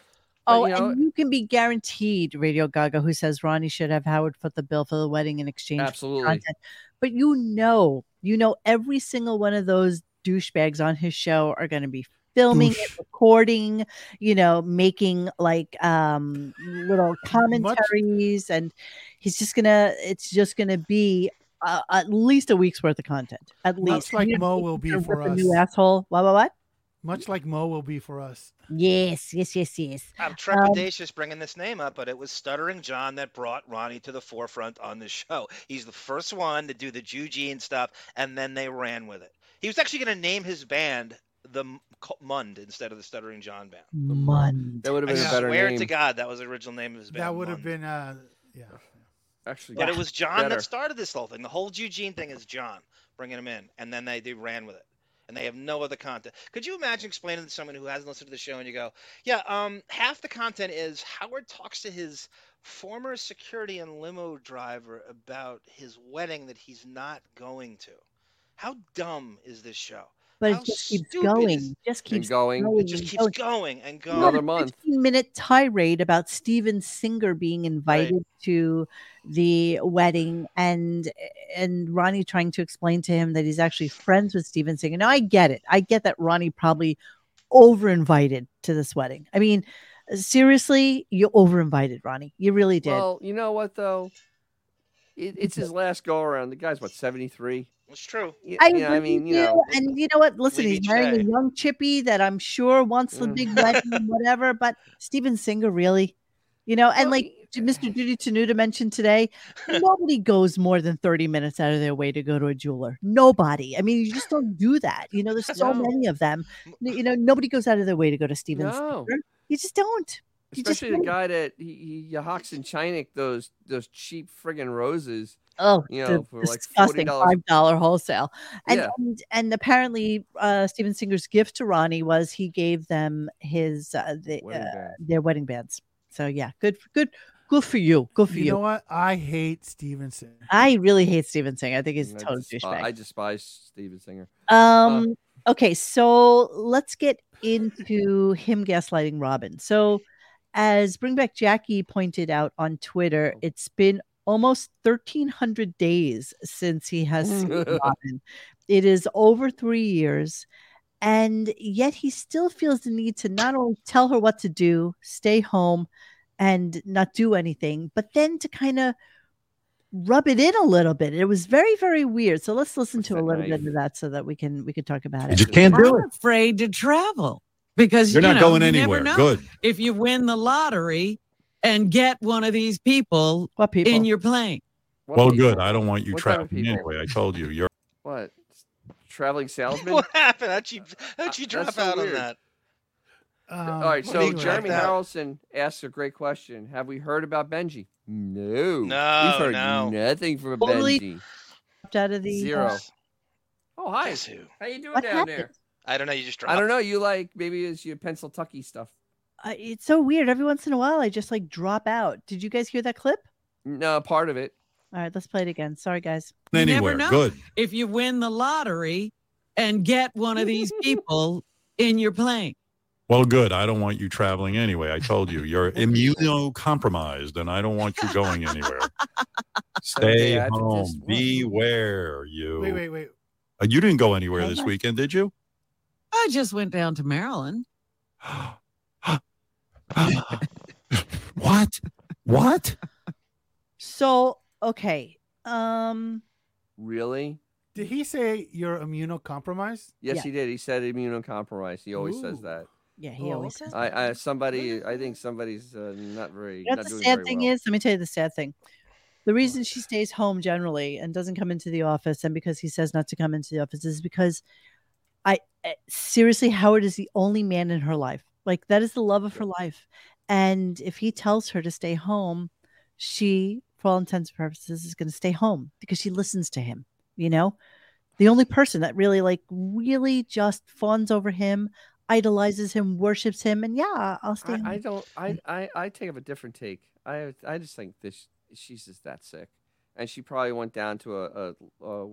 Speaker 1: Oh,
Speaker 5: you know-
Speaker 1: and you can be guaranteed Radio Gaga, who says Ronnie should have Howard foot the bill for the wedding in exchange for the
Speaker 5: Absolutely.
Speaker 1: content. But you know, you know, every single one of those douchebags on his show are going to be filming, it,
Speaker 2: Douche.
Speaker 1: recording, you know, making like um little commentaries, and he's just gonna, it's just gonna be. Uh, at least a week's worth of content. At least,
Speaker 2: like
Speaker 1: You know,
Speaker 2: Mo will be
Speaker 1: rip
Speaker 2: for
Speaker 1: a New
Speaker 2: us.
Speaker 1: asshole. What? What? What?
Speaker 2: Much like Mo will be for us.
Speaker 1: Yes. Yes. Yes. Yes.
Speaker 3: I'm trepidatious bringing this name up, but it was Stuttering John that brought Ronnie to the forefront on this show. He's the first one to do the Juji and stuff, and then they ran with it. He was actually going to name his band the M- Co- Mund instead of the Stuttering John Band.
Speaker 1: Mund.
Speaker 5: that would have
Speaker 3: I
Speaker 5: been a better
Speaker 3: swear
Speaker 5: name.
Speaker 3: to God, that was the original name of his band.
Speaker 2: That would have
Speaker 3: Mund.
Speaker 2: been uh yeah.
Speaker 5: Actually,
Speaker 3: But it was John
Speaker 5: better.
Speaker 3: that started this whole thing. The whole Eugene thing is John bringing him in, and then they, they ran with it, and they have no other content. Could you imagine explaining to someone who hasn't listened to the show and you go, "Yeah, um, half the content is Howard talks to his former security and limo driver about his wedding that he's not going to." How dumb is this show?
Speaker 1: But
Speaker 3: How
Speaker 1: it just keeps
Speaker 3: stupid
Speaker 1: going.
Speaker 3: is-
Speaker 1: It just keeps
Speaker 5: going. It
Speaker 3: It just
Speaker 1: and
Speaker 3: keeps going and going.
Speaker 5: Another month.
Speaker 1: 15 minute tirade about Steven Singer being invited to the wedding and and Ronnie trying to explain to him that he's actually friends with Steven Singer. Now I get it. I get that Ronnie probably over invited to this wedding. I mean, seriously, you over invited Ronnie. You really did.
Speaker 5: Well, you know what though? It, it's his last go around. The guy's what seventy three.
Speaker 3: It's true.
Speaker 5: I, I mean, you know,
Speaker 1: and you know what? Listen,
Speaker 5: leave
Speaker 1: he's
Speaker 5: each
Speaker 1: marrying
Speaker 5: day.
Speaker 1: a young chippy that I'm sure wants the
Speaker 5: Mm.
Speaker 1: big wedding and whatever. But Steven Singer, really, you know, and like Mr. Judy Tenuta mentioned today, nobody goes more than 30 minutes out of their way to go to a jeweler. Nobody. I mean, you just don't do that. You know, there's so
Speaker 5: No.
Speaker 1: many of them. N- You know, nobody goes out of their way to go to Steven
Speaker 5: No.
Speaker 1: Singer. You just don't. You just
Speaker 5: especially the
Speaker 1: don't.
Speaker 5: guy that he, he you hawks in China those those cheap friggin' roses.
Speaker 1: Oh,
Speaker 5: you
Speaker 1: the
Speaker 5: know, for like forty
Speaker 1: disgusting
Speaker 5: dollars.
Speaker 1: five dollar wholesale. And,
Speaker 5: Yeah.
Speaker 1: and and apparently, uh, Steven Singer's gift to Ronnie was he gave them his uh, the,
Speaker 5: Wedding
Speaker 1: uh,
Speaker 5: band.
Speaker 1: their wedding bands. So yeah, good for, good good for you. Good for
Speaker 2: You
Speaker 1: you.
Speaker 2: know what? I hate Steven Singer.
Speaker 1: I really hate Steven Singer. I think he's a
Speaker 5: I,
Speaker 1: total
Speaker 5: despi-
Speaker 1: douchebag.
Speaker 5: I despise Steven Singer.
Speaker 1: Um. okay, so let's get into him gaslighting Robin. So, as Bring Back Jackie pointed out on Twitter, it's been almost 1,300 days since he has seen Robin. It is over three years. And yet he still feels the need to not only tell her what to do, stay home, and not do anything, but then to kind of rub it in a little bit. It was very, very weird. So let's listen to a little bit of that so that we can we can talk about it.
Speaker 9: You can't do I'm it. Afraid to travel because
Speaker 1: You're
Speaker 9: you
Speaker 1: not
Speaker 9: know,
Speaker 1: going
Speaker 9: you
Speaker 1: anywhere.
Speaker 9: Never know.
Speaker 1: Good.
Speaker 9: If you win the lottery and get one of these people,
Speaker 1: what people?
Speaker 9: in your plane.
Speaker 4: well, good. I don't want you
Speaker 5: What type of
Speaker 4: trapping anyway. I told you. You're
Speaker 5: What? Traveling salesman?
Speaker 3: What happened? How'd you how'd you
Speaker 5: Uh,
Speaker 3: drop
Speaker 5: that's so
Speaker 3: out on
Speaker 5: weird.
Speaker 3: that?
Speaker 5: All right,
Speaker 3: Well,
Speaker 5: so
Speaker 3: they checked
Speaker 5: Jeremy
Speaker 3: out.
Speaker 5: Harrelson asks a great question. Have we heard about Benji?
Speaker 3: No,
Speaker 5: No. We've heard
Speaker 3: no.
Speaker 5: nothing from
Speaker 1: Totally
Speaker 5: Benji.
Speaker 1: dropped out of the uh,
Speaker 5: Zero. Oh, hi.
Speaker 3: Guess who?
Speaker 5: How you doing
Speaker 1: What
Speaker 5: down
Speaker 1: happened?
Speaker 5: there?
Speaker 3: I don't know. You just dropped.
Speaker 5: I don't know. You like maybe it's your pencil tucky stuff.
Speaker 1: I, it's so weird. Every once in a while, I just like drop out. Did you guys hear that clip?
Speaker 5: No, part of it.
Speaker 1: All right, let's play it again. Sorry, guys.
Speaker 9: You Never know. If you win the lottery and get one of these people in your plane.
Speaker 4: well, good. I don't want you traveling anyway. I told you. You're immunocompromised, and I don't want you going anywhere. Stay
Speaker 5: Okay, I think this
Speaker 4: home.
Speaker 5: one-
Speaker 4: Beware, you.
Speaker 2: Wait, wait, wait.
Speaker 4: Uh, you didn't go anywhere
Speaker 9: Oh
Speaker 4: this
Speaker 9: my-
Speaker 4: weekend, did you?
Speaker 9: I just went down to Maryland.
Speaker 4: what? What?
Speaker 1: So okay. Um.
Speaker 5: Really?
Speaker 2: Did he say you're immunocompromised?
Speaker 5: Yes,
Speaker 1: Yeah.
Speaker 5: he did. He said immunocompromised. He always says
Speaker 2: Ooh.
Speaker 5: that.
Speaker 1: Yeah, he
Speaker 2: Oh,
Speaker 1: always
Speaker 2: okay.
Speaker 1: says. that.
Speaker 5: I, I somebody, I think somebody's uh, not very.
Speaker 1: You know
Speaker 5: not
Speaker 1: what the
Speaker 5: doing
Speaker 1: sad
Speaker 5: very
Speaker 1: thing
Speaker 5: well.
Speaker 1: is? Let me tell you the sad thing. The reason she stays home generally and doesn't come into the office, and because he says not to come into the office, is because I eh, seriously, Howard is the only man in her life. Like that is the love of her life, and if he tells her to stay home, she, for all intents and purposes, is going to stay home because she listens to him. You know, the only person that really, like, really just fawns over him, idolizes him, worships him, and yeah, I'll stay. home.
Speaker 5: I, I don't. I, I I take up a different take. I I just think this. She's just that sick, and she probably went down to a, a, a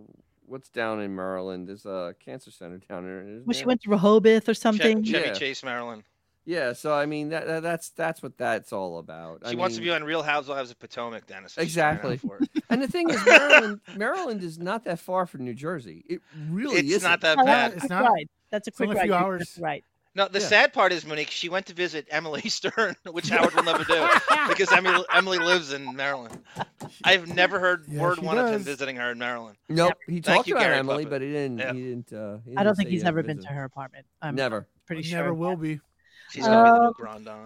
Speaker 5: what's down in Maryland. There's a cancer center down there. isn't
Speaker 1: Well, she
Speaker 5: there?
Speaker 1: went to Rehoboth or
Speaker 3: Che-
Speaker 1: something.
Speaker 3: Chevy
Speaker 5: Yeah.
Speaker 3: Chase, Maryland.
Speaker 5: Yeah. So I mean, that, that that's that's what that's all about.
Speaker 3: She
Speaker 5: I
Speaker 3: wants to
Speaker 5: mean-
Speaker 3: be on Real Housewives of Potomac, Dennis. She's crying out
Speaker 5: Exactly.
Speaker 3: For it.
Speaker 5: And the thing is, Maryland, Maryland is not that far from New Jersey. It really
Speaker 3: It's
Speaker 5: is
Speaker 3: not that
Speaker 1: Oh,
Speaker 3: bad.
Speaker 1: that's
Speaker 2: It's
Speaker 1: a quick
Speaker 2: not.
Speaker 1: ride. That's a quick
Speaker 2: only a
Speaker 1: ride.
Speaker 2: few
Speaker 1: You're
Speaker 2: hours.
Speaker 1: just Right.
Speaker 3: No, the
Speaker 5: Yeah.
Speaker 3: sad part is, Monique, she went to visit Emily Stern, which Howard will never do because Emily, Emily lives in Maryland. I've never heard
Speaker 2: Yeah,
Speaker 3: word
Speaker 2: she
Speaker 3: one of him
Speaker 2: does.
Speaker 3: visiting her in Maryland.
Speaker 5: Nope. He
Speaker 3: Thank
Speaker 5: talked
Speaker 3: you,
Speaker 5: about
Speaker 3: Gary
Speaker 5: Emily,
Speaker 3: Buffett.
Speaker 5: but he didn't.
Speaker 3: Yeah.
Speaker 5: He didn't. Uh, he
Speaker 1: I
Speaker 5: didn't
Speaker 1: don't think
Speaker 5: say he
Speaker 1: he's
Speaker 5: ever
Speaker 1: ever been to
Speaker 5: visited.
Speaker 1: her apartment. I'm
Speaker 5: Never.
Speaker 1: pretty sure.
Speaker 2: Never
Speaker 1: of
Speaker 2: will
Speaker 1: that.
Speaker 2: be.
Speaker 3: She's gonna be the new
Speaker 1: Um,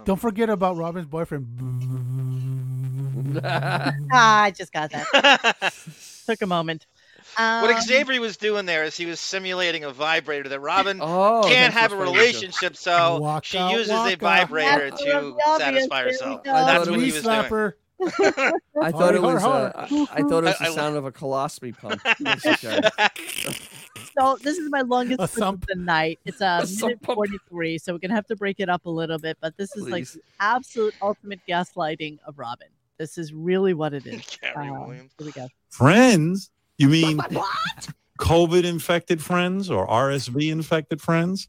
Speaker 3: Grandon.
Speaker 2: Don't forget about Robin's boyfriend.
Speaker 1: Ah, I just got that. Took a moment. Um,
Speaker 3: what Xavier was doing there is he was simulating a vibrator that Robin
Speaker 5: oh,
Speaker 3: can't have
Speaker 5: that's
Speaker 3: a
Speaker 5: what Fran was doing.
Speaker 3: relationship, so
Speaker 2: Waka
Speaker 3: she uses a
Speaker 2: waka.
Speaker 3: vibrator
Speaker 1: That's
Speaker 3: to
Speaker 1: obvious,
Speaker 3: satisfy
Speaker 1: there we
Speaker 3: herself.
Speaker 1: go.
Speaker 5: I
Speaker 3: That's
Speaker 5: thought
Speaker 3: what
Speaker 5: it was- uh,
Speaker 3: he
Speaker 2: Knee
Speaker 3: was doing.
Speaker 2: slapper.
Speaker 5: I thought it
Speaker 2: Hard,
Speaker 5: was.
Speaker 2: hard,
Speaker 5: Uh, I, I thought it was
Speaker 3: I- I
Speaker 5: the
Speaker 3: lo-
Speaker 5: sound of a colostomy pump. That's what I-
Speaker 1: so this is my longest
Speaker 2: A
Speaker 1: clip of
Speaker 2: thump.
Speaker 1: the night. It's a,
Speaker 5: A
Speaker 1: minute
Speaker 5: thump.
Speaker 1: 43, so we're going to have to break it up a little bit, but this is like
Speaker 5: Please.
Speaker 1: the absolute ultimate gaslighting of Robin. This is really what it is.
Speaker 3: Gary
Speaker 1: Um,
Speaker 3: Williams.
Speaker 1: Here we go.
Speaker 4: Friends? You mean COVID infected friends or RSV infected friends?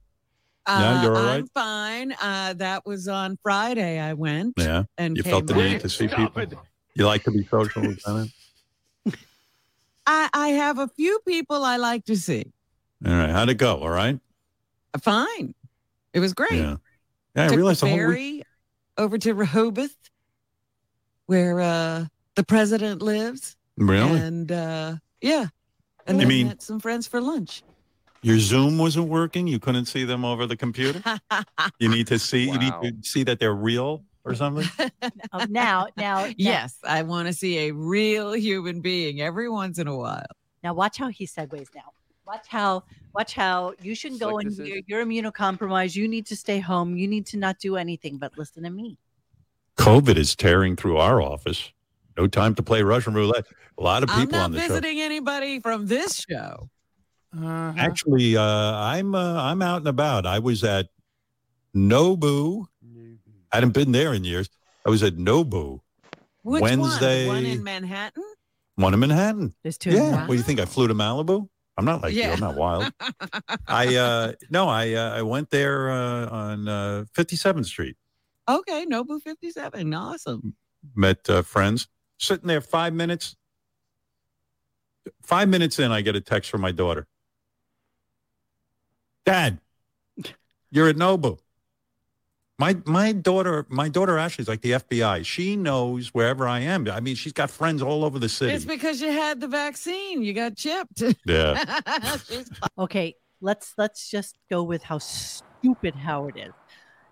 Speaker 9: Uh,
Speaker 4: no, you're all
Speaker 9: I'm
Speaker 4: right.
Speaker 9: fine. Uh, that was on Friday. I went.
Speaker 4: Yeah.
Speaker 9: and
Speaker 4: you
Speaker 9: came
Speaker 4: felt the
Speaker 9: back.
Speaker 4: need to see people. You like to be social, Lieutenant?
Speaker 9: I, I have a few people I like to see.
Speaker 4: All right. How'd it go? All right.
Speaker 9: Fine. It was great.
Speaker 4: Yeah. Yeah, I
Speaker 9: Took
Speaker 4: realized
Speaker 9: the
Speaker 4: the whole week.
Speaker 9: ferry over to Rehoboth, where uh, the president lives.
Speaker 4: Really?
Speaker 9: And uh, yeah, and
Speaker 4: You
Speaker 9: then
Speaker 4: mean-
Speaker 9: met some friends for lunch.
Speaker 4: Your Zoom wasn't working. You couldn't see them over the computer. You need to see. You need to see that they're real or something.
Speaker 1: Um, now, now, now-
Speaker 9: Yes, I want to see a real human being every once in a while.
Speaker 1: Now watch how he segues. Now watch how watch how you shouldn't go
Speaker 9: Like
Speaker 1: in
Speaker 9: this is-
Speaker 1: here. You're immunocompromised. You need to stay home. You need to not do anything but listen to me.
Speaker 4: COVID is tearing through our office. No time to play Russian roulette. A lot of
Speaker 9: I'm
Speaker 4: people
Speaker 9: not
Speaker 4: on the show.
Speaker 9: visiting anybody from this show.
Speaker 4: Actually, uh, I'm uh, I'm out and about. I was at Nobu. I hadn't been there in years. I was at Nobu,
Speaker 9: Which
Speaker 4: Wednesday-
Speaker 9: one? The one in Manhattan?
Speaker 4: one in Manhattan.
Speaker 1: There's two.
Speaker 4: Yeah. What do you think? I flew to Malibu. I'm not like you.
Speaker 9: Yeah.
Speaker 4: I'm not wild. I uh, no. I uh, I went there uh, on uh, 57th Street.
Speaker 9: Okay, Nobu 57. Awesome.
Speaker 4: met uh, friends. Sitting there five minutes. Five minutes in, I get a text from my daughter. Dad, you're at Nobu. My my daughter, my daughter Ashley's like the FBI. She knows wherever I am. I mean, she's got friends all over the
Speaker 9: It's
Speaker 4: city.
Speaker 9: because you had the vaccine. You got chipped.
Speaker 4: Yeah.
Speaker 9: She's-
Speaker 1: Okay, let's let's just go with how stupid Howard is.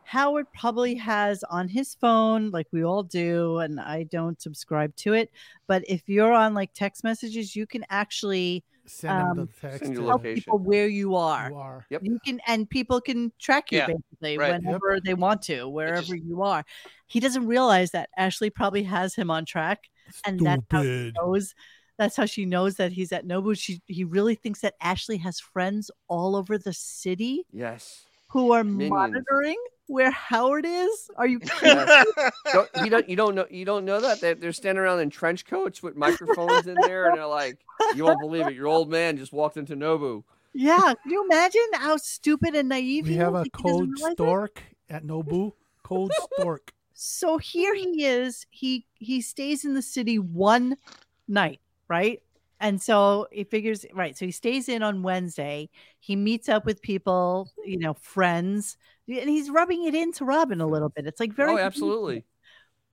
Speaker 1: Howard probably has on his phone, like we all do, and I don't subscribe to it. But if you're on like text messages, you can actually um,
Speaker 2: Send 'em the text Send your
Speaker 1: tell
Speaker 2: location.
Speaker 1: people where you are. You,
Speaker 2: are.
Speaker 1: can, and people can track you
Speaker 2: Yeah,
Speaker 1: basically
Speaker 2: right. Yep.
Speaker 1: whenever they want to, wherever you are. He doesn't realize that Ashley probably has him on track, and that's how she
Speaker 2: Stupid.
Speaker 1: knows. That's how she knows that he's at Nobu. She he really thinks that Ashley has friends all over the city
Speaker 5: Yes.
Speaker 1: who are
Speaker 5: Minions.
Speaker 1: monitoring where Howard is. Are you?
Speaker 5: Yes. don't, you don't you don't know you don't know that they're, they're standing around in trench coats with microphones in there and they're like you won't believe it your old man just walked into Nobu.
Speaker 1: yeah. Can you imagine how stupid and naive
Speaker 2: We
Speaker 1: he
Speaker 2: have
Speaker 1: is
Speaker 2: a
Speaker 1: that he doesn't
Speaker 2: cold
Speaker 1: realize it?
Speaker 2: stork at Nobu. Cold stork.
Speaker 1: so here he is he he stays in the city one night right and so he figures right so he stays in on wednesday he meets up with people you know friends and he's rubbing it into robin a little bit it's like very
Speaker 5: oh, absolutely.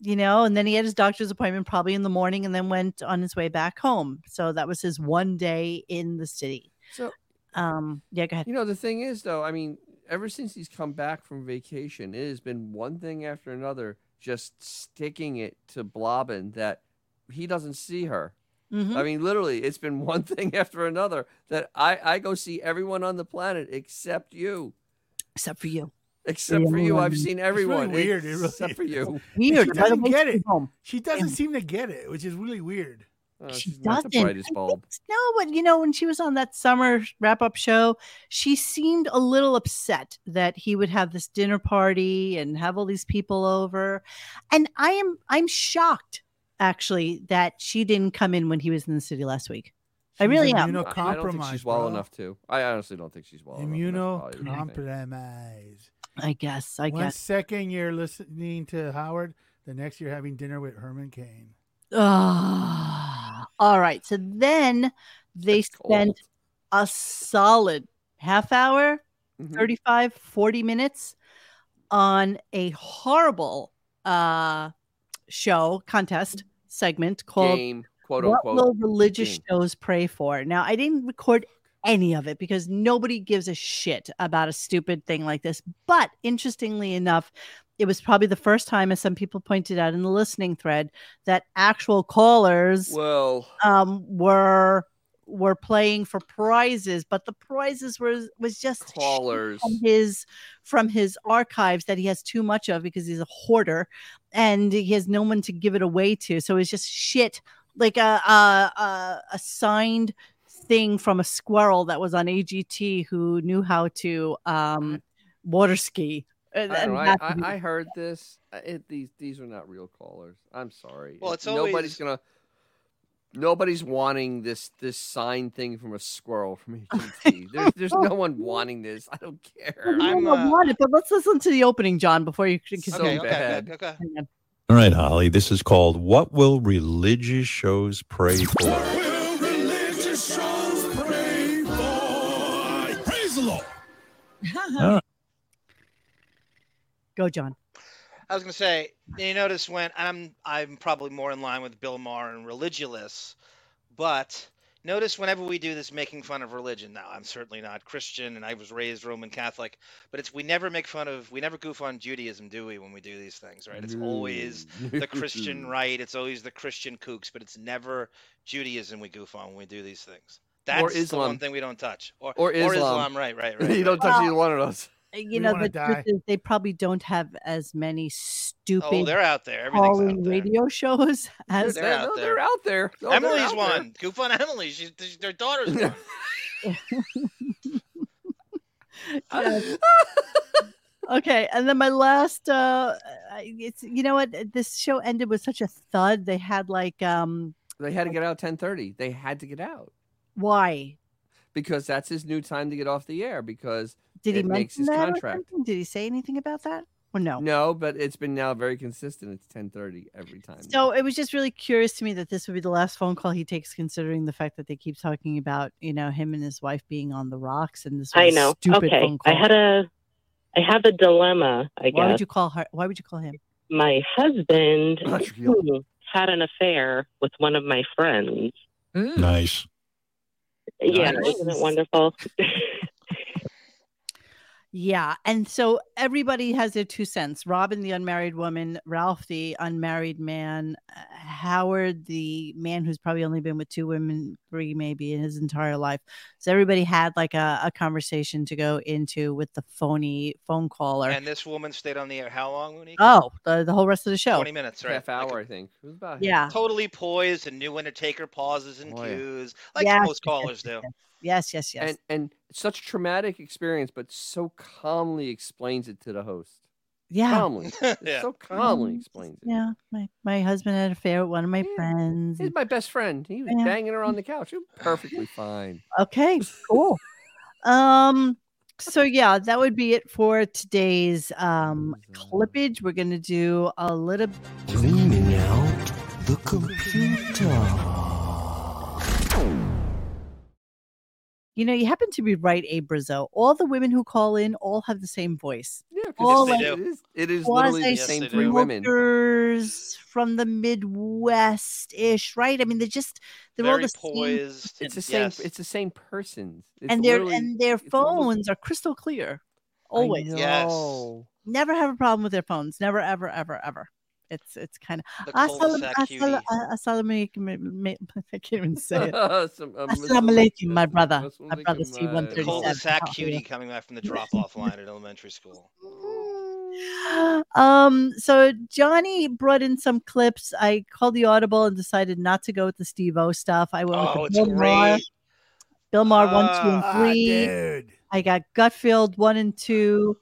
Speaker 1: you know and then he had his doctor's appointment probably in the morning and then went on his way back home so that was his one day in the city
Speaker 5: So
Speaker 1: um yeah go ahead
Speaker 5: You know, the thing is, though, I mean, ever since he's come back from vacation, it has been one thing after another, just sticking it to Blobbin that he doesn't see her.
Speaker 1: Mhm.
Speaker 5: I mean, literally, it's been one thing after another that I, I go see everyone on the planet except you.
Speaker 1: except for you
Speaker 5: Except for you, I've
Speaker 2: Um,
Speaker 5: seen
Speaker 2: it's really
Speaker 5: everyone.
Speaker 2: weird, it really
Speaker 5: except for
Speaker 2: is.
Speaker 5: you.
Speaker 1: Weird.
Speaker 2: She
Speaker 1: Why
Speaker 2: doesn't
Speaker 1: don't
Speaker 2: get
Speaker 1: they
Speaker 2: it.
Speaker 1: keep 'em?
Speaker 2: She doesn't seem to get it, which is really weird.
Speaker 5: Oh,
Speaker 1: She
Speaker 5: she's not the
Speaker 1: doesn't.
Speaker 5: brightest
Speaker 1: I
Speaker 5: bulb.
Speaker 1: No, but you know, when she was on that summer wrap up show, she seemed a little upset that he would have this dinner party and have all these people over. And I am I'm shocked actually that she didn't come in when he was in the city last week. I
Speaker 2: She's
Speaker 1: really
Speaker 5: I-
Speaker 1: am.
Speaker 5: I don't think she's
Speaker 2: Immunocompromised,
Speaker 5: well
Speaker 2: bro.
Speaker 5: enough to. I honestly don't think she's well enough. That's probably the thing.
Speaker 2: Immunocompromised.
Speaker 1: I guess. I
Speaker 2: One
Speaker 1: guess.
Speaker 2: second you're listening to Howard, the next you're having dinner with Herman Cain.
Speaker 1: Ah. all right. So then they spent a solid half hour,
Speaker 5: Mhm.
Speaker 1: 35, 40 minutes on a horrible uh, show contest segment called
Speaker 5: Game, quote
Speaker 1: What
Speaker 5: unquote.
Speaker 1: Will Religious
Speaker 5: game.
Speaker 1: Shows Pray For? Now, I didn't record any of it because nobody gives a shit about a stupid thing like this. But interestingly enough, it was probably the first time, as some people pointed out in the listening thread, that actual callers
Speaker 5: Well,
Speaker 1: um, were were playing for prizes, but the prizes was was just shit
Speaker 5: Callers.
Speaker 1: from his from his archives that he has too much of because he's a hoarder and he has no one to give it away to. So it's just shit like a a, a, a signed thing from a squirrel that was on AGT who knew how to um, water ski. And-
Speaker 5: I, don't
Speaker 1: and
Speaker 5: know, I,
Speaker 1: that's-
Speaker 5: I, I heard uh, this. I- It, these these are not real callers. I'm sorry.
Speaker 3: Well,
Speaker 5: It-
Speaker 3: it's
Speaker 5: nobody's
Speaker 3: always-
Speaker 5: gonna nobody's wanting this this sign thing from a squirrel from AT&T. there's there's no one wanting this. I don't care.
Speaker 1: I'm
Speaker 3: uh,
Speaker 1: want it, but let's listen to the opening, John, before you continue.
Speaker 5: uh, Okay, okay, bad.
Speaker 3: okay.
Speaker 4: All right, Holly, this is called What Will Religious Shows Pray For?
Speaker 7: Praise the Lord.
Speaker 4: All right.
Speaker 1: Go, John.
Speaker 3: I was gonna say, you notice when and I'm I'm probably more in line with Bill Maher and religious, but notice whenever we do this making fun of religion. Now I'm certainly not Christian and I was raised Roman Catholic, but it's we never make fun of we never goof on Judaism, do we, when we do these things, right? It's always the Christian right, it's always the Christian kooks, but it's never Judaism we goof on when we do these things. That's the
Speaker 5: Islam.
Speaker 3: one thing we don't touch. Or,
Speaker 5: Or Islam.
Speaker 3: right, right, right.
Speaker 5: you don't touch
Speaker 1: Well,
Speaker 5: either one of those.
Speaker 1: Uh, You
Speaker 3: We
Speaker 1: know,
Speaker 3: wanna
Speaker 1: the
Speaker 3: die.
Speaker 1: truth is they probably don't have as many stupid
Speaker 3: Oh, they're out there. Everything's
Speaker 1: calling radio shows as
Speaker 3: They're out there. They're
Speaker 5: out there.
Speaker 1: Oh, they're
Speaker 3: Emily's
Speaker 1: out there.
Speaker 3: one. Goof on Emily. She's, she's their daughter's one.
Speaker 1: Yes. okay, and then my last, uh, I- it's you know what? This show ended with such a thud. They had like, um,
Speaker 5: They had to get out 10:30. They had to get out
Speaker 1: why
Speaker 5: because that's his new time to get off the air because
Speaker 1: did he
Speaker 5: it makes
Speaker 1: mention
Speaker 5: his
Speaker 1: that? or
Speaker 5: contract.
Speaker 1: something? Did he say anything about that? Or no?
Speaker 5: No, but it's been now very consistent. It's 10:30 every time.
Speaker 1: So it was just really curious to me that this would be the last phone call he takes, considering the fact that they keep talking about you know him and his wife being on the rocks and this.
Speaker 12: I
Speaker 1: was a
Speaker 12: know.
Speaker 1: Stupid
Speaker 12: okay,
Speaker 1: Phone
Speaker 12: I
Speaker 1: call.
Speaker 12: had a, I have a dilemma. I
Speaker 1: Why
Speaker 12: guess
Speaker 1: would you call her? Why would you call him?
Speaker 12: my husband hmm, had an affair with one of my friends.
Speaker 4: Nice.
Speaker 12: Yeah,
Speaker 1: Nice.
Speaker 12: isn't it wonderful?
Speaker 1: Yeah. And so everybody has their two cents. Robin, the unmarried woman, Ralph, the unmarried man, uh, Howard, the man who's probably only been with two women, three maybe in his entire life. So everybody had like a, a conversation to go into with the phony phone caller.
Speaker 3: And this woman stayed on the air how long, Mooney?
Speaker 1: oh, the, the whole rest of the show.
Speaker 3: 20 minutes, right?
Speaker 5: Half Oh, hour, I think. It was about
Speaker 1: Yeah.
Speaker 3: Totally poised and knew when to take her pauses and cues, like
Speaker 1: Yes,
Speaker 3: most callers do.
Speaker 1: Yes, yes, yes.
Speaker 5: And and such traumatic experience, but so calmly explains it to the host.
Speaker 1: Yeah.
Speaker 5: Calmly.
Speaker 3: Yeah.
Speaker 5: So calmly
Speaker 1: Mhm.
Speaker 5: explains it.
Speaker 1: yeah. My, my husband had an affair with one of my friends.
Speaker 5: He's my best friend. He was
Speaker 1: Yeah.
Speaker 5: banging her on the couch. It was perfectly fine.
Speaker 1: Okay, cool. um, so yeah, that would be it for today's um
Speaker 5: Mm-hmm.
Speaker 1: clippage. We're gonna do a little
Speaker 13: Cleaning out the computer.
Speaker 1: you know, you happen to be right, Abrazo. All the women who call in all have the same voice.
Speaker 5: Yeah, 'cause
Speaker 1: all
Speaker 5: it's-
Speaker 1: like
Speaker 5: it is, it is literally the
Speaker 1: quasi
Speaker 5: same three women.
Speaker 1: smokers from the Midwest ish, right? I mean, they're just they're all the same.
Speaker 5: It's the same. It's the same persons. It's
Speaker 1: and their
Speaker 5: literally-
Speaker 1: and their phones are crystal clear. Always.
Speaker 5: Yes. know.
Speaker 1: Never have a problem with their phones. Never, ever, ever, ever. It's it's kind
Speaker 5: The
Speaker 1: of assalamu
Speaker 5: cul-de-sac
Speaker 1: assala-
Speaker 5: cutie.
Speaker 1: uh, assalamu alaikum. ma- ma- I can't even say it.
Speaker 5: Some-
Speaker 1: Assalamu
Speaker 5: uh, Muslim-
Speaker 1: alaikum, my brother.
Speaker 5: Muslim
Speaker 1: My brother
Speaker 5: alaikum,
Speaker 1: C one
Speaker 5: uh,
Speaker 1: thirty
Speaker 3: Cul-de-sac cutie
Speaker 1: seven. Oh,
Speaker 3: coming back from the drop-off line at elementary school.
Speaker 1: Um, so Johnny brought in some clips. I called the audible and decided not to go with the Steve O stuff. I went with
Speaker 3: Oh,
Speaker 1: the
Speaker 3: it's
Speaker 1: Bill Maher.
Speaker 3: great.
Speaker 1: Bill Maher one, two,
Speaker 3: Ah,
Speaker 1: and three.
Speaker 2: dude.
Speaker 1: I got Gutfield one and two,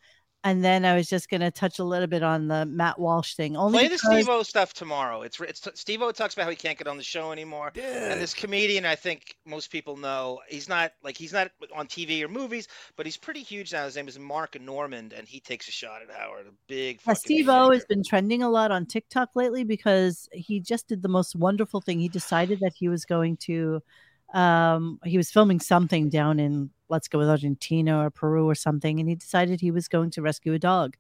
Speaker 1: and then I was just gonna touch a little bit on the Matt Walsh thing. Only
Speaker 3: Play the
Speaker 1: because-
Speaker 3: Steve-O stuff tomorrow. It's, it's Steve-O talks about how he can't get on the show anymore, and this comedian I think most people know. He's not like he's not on TV or movies, but he's pretty huge now. His name is Mark Normand, and he takes a shot at Howard. A big fucking.
Speaker 1: Steve O has been trending a lot on TikTok lately because he just did the most wonderful thing. He decided that he was going to, um, he was filming something down in, let's go with Argentina or Peru or something, and he decided he was going to rescue a dog.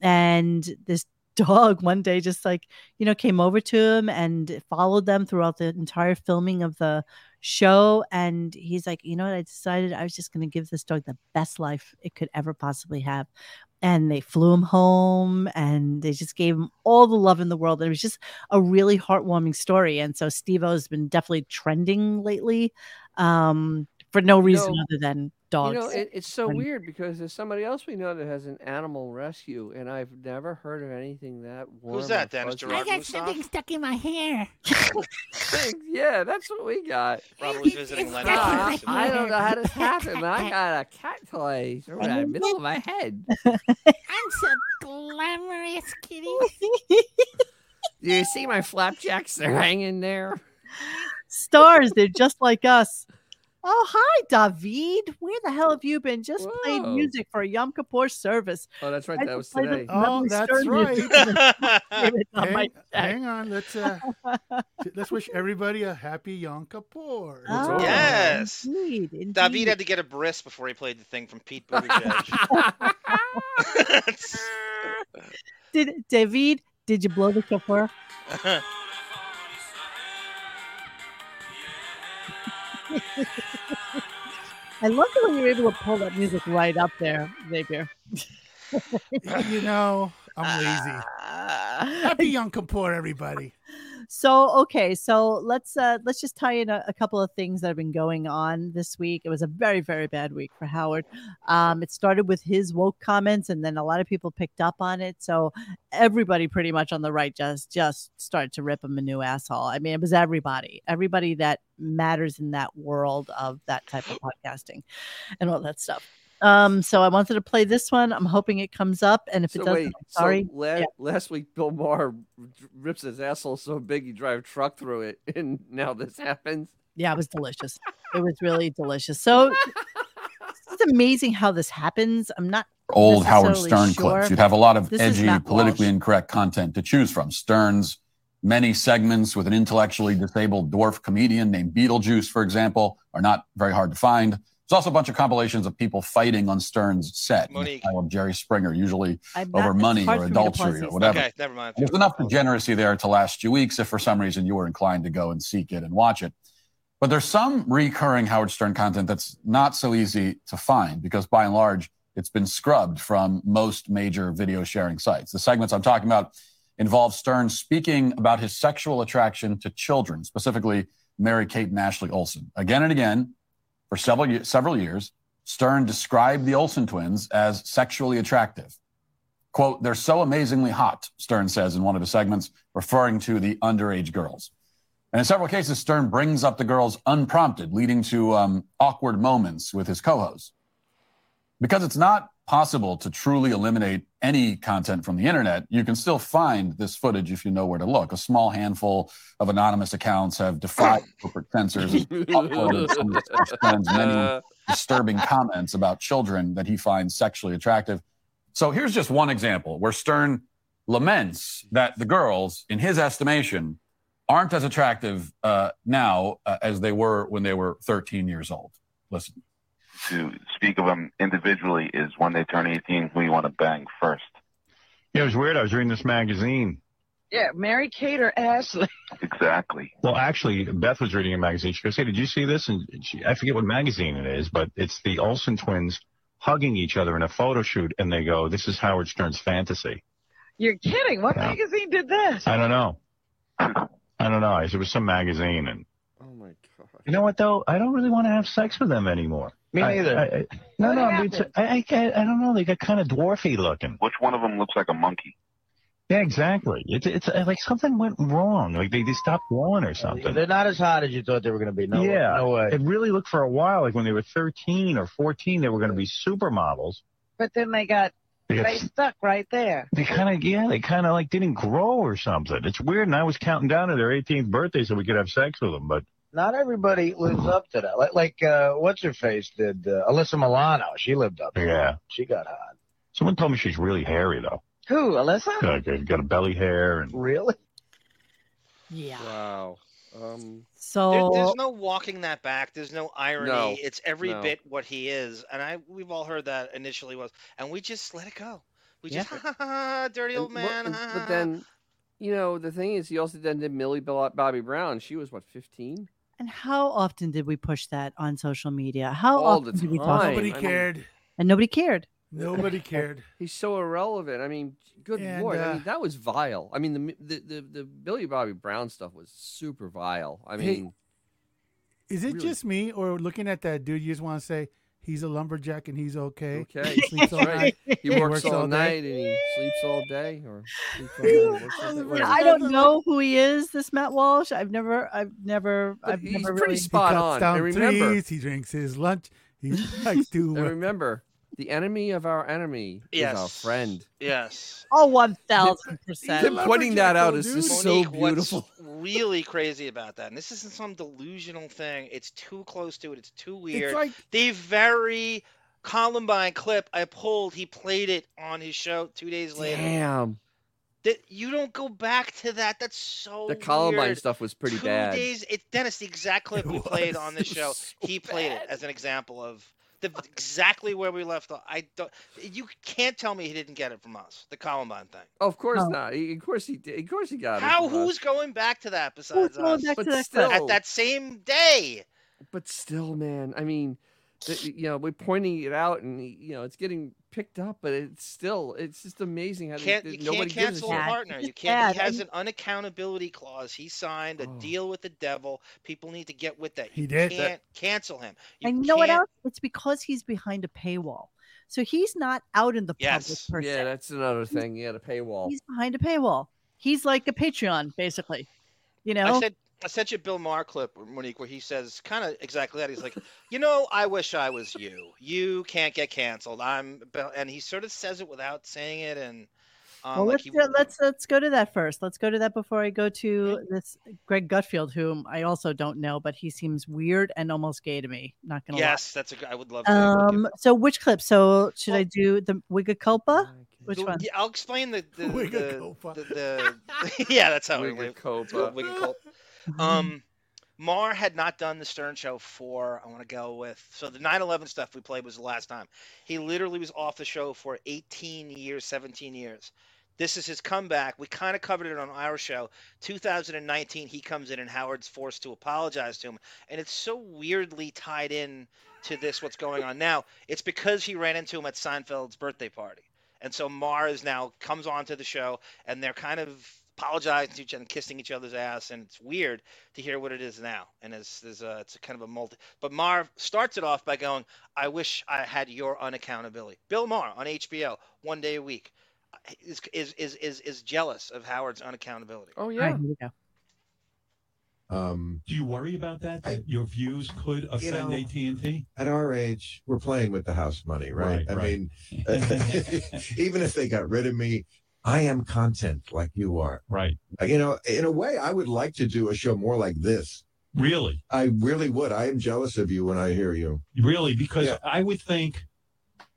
Speaker 1: And this dog one day just like, you know, came over to him and followed them throughout the entire filming of the show. And he's like, you know what? I decided I was just going to give this dog the best life it could ever possibly have and they flew him home and they just gave him all the love in the world. It was just a really heartwarming story. And so Steve O's been definitely trending lately um, for no reason
Speaker 5: know-
Speaker 1: other than dogs.
Speaker 5: You know, it, it's so
Speaker 1: And-
Speaker 5: weird because there's somebody else we know that has an animal rescue, and I've never heard of anything that warm.
Speaker 3: that,
Speaker 5: and
Speaker 3: Dennis
Speaker 5: fuzzy.
Speaker 3: I got Gerard something Mussoff?
Speaker 14: stuck in my hair.
Speaker 5: yeah, that's what we got.
Speaker 3: Probably visiting Lenny.
Speaker 5: Ah,
Speaker 3: Kravitz in
Speaker 5: I
Speaker 3: the-
Speaker 5: don't know how this happened. I got a cat toy over the middle of my head.
Speaker 14: I'm so glamorous, kitty.
Speaker 5: Do you see my flapjacks? They're hanging there.
Speaker 1: Stars, they're just like us. Oh, hi, David. Where the hell have you been? Just played
Speaker 5: Whoa.
Speaker 1: music for a Yom Kippur service.
Speaker 5: Oh, that's right.
Speaker 1: I
Speaker 5: That was
Speaker 1: just played
Speaker 5: today.
Speaker 1: the
Speaker 2: Oh,
Speaker 1: Leonard Stern music. It's on my
Speaker 2: hang,
Speaker 1: deck.
Speaker 2: hang on, let's uh, let's wish everybody a happy Yom Kippur.
Speaker 1: Oh,
Speaker 3: Yes.
Speaker 1: Indeed,
Speaker 3: David
Speaker 1: indeed.
Speaker 3: had to get a bris before he played the thing from Pete Buttigieg.
Speaker 1: Did David? Did you blow the chauffeur? I love it when you're able to pull that music right up there, Xavier.
Speaker 2: you know, I'm lazy. Happy Yom Kippur, everybody.
Speaker 1: so okay so let's uh let's just tie in a, a couple of things that have been going on this week it was a very very bad week for howard um it started with his woke comments and then a lot of people picked up on it so everybody pretty much on the right just just started to rip him a new asshole i mean it was everybody everybody that matters in that world of that type of podcasting and all that stuff um so i wanted to play this one i'm hoping it comes up and if it
Speaker 5: So
Speaker 1: doesn't
Speaker 5: wait,
Speaker 1: I'm sorry
Speaker 5: So la- last week Bill Maher r- rips his asshole so big he drive a truck through it, and now this happens.
Speaker 1: Yeah, it was delicious. it was really delicious. So it's amazing how this happens. I'm not
Speaker 15: old Howard
Speaker 1: necessarily
Speaker 15: Stern
Speaker 1: sure.
Speaker 15: clips. You'd have a lot of
Speaker 1: This is
Speaker 15: edgy,
Speaker 1: Matt
Speaker 15: politically incorrect content to choose from. Stern's many segments with an intellectually disabled dwarf comedian named Beetlejuice, for example, are not very hard to find. There's also a bunch of compilations of people fighting on Stern's set. in the
Speaker 3: Monique.
Speaker 15: style of Jerry Springer, usually
Speaker 3: I'm not-
Speaker 15: over
Speaker 3: it's
Speaker 15: money
Speaker 3: hard
Speaker 15: or
Speaker 3: for me to
Speaker 15: adultery
Speaker 3: process
Speaker 15: or
Speaker 3: that.
Speaker 15: whatever.
Speaker 3: Okay, never mind.
Speaker 15: There's enough degeneracy there to last you weeks if for some reason you were inclined to go and seek it and watch it. But there's some recurring Howard Stern content that's not so easy to find because by and large, it's been scrubbed from most major video sharing sites. The segments I'm talking about involve Stern speaking about his sexual attraction to children, specifically Mary Kate and Ashley Olsen. Again and again, for several, ye- several years, Stern described the Olsen twins as sexually attractive. Quote, they're so amazingly hot, Stern says in one of his segments, referring to the underage girls. And in several cases, Stern brings up the girls unprompted, leading to um, awkward moments with his co hosts. Because it's not possible to truly eliminate any content from the internet, you can still find this footage if you know where to look. A small handful of anonymous accounts have defied corporate censors and uploaded some of Stern's many disturbing comments about children that he finds sexually attractive. So here's just one example where Stern laments that the girls, in his estimation, aren't as attractive uh, now uh, as they were when they were 13 years old. Listen.
Speaker 16: to speak of them individually is when they turn 18, who you want to bang first.
Speaker 17: Yeah, it was weird. I was reading this magazine.
Speaker 18: Yeah, Mary Kate or Ashley.
Speaker 16: Exactly.
Speaker 17: Well, actually, Beth was reading a magazine. She goes, "Hey, did you see this?" And she, I forget what magazine it is, but it's the Olsen twins hugging each other in a photo shoot, and they go, "This is Howard Stern's fantasy."
Speaker 18: You're kidding. What magazine did this?
Speaker 17: I don't know. I don't know. It was some magazine, and oh my god. You know what though? I don't really want to have sex with them anymore.
Speaker 16: Me
Speaker 17: I-
Speaker 16: neither.
Speaker 17: I, I- no,
Speaker 16: What
Speaker 17: no. I, mean,
Speaker 16: happened?
Speaker 17: I, I, I I don't know. They got kind of dwarfy looking.
Speaker 16: Which one of them looks like a monkey?
Speaker 17: Yeah, exactly. It's it's uh, like something went wrong. Like they, they stopped growing or something.
Speaker 19: They're not as hot as you thought they were going to be. No,
Speaker 17: yeah,
Speaker 19: no way.
Speaker 17: It really looked for a while like when they were 13 or 14, they were going to be supermodels.
Speaker 18: But then they got
Speaker 17: They got
Speaker 18: they
Speaker 17: s-
Speaker 18: stuck right there.
Speaker 17: They kind of yeah, they kind of like didn't grow or something. It's weird. And I was counting down to their 18th birthday so we could have sex with them, but
Speaker 19: Not everybody lives up to that. Like, like uh, what's her face did? Uh, Alyssa Milano. She lived up. To
Speaker 17: yeah.
Speaker 19: that. She got hot.
Speaker 17: Someone told me she's really hairy though.
Speaker 18: Who? Alyssa?
Speaker 17: Like they've got a belly hair and
Speaker 19: Really?
Speaker 1: Yeah.
Speaker 5: Wow. Um.
Speaker 1: So
Speaker 3: Oh, There- there's no walking that back. There's no irony.
Speaker 5: No,
Speaker 3: it's every
Speaker 5: no.
Speaker 3: bit what he is, and I we've all heard that initially was, and we just let it go. We just ha ha ha, ha, dirty old
Speaker 5: And what-
Speaker 3: man.
Speaker 5: and-
Speaker 3: ha, ha,
Speaker 5: but then, you know, the thing is, he also then did Millie Bo- Bobby Brown. She was what 15.
Speaker 1: And how often did we push that on social media? How
Speaker 5: All the
Speaker 1: often did we talk?
Speaker 5: time.
Speaker 1: about
Speaker 5: Nobody
Speaker 1: it?
Speaker 5: cared.
Speaker 1: and nobody cared.
Speaker 2: Nobody cared.
Speaker 5: He's so irrelevant. I mean, good
Speaker 2: And,
Speaker 5: lord. I
Speaker 2: uh,
Speaker 5: mean, that was vile. I mean, the mi- the the, the Billy Bobby Brown stuff was super vile. I
Speaker 2: Hey,
Speaker 5: mean,
Speaker 2: Is it
Speaker 5: Really?
Speaker 2: just me, or looking at that dude, you just want to say he's a lumberjack and he's okay?
Speaker 5: okay,
Speaker 2: He sleeps all
Speaker 5: right.
Speaker 2: night.
Speaker 5: He works, all,
Speaker 2: day.
Speaker 5: night and he sleeps all day, or sleeps all night, and works all day,
Speaker 1: You know,
Speaker 5: whatever.
Speaker 1: I don't know who he is, this Matt Walsh. I've never, I've never,
Speaker 5: But
Speaker 1: I've
Speaker 5: he's
Speaker 1: never
Speaker 5: pretty
Speaker 1: really.
Speaker 5: spot
Speaker 2: he cuts
Speaker 5: on.
Speaker 2: Down
Speaker 5: And remember-
Speaker 2: trees, he drinks his lunch. He likes to.
Speaker 5: And
Speaker 2: uh,
Speaker 5: remember, The enemy of our enemy is our
Speaker 3: Yes.
Speaker 5: friend.
Speaker 3: Yes.
Speaker 1: Oh, one thousand percent.
Speaker 5: Him putting that out is just so
Speaker 3: Monique,
Speaker 5: beautiful.
Speaker 3: What's really crazy about that, and this isn't some delusional thing. It's too close to it. It's too weird.
Speaker 2: like-
Speaker 3: the very Columbine clip I pulled. He played it on his show two days later.
Speaker 5: Damn,
Speaker 3: That you don't go back to that. That's so
Speaker 5: the Columbine
Speaker 3: weird.
Speaker 5: stuff was pretty
Speaker 3: Two
Speaker 5: bad.
Speaker 3: days. It's Dennis. The exact clip we played
Speaker 5: was.
Speaker 3: on this
Speaker 5: It was
Speaker 3: show. he played it as an example of the exactly where we left off. I don't. You can't tell me he didn't get it from us. The Columbine thing.
Speaker 5: Of course not. He- Of course he did. Of course he got it.
Speaker 3: Oh. How?
Speaker 5: from us.
Speaker 3: Who's going back to that besides
Speaker 5: going
Speaker 3: us?
Speaker 5: back But to that clip?
Speaker 3: at that same day.
Speaker 5: But still, man. I mean, th- you know, we're pointing it out, and you know, it's getting picked up. But it's still, it's just amazing how they-
Speaker 3: Can't,
Speaker 5: that
Speaker 3: you
Speaker 5: nobody
Speaker 3: can't cancel a
Speaker 5: gives a shit.
Speaker 3: partner. You can't. He has an unaccountability clause. He signed
Speaker 5: Oh.
Speaker 3: a deal with the devil. People need to get with that.
Speaker 2: He
Speaker 3: You
Speaker 2: did.
Speaker 3: Can't cancel him. You
Speaker 1: and you know what
Speaker 3: can't-
Speaker 1: else? It's because he's behind a paywall. So he's not out in the
Speaker 5: Yes. Yeah, that's another thing. Yeah, the paywall.
Speaker 1: he's behind a paywall. He's like a Patreon, basically. You know?
Speaker 3: I said I sent you a Bill Maher clip, Monique, where he says kind of exactly that. He's like, you know, I wish I was you. You can't get canceled. I'm, Bill," and he sort of says it without saying it, and um,
Speaker 1: well,
Speaker 3: like
Speaker 1: let's,
Speaker 3: he,
Speaker 1: go- let's let's go to that first. Let's go to that before I go to this Greg Gutfield, whom I also don't know, but he seems weird and almost gay to me. Not gonna
Speaker 3: yes, that's a. g- I would love.
Speaker 5: Uh,
Speaker 1: lie. Um. So which clip? So should I do the Wigaculpa? Which
Speaker 3: The-
Speaker 1: one?
Speaker 3: yeah, I'll explain the the, the, the, the- yeah, that's how we
Speaker 5: Wigacopa.
Speaker 3: Um, Mar had not done the Stern Show for I want to go with so the 9/11 stuff we played was the last time. He literally was off the show for 18 years, 17 years. This is his comeback. We kind of covered it on our show. 2019, he comes in and Howard's forced to apologize to him, and it's so weirdly tied in to this what's going on now. It's because he ran into him at Seinfeld's birthday party. And so Mars now comes onto the show, and they're kind of apologizing to each other, and kissing each other's ass, and it's weird to hear what it is now. And it's there's a, it's a kind of a multi. But Mar starts it off by going, "I wish I had your unaccountability." Bill Maher on HBO, one day a week, is is is is, is jealous of Howard's unaccountability.
Speaker 5: Oh
Speaker 1: Alright, here we go.
Speaker 20: Um,
Speaker 7: Do you worry about that? That your views could offend
Speaker 20: know,
Speaker 7: AT&T?
Speaker 20: at our age, we're playing with the house money, right?
Speaker 7: Right,
Speaker 20: I
Speaker 7: right.
Speaker 20: mean, even if they got rid of me, I am content like you are.
Speaker 7: Right.
Speaker 20: You know, in a way, I would like to do a show more like this.
Speaker 7: Really?
Speaker 20: I really would. I am jealous of you when I hear you.
Speaker 7: Really? Because I would think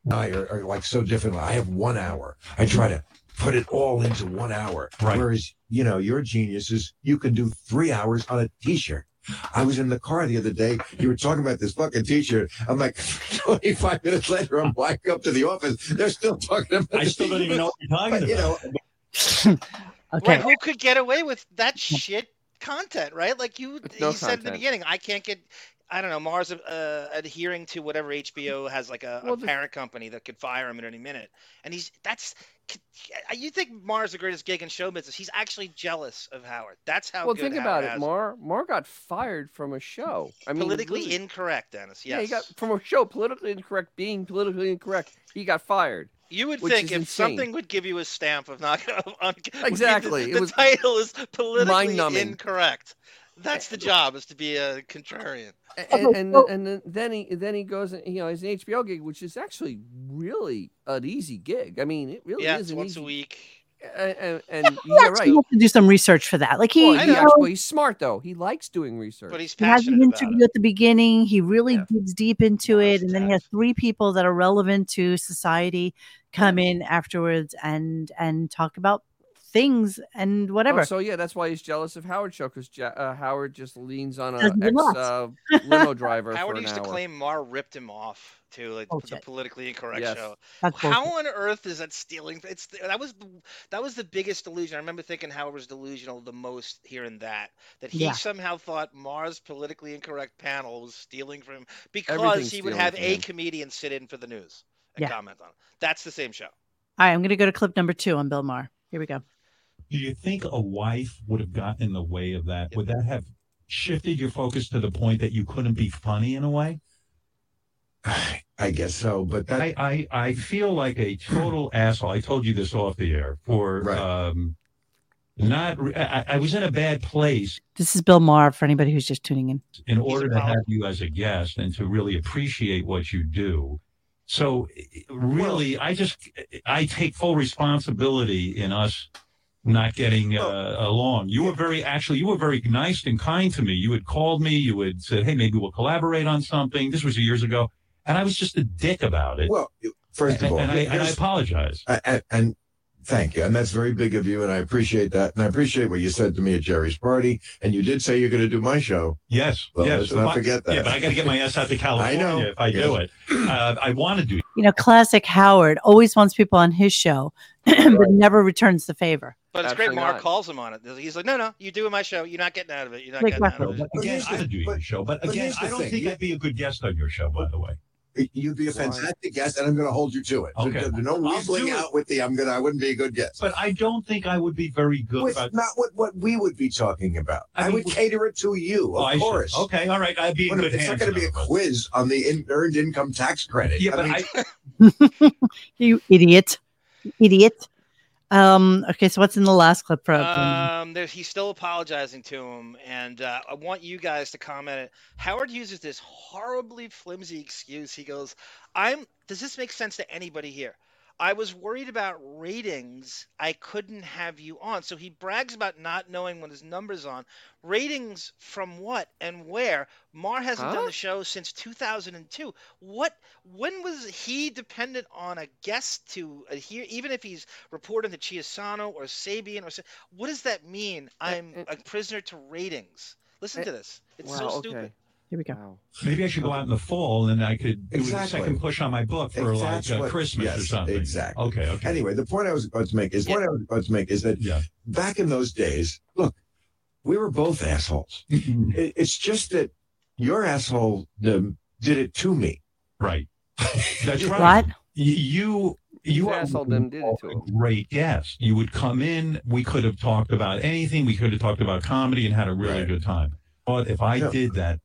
Speaker 20: I are, are like so different. I have one hour. I try to put it all into one hour. Right. Whereas, you know, your genius is you can do three hours on a t-shirt. I was in the car the other day. You were talking about this fucking t-shirt. I'm like, 25 minutes later, I'm back up to the office. They're still talking about
Speaker 7: I still don't even know what you're talking
Speaker 20: But, you know,
Speaker 7: about.
Speaker 3: Right, who could get away with that shit content, right? Like you,
Speaker 5: no
Speaker 3: you said in the
Speaker 5: content.
Speaker 3: beginning, I can't get. I don't know. Mars uh, adhering to whatever HBO has, like a, a parent company that could fire him at any minute, and he's that's. You think Mars the greatest gig in show business? He's actually jealous of Howard. That's how.
Speaker 5: well,
Speaker 3: good
Speaker 5: think
Speaker 3: Howard
Speaker 5: about it.
Speaker 3: has
Speaker 5: Mar Mar got fired from a show. I mean,
Speaker 3: Politically
Speaker 5: really-
Speaker 3: incorrect, Dennis. Yes.
Speaker 5: Yeah, he got from a show politically incorrect, being politically incorrect. He got fired.
Speaker 3: You would
Speaker 5: which
Speaker 3: think
Speaker 5: is
Speaker 3: if
Speaker 5: insane.
Speaker 3: something would give you a stamp of not of un-
Speaker 5: Exactly,
Speaker 3: The,
Speaker 5: it
Speaker 3: the
Speaker 5: was
Speaker 3: title is politically
Speaker 5: mind-numbing.
Speaker 3: incorrect. That's the job is to be a contrarian.
Speaker 5: A- and and, and then- then he then he goes and you know it's an HBO gig, which is actually really an easy gig. I mean, it really
Speaker 3: yeah,
Speaker 5: is
Speaker 3: it's
Speaker 5: an
Speaker 3: once
Speaker 5: easy.
Speaker 3: a week.
Speaker 5: And, and, and yeah,
Speaker 1: Actually,
Speaker 5: right.
Speaker 1: you have to do some research for that. Like he,
Speaker 5: Well,
Speaker 1: you
Speaker 5: he
Speaker 1: know,
Speaker 5: actually- he's smart though. He likes doing research.
Speaker 3: Oh, But he's
Speaker 1: He has an interview at the beginning. He really digs deep into it, and then he has three people that are relevant to society come in afterwards and and talk about things and whatever.
Speaker 5: Oh, so yeah, that's why he's jealous of Howard show because uh, Howard just leans on a
Speaker 1: Doesn't give
Speaker 5: ex
Speaker 1: lots.
Speaker 5: uh, limo driver
Speaker 3: Howard
Speaker 5: for an
Speaker 3: used
Speaker 5: hour.
Speaker 3: to claim Mar ripped him off to like the
Speaker 5: Bullshit.
Speaker 3: politically incorrect
Speaker 5: Yes.
Speaker 3: show.
Speaker 5: Oh, That's
Speaker 3: How
Speaker 5: bullshit.
Speaker 3: on earth is that stealing? It's that was the, that was the biggest delusion. I remember thinking Howard was delusional the most here in that that he
Speaker 5: Yeah.
Speaker 3: somehow thought Mars politically incorrect panel was stealing from him because
Speaker 5: Everything's
Speaker 3: he would
Speaker 5: stealing
Speaker 3: have
Speaker 5: from
Speaker 3: a
Speaker 5: him.
Speaker 3: comedian sit in for the news and
Speaker 1: Yeah.
Speaker 3: comment on it. That's the same show.
Speaker 1: All right, I'm going to go to clip number two on Bill Maher. Here we go.
Speaker 7: Do you think a wife would have gotten in the way of that? Would that have shifted your focus to the point that you couldn't be funny in a way?
Speaker 20: I guess so, but that,
Speaker 7: I, I, I feel like a total asshole. I told you this off the air for um, not. re- I, I was in a bad place
Speaker 1: This is Bill Maher for anybody who's just tuning in.
Speaker 7: in order to have you as a guest and to really appreciate what you do.
Speaker 4: So i- really, I just I take full responsibility in us not getting
Speaker 20: Oh.
Speaker 4: uh, along. You were very actually you were very nice and kind to me. You had called me. You had said, "Hey, maybe we'll collaborate on something." This was years ago, and I was just a dick about it.
Speaker 20: Well, first of all,
Speaker 4: and, I, and I
Speaker 20: here's-
Speaker 4: apologize.
Speaker 20: I- and, and thank you. And that's very big of you. And I appreciate that. And I appreciate what you said to me at Jerry's party. And you did say you're going to do my show.
Speaker 4: Yes.
Speaker 20: Well,
Speaker 4: yes.
Speaker 20: let's not
Speaker 4: But-
Speaker 20: forget that.
Speaker 4: Yeah, but I got to get my ass out to California
Speaker 20: I know.
Speaker 4: if I do
Speaker 20: Yes.
Speaker 4: it. Uh, I want to do.
Speaker 1: You know, classic Howard always wants people on his show, but never returns the favor.
Speaker 3: But it's great.
Speaker 1: Absolutely
Speaker 3: Mark
Speaker 1: not.
Speaker 3: calls him on it. He's like, "No, no, you do my show. You're not getting out of it. You're not
Speaker 1: Like
Speaker 3: getting out of it."
Speaker 4: But again, I would do your show, but
Speaker 20: but
Speaker 4: again,
Speaker 20: here's the
Speaker 4: I don't
Speaker 20: thing.
Speaker 4: think I'd be a good guest on your show. By the way,
Speaker 20: You'd be a
Speaker 4: Why?
Speaker 20: fantastic guest, and I'm going to hold you to it.
Speaker 4: Okay.
Speaker 20: There's no weaseling out with the I'm going to, I wouldn't be a good guest.
Speaker 4: But I don't think I would be very good
Speaker 20: With
Speaker 4: about-
Speaker 20: not what, what we would be talking about. I, would cater it to you,
Speaker 4: Oh, I
Speaker 20: of
Speaker 4: see.
Speaker 20: course.
Speaker 4: Okay, all right, I'd be in
Speaker 20: What if-
Speaker 4: good
Speaker 20: It's
Speaker 4: hands
Speaker 20: not going to be a quiz on the in, earned income tax credit.
Speaker 1: Yeah, but
Speaker 20: mean,
Speaker 1: you idiot. You Idiot. Um, okay, so what's in the last clip for
Speaker 5: Uh,
Speaker 3: Um, there's, he's still apologizing to him, and uh, I want you guys to comment. It. Howard uses this horribly flimsy excuse. He goes, "I'm. Does this make sense to anybody here? I was worried about ratings. I couldn't have you on." So he brags about not knowing when his numbers on ratings from what and where. Mar hasn't done
Speaker 6: Huh?
Speaker 3: the show since 2002. What? When was he dependent on a guest to adhere? Even if he's reporting to Chiasano or Sabian or Sa- what does that mean?
Speaker 5: Eh,
Speaker 3: I'm a prisoner to ratings. Listen to this. It's so
Speaker 1: Wow,
Speaker 3: stupid.
Speaker 1: Here we go.
Speaker 4: Maybe I should go out in the fall and I could do a
Speaker 20: Exactly.
Speaker 4: second push on my book for
Speaker 20: If
Speaker 4: like
Speaker 20: that's
Speaker 4: uh,
Speaker 20: what-
Speaker 4: Christmas or
Speaker 20: yes,
Speaker 4: something.
Speaker 20: Exactly.
Speaker 4: Okay. Okay.
Speaker 20: Anyway, the point I was about to make is what I was about to make is that back in those days, look, we were both assholes.
Speaker 19: Hmm.
Speaker 20: It- it's just that your asshole um, did it to me.
Speaker 4: Right. That's
Speaker 20: What?
Speaker 4: right. You you
Speaker 20: His
Speaker 4: are
Speaker 20: asshole
Speaker 5: done did it
Speaker 4: a great guest. You would come in. We could have talked about anything. We could have talked about comedy and had a really good time. But if I
Speaker 20: Yeah.
Speaker 4: did that,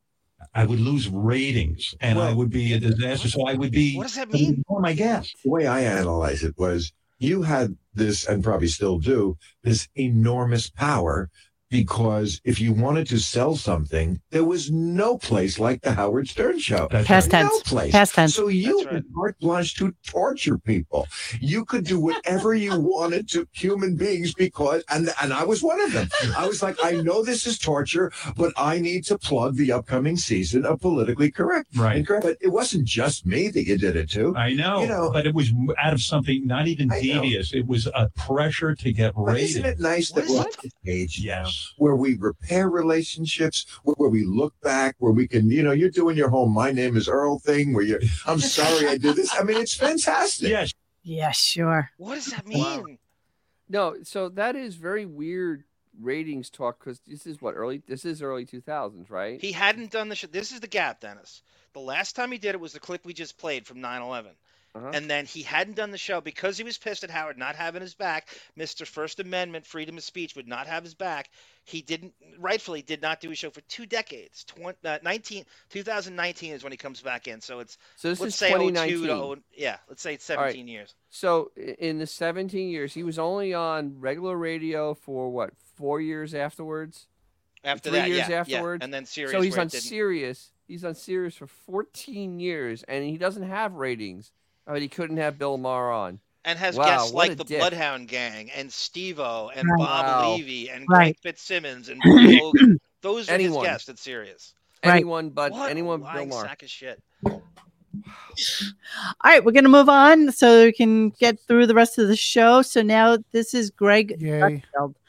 Speaker 4: I would lose ratings and I would be a disaster. So I would be. What does that mean? Oh my guess.
Speaker 20: The way I analyze it was you had this, and probably still do, this enormous power because if you wanted to sell something, there was no place like the Howard Stern Show.
Speaker 1: That's Past right.
Speaker 20: No
Speaker 1: tense.
Speaker 20: place.
Speaker 1: Past tense.
Speaker 20: So you had carte blanche to torture people. You could do whatever you wanted to human beings because, and, and I was one of them. I was like, I know this is torture, but I need to plug the upcoming season of Politically Correct.
Speaker 4: Right.
Speaker 20: And correct. But it wasn't just me that you did it to.
Speaker 4: I know,
Speaker 20: You know,
Speaker 4: but it was out of something not even devious. It was a pressure to get
Speaker 20: But
Speaker 4: ratings.
Speaker 20: isn't it nice that we're at this age yes. where we repair relationships, where, where we look back, where we can, you know, you're doing your whole "my name is Earl" thing, where you're, I'm sorry I did this. I mean, it's fantastic.
Speaker 4: Yes.
Speaker 1: Yeah, sure.
Speaker 3: What does that
Speaker 5: Wow. No, so that is very weird ratings talk because this is what early. This is early two thousands, right?
Speaker 3: He hadn't done the show. This is the gap, Dennis. The last time he did it was the clip we just played from 9 11.
Speaker 5: Uh-huh.
Speaker 3: And then he hadn't done the show because he was pissed at Howard not having his back. Mr. First Amendment, freedom of speech would not have his back. He didn't, rightfully, did not do a show for two decades. Twen- uh, 19, 2019 is when he comes back in. So it's,
Speaker 5: So this
Speaker 3: let's
Speaker 5: is
Speaker 3: say 02
Speaker 5: 2019.
Speaker 3: to 0, yeah, let's say it's
Speaker 5: All right.
Speaker 3: 17 years.
Speaker 5: So i- in the 17 years, he was only on regular radio for what four years afterwards.
Speaker 3: After
Speaker 5: Three
Speaker 3: that,
Speaker 5: years
Speaker 3: yeah, yeah,
Speaker 5: afterwards,
Speaker 3: and then Sirius
Speaker 5: So he's
Speaker 3: where it
Speaker 5: on
Speaker 3: didn't-
Speaker 5: serious. He's on serious for 14 years, and he doesn't have ratings. I mean, he couldn't have Bill Maher on.
Speaker 3: And has
Speaker 5: Wow,
Speaker 3: guests
Speaker 5: what
Speaker 3: like
Speaker 5: a
Speaker 3: the
Speaker 5: dick.
Speaker 3: Bloodhound Gang and Steve O and
Speaker 5: Right.
Speaker 3: Bob
Speaker 5: Wow.
Speaker 3: Levy and
Speaker 5: Right.
Speaker 3: Greg Fitzsimmons and Bill Hogan. Those are
Speaker 5: Anyone.
Speaker 3: his guests at Sirius.
Speaker 5: Anyone but
Speaker 3: What a
Speaker 5: anyone but Bill
Speaker 3: lying
Speaker 5: Maher.
Speaker 3: sack of shit.
Speaker 1: All right, we're going to move on so we can get through the rest of the show. So now this is Greg. Gutfeld.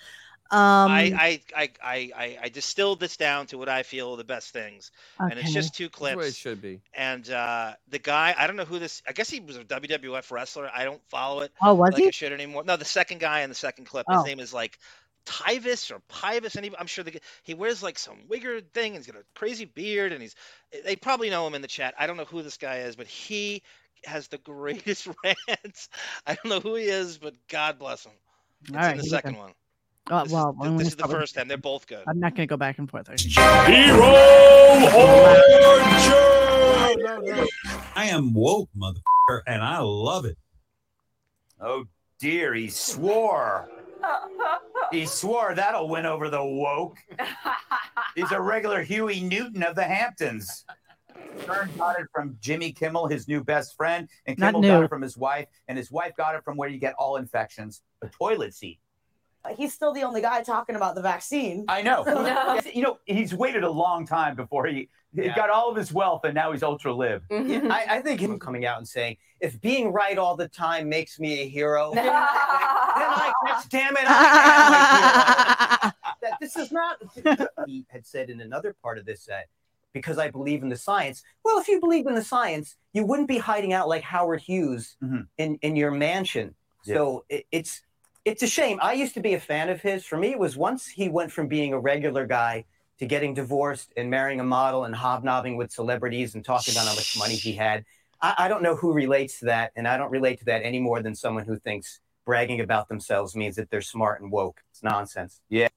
Speaker 1: Um,
Speaker 3: I, I, I, I, I, I distilled this down to what I feel are the best things, and it's
Speaker 5: Okay.
Speaker 3: just two
Speaker 5: That's
Speaker 3: clips.
Speaker 5: the way it should be.
Speaker 3: And uh, the guy, I don't know who this. I guess he was a WWF wrestler. I don't follow it.
Speaker 1: Oh, was
Speaker 3: like I
Speaker 1: he?
Speaker 3: should anymore. No, the second guy in the second clip.
Speaker 1: Oh.
Speaker 3: His name is like Tyvis or Pivus. And he, I'm sure the, g- he wears like some wigger thing. And he's got a crazy beard, and he's. They probably know him in the chat. I don't know who this guy is, but he has the greatest rants. I don't know who he is, but God bless him. It's
Speaker 1: All right,
Speaker 3: in
Speaker 1: here
Speaker 3: the
Speaker 1: we
Speaker 3: second
Speaker 1: go.
Speaker 3: one.
Speaker 1: Oh, well, I'm gonna
Speaker 3: This is the
Speaker 1: start with-
Speaker 3: first time. They're both good.
Speaker 1: I'm not going to go back and forth. Okay.
Speaker 4: I am woke, motherfucker, and I love it.
Speaker 21: Oh dear, he swore. He swore that'll win over the woke. He's a regular Huey Newton of the Hamptons. Stern got it from Jimmy Kimmel, his new best friend, and
Speaker 1: Not
Speaker 21: Kimmel got
Speaker 1: new.
Speaker 21: it from his wife, and his wife got it from where you get all infections, a toilet seat.
Speaker 6: He's still the only guy talking about the vaccine.
Speaker 21: I know.
Speaker 6: No.
Speaker 21: You know, he's waited a long time before he, he
Speaker 22: Yeah.
Speaker 21: got all of his wealth, and now he's ultra live.
Speaker 22: I, I think him coming out and saying, if being right all the time makes me a hero, then I guess, damn it, I am a hero. That this is not, he had said in another part of this that because I believe in the science. Well, if you believe in the science, you wouldn't be hiding out like Howard Hughes in, in your mansion. So it, it's it's a shame. I used to be a fan of his. For me, it was once he went from being a regular guy to getting divorced and marrying a model and hobnobbing with celebrities and talking about how much money he had. I, I don't know who relates to that, and I don't relate to that any more than someone who thinks bragging about themselves means that they're smart and woke. It's nonsense. Yeah.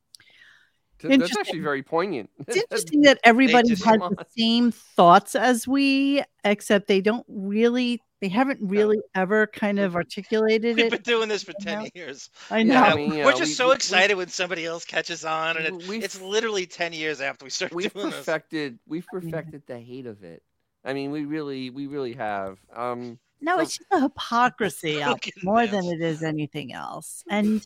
Speaker 5: That's actually very poignant.
Speaker 6: It's
Speaker 1: interesting that everybody had the same thoughts as we, except they don't really, they haven't really ever kind of articulated
Speaker 3: We've been
Speaker 1: it.
Speaker 3: doing this for ten years.
Speaker 1: I
Speaker 3: You
Speaker 1: know. Yeah, I
Speaker 5: mean, you
Speaker 3: We're
Speaker 5: know,
Speaker 3: just
Speaker 5: we-
Speaker 3: so
Speaker 5: we- we-
Speaker 3: excited when somebody else catches on, and it, it's literally ten years after we started
Speaker 5: We've
Speaker 3: doing this.
Speaker 5: perfected, we've perfected the hate of it. I mean, we really, we really have. Um,
Speaker 1: No, it's just a hypocrisy out there more than it is anything else. And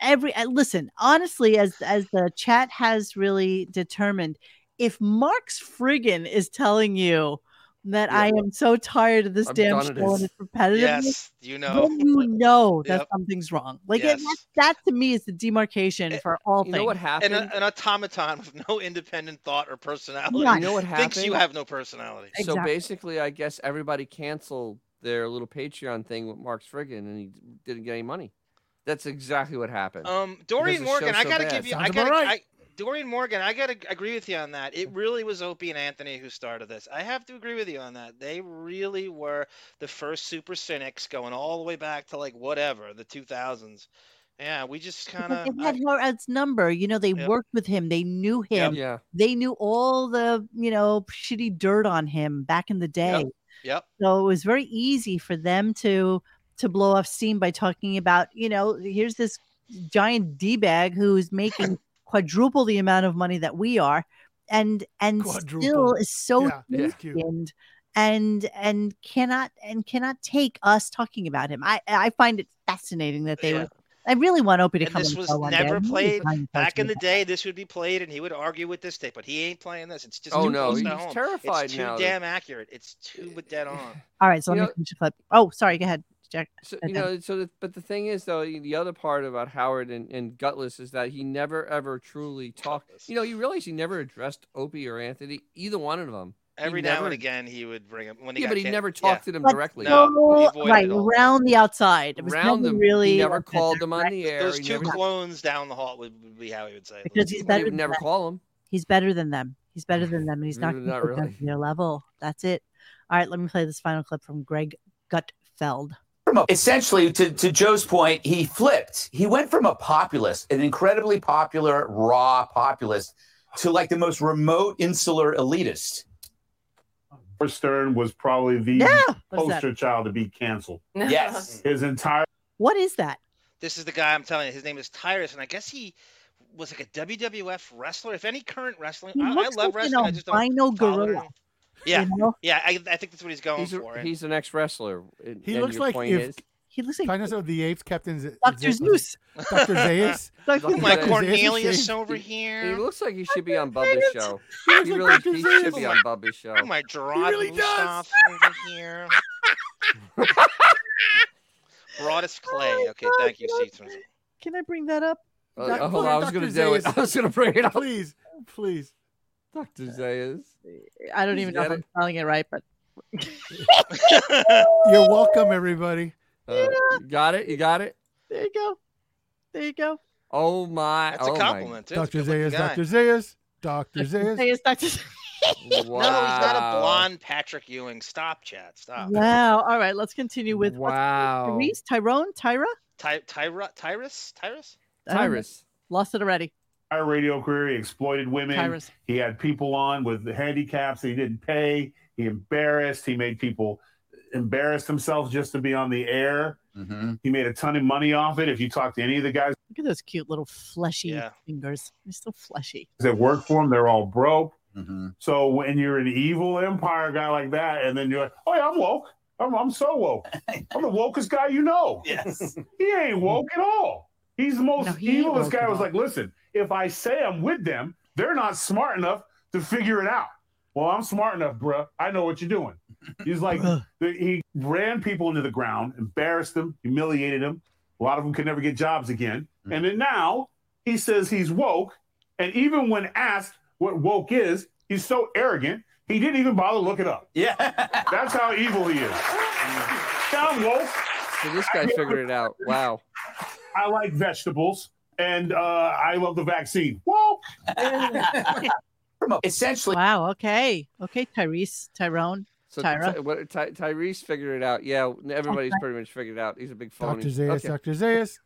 Speaker 1: every uh, listen, honestly, as as the chat has really determined, if Mark's friggin is telling you that I am so tired of this
Speaker 3: I'm
Speaker 1: damn
Speaker 3: done with
Speaker 1: show and
Speaker 3: this.
Speaker 1: it's repetitive,
Speaker 3: Yes, you know.
Speaker 1: then you know that
Speaker 3: Yep.
Speaker 1: something's wrong. Like it,
Speaker 3: Yes. Eh,
Speaker 1: that, that to me is the demarcation for all things.
Speaker 3: An, an automaton with no independent thought or personality.
Speaker 5: You know what
Speaker 3: Thinks you
Speaker 5: happened?
Speaker 3: have no personality.
Speaker 5: So basically, I guess everybody canceled their little Patreon thing with Mark Friggin, and he didn't get any money. That's exactly what happened.
Speaker 3: Um,
Speaker 5: Because
Speaker 3: Dorian
Speaker 5: the
Speaker 3: Morgan,
Speaker 5: show's
Speaker 3: I
Speaker 5: so
Speaker 3: gotta
Speaker 5: bad.
Speaker 3: give you, I gotta, I, Dorian Morgan, I gotta agree with you on that. It really was Opie and Anthony who started this. I have to agree with you on that. They really were the first super cynics, going all the way back to like whatever the 2000s. Yeah, we just kind
Speaker 1: Because
Speaker 3: of.
Speaker 1: they had Harald's number. You know, they
Speaker 3: Yep.
Speaker 1: worked with him. They knew him.
Speaker 5: Yeah.
Speaker 1: They knew all the, you know, shitty dirt on him back in the day.
Speaker 3: Yep.
Speaker 1: So it was very easy for them to to blow off steam by talking about, you know, here's this giant D bag who's making quadruple the amount of money that we are and and still
Speaker 2: Quadruple.
Speaker 1: is so
Speaker 2: Yeah, that's cute.
Speaker 1: thin-skinned and and cannot and cannot take us talking about him. I I find it fascinating that they were I really want Opie to
Speaker 3: And
Speaker 1: come.
Speaker 3: this
Speaker 1: and
Speaker 3: was
Speaker 1: go one day.
Speaker 3: never
Speaker 1: I'm really
Speaker 3: played
Speaker 1: trying to talk
Speaker 3: back
Speaker 1: to
Speaker 3: in
Speaker 1: you
Speaker 3: the day. This would be played, and he would argue with this tape, but he ain't playing this. It's just
Speaker 5: Oh,
Speaker 3: too
Speaker 5: no,
Speaker 3: close to
Speaker 5: he's
Speaker 3: home.
Speaker 5: terrified
Speaker 3: It's too
Speaker 5: now that- Uh,
Speaker 3: damn accurate. It's too dead on.
Speaker 1: All right, so
Speaker 5: You
Speaker 1: let me
Speaker 5: know-
Speaker 1: finish the clip. Oh, sorry, go ahead, Jack.
Speaker 5: So,
Speaker 1: Uh,
Speaker 5: you
Speaker 1: Dan.
Speaker 5: know, so the, but the thing is, though, the other part about Howard and, and Gutless is that he never ever truly talked. You know, you realize he never addressed Opie or Anthony, either one of them. He
Speaker 3: Every now
Speaker 5: never-
Speaker 3: and again, he would bring him when he
Speaker 5: Yeah,
Speaker 3: got
Speaker 5: but he
Speaker 3: kicked-
Speaker 5: never
Speaker 3: yeah.
Speaker 5: talked to them
Speaker 1: But
Speaker 5: directly.
Speaker 1: so-
Speaker 3: No, he avoided
Speaker 1: right,
Speaker 3: all that.
Speaker 1: round the outside. It was
Speaker 5: Round
Speaker 1: never
Speaker 5: them.
Speaker 1: really
Speaker 5: he never
Speaker 1: like that
Speaker 5: called them on
Speaker 1: direct-
Speaker 5: the air.
Speaker 3: Those
Speaker 5: he
Speaker 3: two
Speaker 5: never,
Speaker 3: clones down the hall would would be how he would say. it.
Speaker 1: because he's better.
Speaker 5: would
Speaker 1: than
Speaker 5: never
Speaker 1: them.
Speaker 5: call him.
Speaker 1: He's better than them. He's better than them, and he's not
Speaker 5: Mm,
Speaker 1: going
Speaker 5: not
Speaker 1: to put them
Speaker 5: really.
Speaker 1: to their level. That's it. All right, let me play this final clip from Greg Gutfeld.
Speaker 21: Essentially, to, to Joe's point, he flipped. He went from a populist, an incredibly popular, raw populist, to like the most remote, insular elitist.
Speaker 23: Howard Stern was probably the
Speaker 1: What is that?
Speaker 23: poster child to be canceled.
Speaker 1: Yes.
Speaker 23: His entire
Speaker 1: What is that?
Speaker 3: This is the guy I'm telling you. His name is Tyrus, and I guess he was like a WWF wrestler. If any current wrestling,
Speaker 1: He
Speaker 3: I, I
Speaker 1: looks like
Speaker 3: love wrestling. I
Speaker 1: an
Speaker 3: just don't.
Speaker 1: albino
Speaker 3: follow it
Speaker 1: gorilla.
Speaker 3: around. Yeah,
Speaker 1: know?
Speaker 3: yeah. I, I think that's what he's going
Speaker 5: He's,
Speaker 3: for. eh?
Speaker 5: a,
Speaker 3: and-
Speaker 5: he's an ex wrestler.
Speaker 2: He looks like
Speaker 5: point
Speaker 2: if
Speaker 5: is,
Speaker 1: he looks like
Speaker 2: Planet of the Apes Captain Z-
Speaker 5: Dr.
Speaker 2: Z- was
Speaker 5: Zeus.
Speaker 2: it Dr. Zeus.
Speaker 5: Dr.
Speaker 2: Dr.
Speaker 5: My
Speaker 2: Zeus.
Speaker 3: Cornelius
Speaker 2: Zeus.
Speaker 3: over
Speaker 5: he
Speaker 3: here.
Speaker 5: looks like he should be on Bubba's show.
Speaker 2: He
Speaker 5: He
Speaker 2: looks like
Speaker 5: really
Speaker 2: Dr.
Speaker 5: he should
Speaker 2: Zeus.
Speaker 5: be on Bubba's show.
Speaker 3: Oh, My Gerard
Speaker 2: really does.
Speaker 3: Lustoff over here.
Speaker 1: Oh,
Speaker 3: Broad as clay. Okay, thank you, Citron.
Speaker 1: Can I bring that up?
Speaker 5: Uh,
Speaker 1: Doc-
Speaker 5: hold on, I was
Speaker 2: Dr.
Speaker 5: gonna do it.
Speaker 2: Zeus.
Speaker 5: I was gonna bring it up.
Speaker 2: Please, please.
Speaker 5: Dr. Zayas.
Speaker 1: I don't
Speaker 5: Is
Speaker 1: even know
Speaker 5: that
Speaker 1: if I'm spelling it right, but
Speaker 2: You're welcome, everybody.
Speaker 5: Uh, you got it. You got it.
Speaker 1: there you go. There you go.
Speaker 5: Oh my!
Speaker 3: That's a
Speaker 5: oh my-
Speaker 3: compliment, too. That's a
Speaker 2: Dr.
Speaker 3: good-looking
Speaker 2: Zeus,
Speaker 3: guy.
Speaker 2: Dr. Zeus, Dr. Zeus.
Speaker 1: Hey, it's Dr. Z-
Speaker 5: Wow.
Speaker 3: No, he's not a blonde Patrick Ewing. Stop, chat. Stop.
Speaker 1: wow. All right, let's continue with what's her name?
Speaker 5: Wow.
Speaker 1: Therese, Tyrone, Tyra.
Speaker 3: Ty- Tyra, Tyrus, Tyrus.
Speaker 1: I don't know. Lost it already.
Speaker 23: entire radio career. He exploited women.
Speaker 1: Tyrus.
Speaker 23: He had people on with handicaps that he didn't pay. He embarrassed. He made people embarrass themselves just to be on the air.
Speaker 5: Mm-hmm.
Speaker 23: He made a ton of money off it. If you talk to any of the guys
Speaker 1: Look at those cute little fleshy fingers. They're so fleshy.
Speaker 23: that work for him, they're all broke. So when you're an evil empire guy like that, and then you're like, oh yeah, I'm woke. I'm, I'm so woke. I'm the wokest guy you know.
Speaker 21: Yes.
Speaker 23: he ain't woke at all. He's the most
Speaker 21: No, he ain't
Speaker 23: evilest
Speaker 21: woke
Speaker 23: guy
Speaker 21: at
Speaker 23: was
Speaker 21: all.
Speaker 23: like, listen, if I say I'm with them, they're not smart enough to figure it out. Well, I'm smart enough, bruh. I know what you're doing. He's like, he ran people into the ground, embarrassed them, humiliated them. A lot of them could never get jobs again.
Speaker 5: Mm.
Speaker 23: And then now he says he's woke. And even when asked what woke is, he's so arrogant, he didn't even bother to look it up.
Speaker 21: Yeah.
Speaker 23: That's how evil he is. Down woke.
Speaker 5: So this guy figured it out. Wow.
Speaker 23: I like vegetables and uh, I love the vaccine. Woke.
Speaker 21: essentially.
Speaker 1: Wow. Okay. Okay, Tyrese, Tyrone,
Speaker 5: So
Speaker 1: Tyra.
Speaker 5: Ty- what, Ty- Tyrese figured it out. Yeah, everybody's pretty much figured it out. He's a big phony.
Speaker 2: Dr. Zayas,
Speaker 5: Okay.
Speaker 2: Dr. Zayas.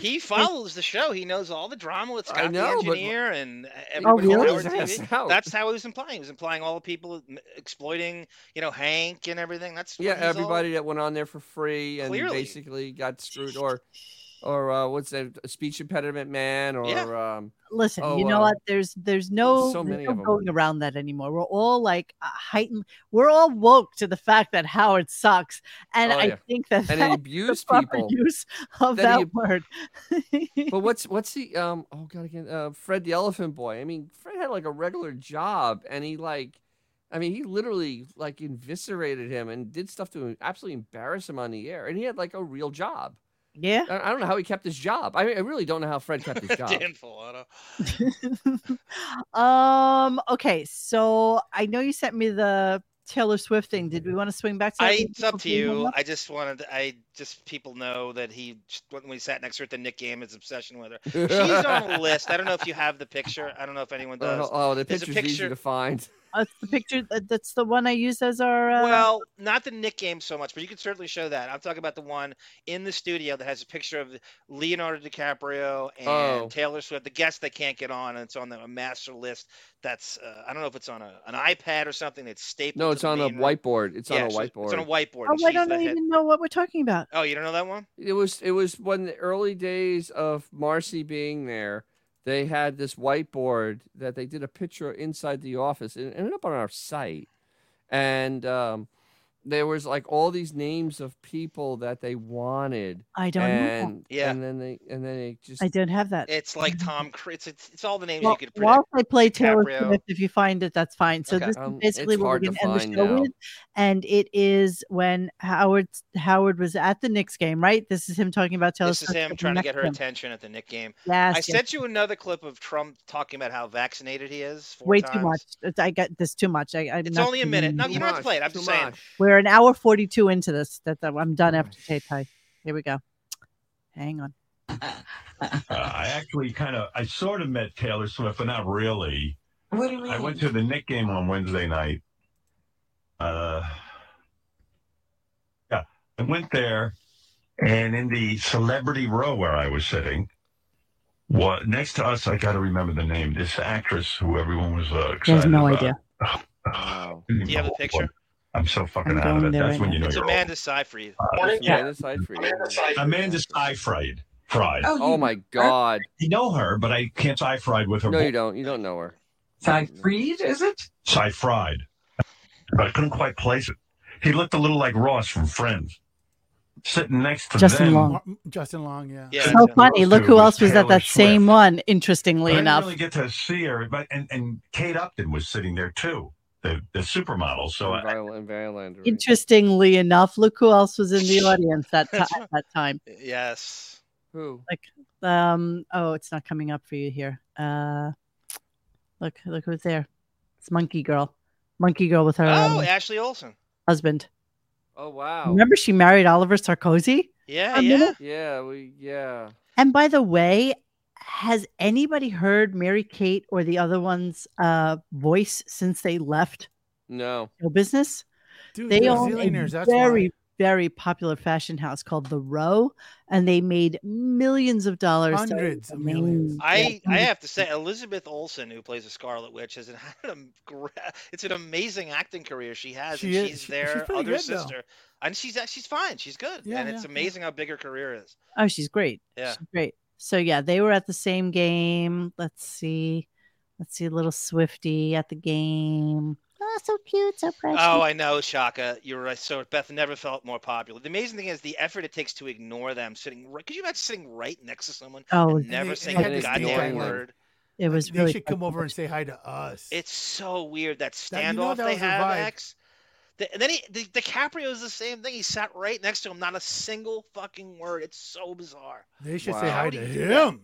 Speaker 3: He follows the show. He knows all the drama with
Speaker 5: I
Speaker 3: Scott
Speaker 5: know,
Speaker 3: the
Speaker 5: but-
Speaker 3: engineer and
Speaker 5: Oh,
Speaker 3: everybody.
Speaker 5: really?
Speaker 3: on
Speaker 5: He
Speaker 3: Howard
Speaker 5: knows
Speaker 3: TV.
Speaker 5: how.
Speaker 3: That's how he was implying. He was implying all the people m- exploiting, you know, Hank and everything. That's what
Speaker 5: Yeah,
Speaker 3: he's all-
Speaker 5: everybody that went on there for free and
Speaker 3: Clearly.
Speaker 5: basically got screwed, or or uh, what's that? A speech impediment man, or um,
Speaker 1: Listen,
Speaker 5: oh,
Speaker 1: you know
Speaker 5: uh,
Speaker 1: what? There's there's no,
Speaker 5: so
Speaker 1: there's
Speaker 5: many
Speaker 1: no
Speaker 5: of 'em.
Speaker 1: going around that anymore. We're all like uh, heightened. We're all woke to the fact that Howard sucks, and
Speaker 5: Oh,
Speaker 1: I
Speaker 5: yeah.
Speaker 1: think that
Speaker 5: And he
Speaker 1: that's the
Speaker 5: abused
Speaker 1: proper
Speaker 5: people.
Speaker 1: Use of
Speaker 5: Then
Speaker 1: that
Speaker 5: he-
Speaker 1: word.
Speaker 5: but what's what's the um? Oh god, again, uh, Fred the Elephant Boy. I mean, Fred had like a regular job, and he like, I mean, he literally like eviscerated him and did stuff to absolutely embarrass him on the air, and he had like a real job.
Speaker 1: Yeah,
Speaker 5: I, I don't know how he kept his job. I mean, I really don't know how Fred kept his job.
Speaker 3: Dan Filotto.
Speaker 1: Um. Okay. So I know you sent me the Taylor Swift thing. Did we want to swing back to? that
Speaker 3: Mm-hmm. I,
Speaker 1: real
Speaker 3: it's up
Speaker 1: quick
Speaker 3: to
Speaker 1: before we move
Speaker 3: you.
Speaker 1: on?
Speaker 3: I just wanted, I just people know that he when we sat next to her at the Nick game, his obsession with her. She's on a list. I don't know if you have the picture. I don't know if anyone does.
Speaker 5: Oh, oh, the
Speaker 3: There's a
Speaker 5: picture's easy to find.
Speaker 1: Uh, it's the picture. that- That's the one I used as our. Uh,
Speaker 3: Well, not the Nick game so much, but you could certainly show that. I'm talking about the one in the studio that has a picture of Leonardo DiCaprio and
Speaker 5: Oh.
Speaker 3: Taylor Swift, the guests they can't get on, and it's on the, a master list. That's uh, I don't know if it's on a, an iPad or something that's stapled.
Speaker 5: No,
Speaker 3: to
Speaker 5: it's
Speaker 3: the
Speaker 5: on a
Speaker 3: main room.
Speaker 5: whiteboard. It's on
Speaker 3: uh, Yeah,
Speaker 5: a
Speaker 3: so
Speaker 5: whiteboard.
Speaker 3: It's on a whiteboard.
Speaker 1: oh,
Speaker 3: and
Speaker 1: I
Speaker 3: she's
Speaker 1: don't
Speaker 3: the head-
Speaker 1: even know what we're talking about.
Speaker 3: Oh, you don't know that one?
Speaker 5: It was it was when the early days of Marcy being there. They had this whiteboard that they did a picture inside the office. It ended up on our site, and um, there was like all these names of people that they wanted.
Speaker 1: I don't know that.
Speaker 5: and,
Speaker 3: Yeah.
Speaker 5: and then they and then they just
Speaker 1: I don't have that.
Speaker 3: It's like Tom Cruise. It's, it's, it's all the names
Speaker 1: Well,
Speaker 3: you could predict.
Speaker 1: whilst I play Taylor
Speaker 3: DiCaprio.
Speaker 1: Swift, if you find it, that's fine. So
Speaker 3: Okay.
Speaker 1: this is
Speaker 5: Um,
Speaker 1: basically
Speaker 5: it's
Speaker 1: what we're
Speaker 5: hard to
Speaker 1: going to end the
Speaker 5: find
Speaker 1: show
Speaker 5: now.
Speaker 1: with, and it is when Howard Howard was at the Knicks game, right? This is him talking about Taylor
Speaker 3: This is
Speaker 1: Swift.
Speaker 3: him
Speaker 1: sitting
Speaker 3: trying to
Speaker 1: next
Speaker 3: get her
Speaker 1: him.
Speaker 3: attention at the Nick game.
Speaker 1: Yes,
Speaker 3: I
Speaker 1: yes.
Speaker 3: sent you another clip of Trump talking about how vaccinated he is. Four
Speaker 1: Way
Speaker 3: times.
Speaker 1: too much. It's- I got this too much. I, I'm
Speaker 3: It's
Speaker 1: not
Speaker 3: only a
Speaker 1: feeling
Speaker 3: minute.
Speaker 1: it.
Speaker 3: No, you don't have to play it. I'm just saying.
Speaker 1: We're an hour forty-two into this. That, that I'm done after tape. Hi, here we go. Hang on.
Speaker 7: Uh, I actually kind of, I sort of met Taylor Swift, but not really.
Speaker 14: What do you mean?
Speaker 7: I went to the Nick game on Wednesday night. Uh, yeah, I went there, and in the celebrity row where I was sitting, what next to us? I got to remember the name. This actress who everyone was uh, excited
Speaker 1: She has no
Speaker 7: about.
Speaker 1: idea.
Speaker 7: Wow. Do
Speaker 3: you have a picture?
Speaker 7: I'm so fucking
Speaker 1: I'm
Speaker 7: out of
Speaker 1: going
Speaker 7: it.
Speaker 1: there
Speaker 7: That's
Speaker 1: right
Speaker 7: when you know
Speaker 3: It's
Speaker 7: you're old. Uh,
Speaker 3: Amanda Seyfried.
Speaker 5: Amanda Seyfried.
Speaker 7: Amanda Seyfried. Fried.
Speaker 5: Oh, Oh, you- my God.
Speaker 7: I know her, but I can't Seyfried with her.
Speaker 5: No, you don't. You don't know her.
Speaker 7: Seyfried, is it? Seyfried. But I couldn't quite place it. He looked a little like Ross from Friends. Sitting next to
Speaker 1: Justin
Speaker 7: them.
Speaker 1: Long.
Speaker 2: Justin Long, yeah.
Speaker 1: so funny. Look
Speaker 7: Dude,
Speaker 1: who
Speaker 7: was
Speaker 1: else was at
Speaker 7: Taylor
Speaker 1: that same
Speaker 7: Swift.
Speaker 1: one.
Speaker 7: I
Speaker 1: Interestingly
Speaker 7: didn't
Speaker 1: enough,
Speaker 7: really get to see her, but and, and Kate Upton was sitting there too, the the supermodel. So I,
Speaker 5: and Violander.
Speaker 1: interestingly enough, look who else was in the audience that ti- at that time.
Speaker 3: Yes.
Speaker 5: Who?
Speaker 1: Like, um, oh, it's not coming up for you here. Uh, look, look who's there. It's Monkey Girl. Monkey Girl with her
Speaker 3: Oh,
Speaker 1: um,
Speaker 3: Ashley Olsen.
Speaker 1: husband.
Speaker 5: Oh wow.
Speaker 1: Remember, she married Oliver Sarkozy.
Speaker 3: Yeah,
Speaker 1: for a minute?
Speaker 5: Yeah, we yeah.
Speaker 1: And by the way, has anybody heard Mary Kate or the other one's uh, voice since they left
Speaker 5: No.
Speaker 1: show business?
Speaker 2: Dude,
Speaker 1: they
Speaker 2: they're
Speaker 1: own a
Speaker 2: zillionaires, that's why.
Speaker 1: very, very popular fashion house called The Row, and they made millions of dollars. selling
Speaker 2: Hundreds of
Speaker 1: them.
Speaker 2: millions.
Speaker 3: I,
Speaker 1: Yeah.
Speaker 3: I have to say Elizabeth Olsen, who plays the Scarlet Witch, has had an, gra- it's an amazing acting career she has,
Speaker 2: She
Speaker 3: and
Speaker 2: is-
Speaker 3: she's
Speaker 2: she- she's
Speaker 3: their
Speaker 2: pretty
Speaker 3: other
Speaker 2: good, though.
Speaker 3: sister, and she's act- she's fine, she's good,
Speaker 2: Yeah,
Speaker 3: and
Speaker 2: yeah,
Speaker 3: it's
Speaker 2: yeah.
Speaker 3: amazing how big her career is.
Speaker 1: Oh, she's great.
Speaker 3: Yeah.
Speaker 1: She's great. So yeah, they were at the same game. Let's see. Let's see, little Swifty at the game. Oh, so cute, so precious.
Speaker 3: Oh, I know, Shaka. You're right. So Beth never felt more popular. The amazing thing is the effort it takes to ignore them sitting right. Could you imagine sitting right next to someone
Speaker 1: Oh,
Speaker 3: and never
Speaker 1: it-
Speaker 3: saying
Speaker 2: it
Speaker 3: a
Speaker 2: is
Speaker 3: goddamn
Speaker 2: ignoring them.
Speaker 3: word?
Speaker 1: It was
Speaker 2: they
Speaker 1: really
Speaker 2: should come over and say hi to us.
Speaker 3: It's so weird that standoff
Speaker 2: That- you know that
Speaker 3: they
Speaker 2: was the
Speaker 3: have.
Speaker 2: vibe.
Speaker 3: X. The, and then he, the, DiCaprio is the same thing. He sat right next to him, not a single fucking word. It's so bizarre.
Speaker 2: They should say
Speaker 3: How
Speaker 2: hi
Speaker 3: do
Speaker 2: to
Speaker 3: you do that?
Speaker 2: him.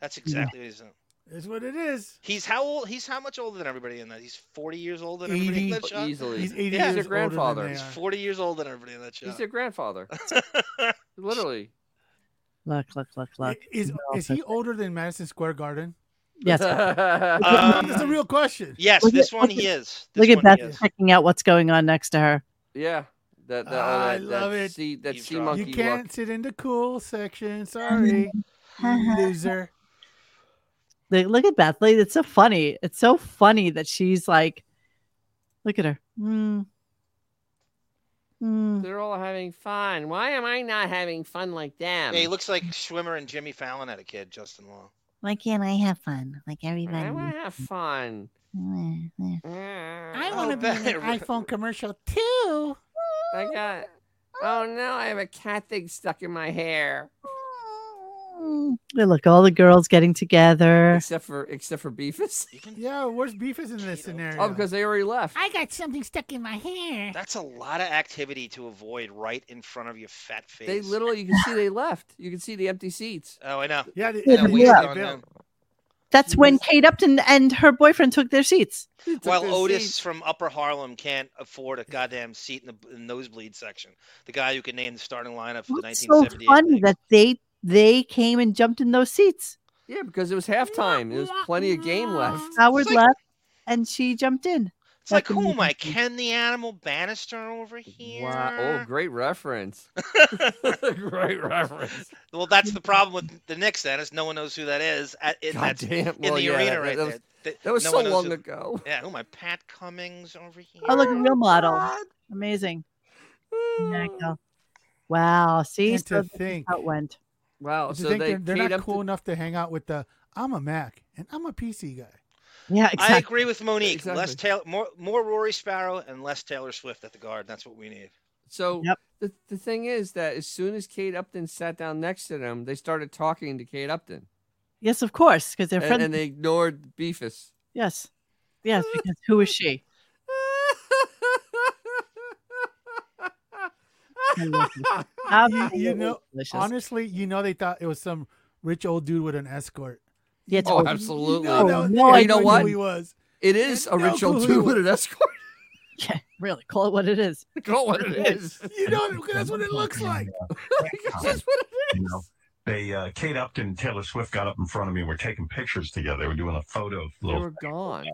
Speaker 3: That's exactly what he's doing.
Speaker 2: That's what it is.
Speaker 3: He's how old? He's how much older than everybody in that? He's forty years older than
Speaker 2: 80.
Speaker 3: everybody in that shot.
Speaker 2: Easily. He's 80
Speaker 3: yeah.
Speaker 2: years He's their older than grandfather. they
Speaker 3: He's
Speaker 2: are.
Speaker 3: forty years older than everybody in that shot.
Speaker 5: He's their grandfather. Literally.
Speaker 1: Look, look, look, look.
Speaker 2: Is
Speaker 1: No,
Speaker 2: is
Speaker 1: but-
Speaker 2: he older than Madison Square Garden?
Speaker 1: Yes.
Speaker 2: That's- that's a real question.
Speaker 3: Um, Yes,
Speaker 1: Look at-
Speaker 3: this one
Speaker 1: look
Speaker 3: he
Speaker 1: at-
Speaker 3: is. This
Speaker 1: Look at
Speaker 3: one he
Speaker 1: Beth
Speaker 3: is.
Speaker 1: checking out what's going on next to her.
Speaker 5: Yeah. That, that,
Speaker 2: Ah, I
Speaker 5: that,
Speaker 2: love
Speaker 5: that
Speaker 2: it.
Speaker 5: Sea, that sea
Speaker 2: You
Speaker 5: monkey
Speaker 2: can't sit in the cool section. Sorry, you loser.
Speaker 1: Like, look at Beth. Like, it's so funny. It's so funny that she's like, look at her. Mm.
Speaker 2: Mm.
Speaker 5: look. They're all having fun. Why am I not having fun like them?
Speaker 3: Yeah, he looks like Schwimmer and Jimmy Fallon had a kid, Justin Long.
Speaker 1: Why can't I have fun like everybody?
Speaker 5: I want to have fun.
Speaker 2: I
Speaker 5: I
Speaker 2: want to be in an iPhone commercial too.
Speaker 5: I got. Oh no! I have a cat thing stuck in my hair.
Speaker 1: Mm. Look, all the girls getting together.
Speaker 5: Except for except for Beefus.
Speaker 2: Yeah, where's Beefus in this scenario?
Speaker 5: Oh, because they already left.
Speaker 14: I got something stuck in my hair.
Speaker 3: That's a lot of activity to avoid right in front of your fat face.
Speaker 5: They literally, you can see they left. You can see the empty seats.
Speaker 3: Oh, I know.
Speaker 2: Yeah,
Speaker 3: And I
Speaker 1: Yeah.
Speaker 3: waited
Speaker 1: Yeah.
Speaker 3: on them.
Speaker 1: That's when Kate Upton and her boyfriend took their seats.
Speaker 3: While Otis from Upper Harlem can't afford a goddamn seat in the in nosebleed section, the guy who can name the starting lineup for the
Speaker 1: It's so
Speaker 3: 1978.
Speaker 1: funny that they they came and jumped in those seats.
Speaker 5: Yeah, because it was halftime. There was plenty of game left.
Speaker 1: Howard left, and she jumped in.
Speaker 3: It's like, who am I? Ken the Animal Bannister over here?
Speaker 5: Wow! Oh, great reference. great reference.
Speaker 3: Well, that's the problem with the Knicks. Then is no one knows who that is at, in, that's in
Speaker 5: Goddamn. Well,
Speaker 3: the
Speaker 5: yeah,
Speaker 3: arena
Speaker 5: that-
Speaker 3: right
Speaker 5: that
Speaker 3: there.
Speaker 5: was-
Speaker 3: Th-
Speaker 5: that was
Speaker 3: no
Speaker 5: so
Speaker 3: one knows
Speaker 5: long
Speaker 3: who-
Speaker 5: ago.
Speaker 3: Yeah, who am I? Pat Cummings over here.
Speaker 1: Oh, look, real model. Amazing. There you go. Wow. See,
Speaker 2: And
Speaker 1: so
Speaker 2: to
Speaker 1: this is
Speaker 2: think-
Speaker 1: how it went.
Speaker 5: Wow!
Speaker 2: But you
Speaker 5: So
Speaker 2: think
Speaker 5: they
Speaker 2: they're, they're
Speaker 5: Kate
Speaker 2: not
Speaker 5: Upton-
Speaker 2: cool enough to hang out with the I'm a Mac and I'm a PC guy.
Speaker 1: Yeah,
Speaker 3: I agree with Monique. Less Taylor, more more Rory Sparrow and less Taylor Swift at the guard. That's what we need.
Speaker 5: So the, the thing is that as soon as Kate Upton sat down next to them, they started talking to Kate Upton,
Speaker 1: Yes, of course, because they're
Speaker 5: and,
Speaker 1: friends.
Speaker 5: and they ignored Beefus.
Speaker 1: Yes. Yes, because who is she? I love this.
Speaker 2: You, you
Speaker 1: Absolutely
Speaker 2: know,
Speaker 1: delicious.
Speaker 2: honestly, you know they thought it was some rich old dude with an escort.
Speaker 1: Yeah,
Speaker 5: Oh,
Speaker 1: totally.
Speaker 5: absolutely.
Speaker 1: Oh,
Speaker 2: that was-
Speaker 1: no,
Speaker 2: they
Speaker 1: I
Speaker 5: you know
Speaker 2: knew
Speaker 5: what?
Speaker 2: who he was.
Speaker 5: It is a
Speaker 2: no
Speaker 5: rich old
Speaker 2: clue
Speaker 5: dude
Speaker 2: who-
Speaker 5: with an escort.
Speaker 1: Yeah, really. Call it what it is.
Speaker 5: Call it what it is.
Speaker 2: You know, that's what it looks like.
Speaker 5: That's what it
Speaker 7: You know, they uh, Kate Upton and Taylor Swift got up in front of me and were taking pictures together. They were doing a photo
Speaker 5: is. They
Speaker 7: little
Speaker 5: were gone.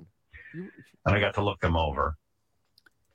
Speaker 7: and I got to look them over.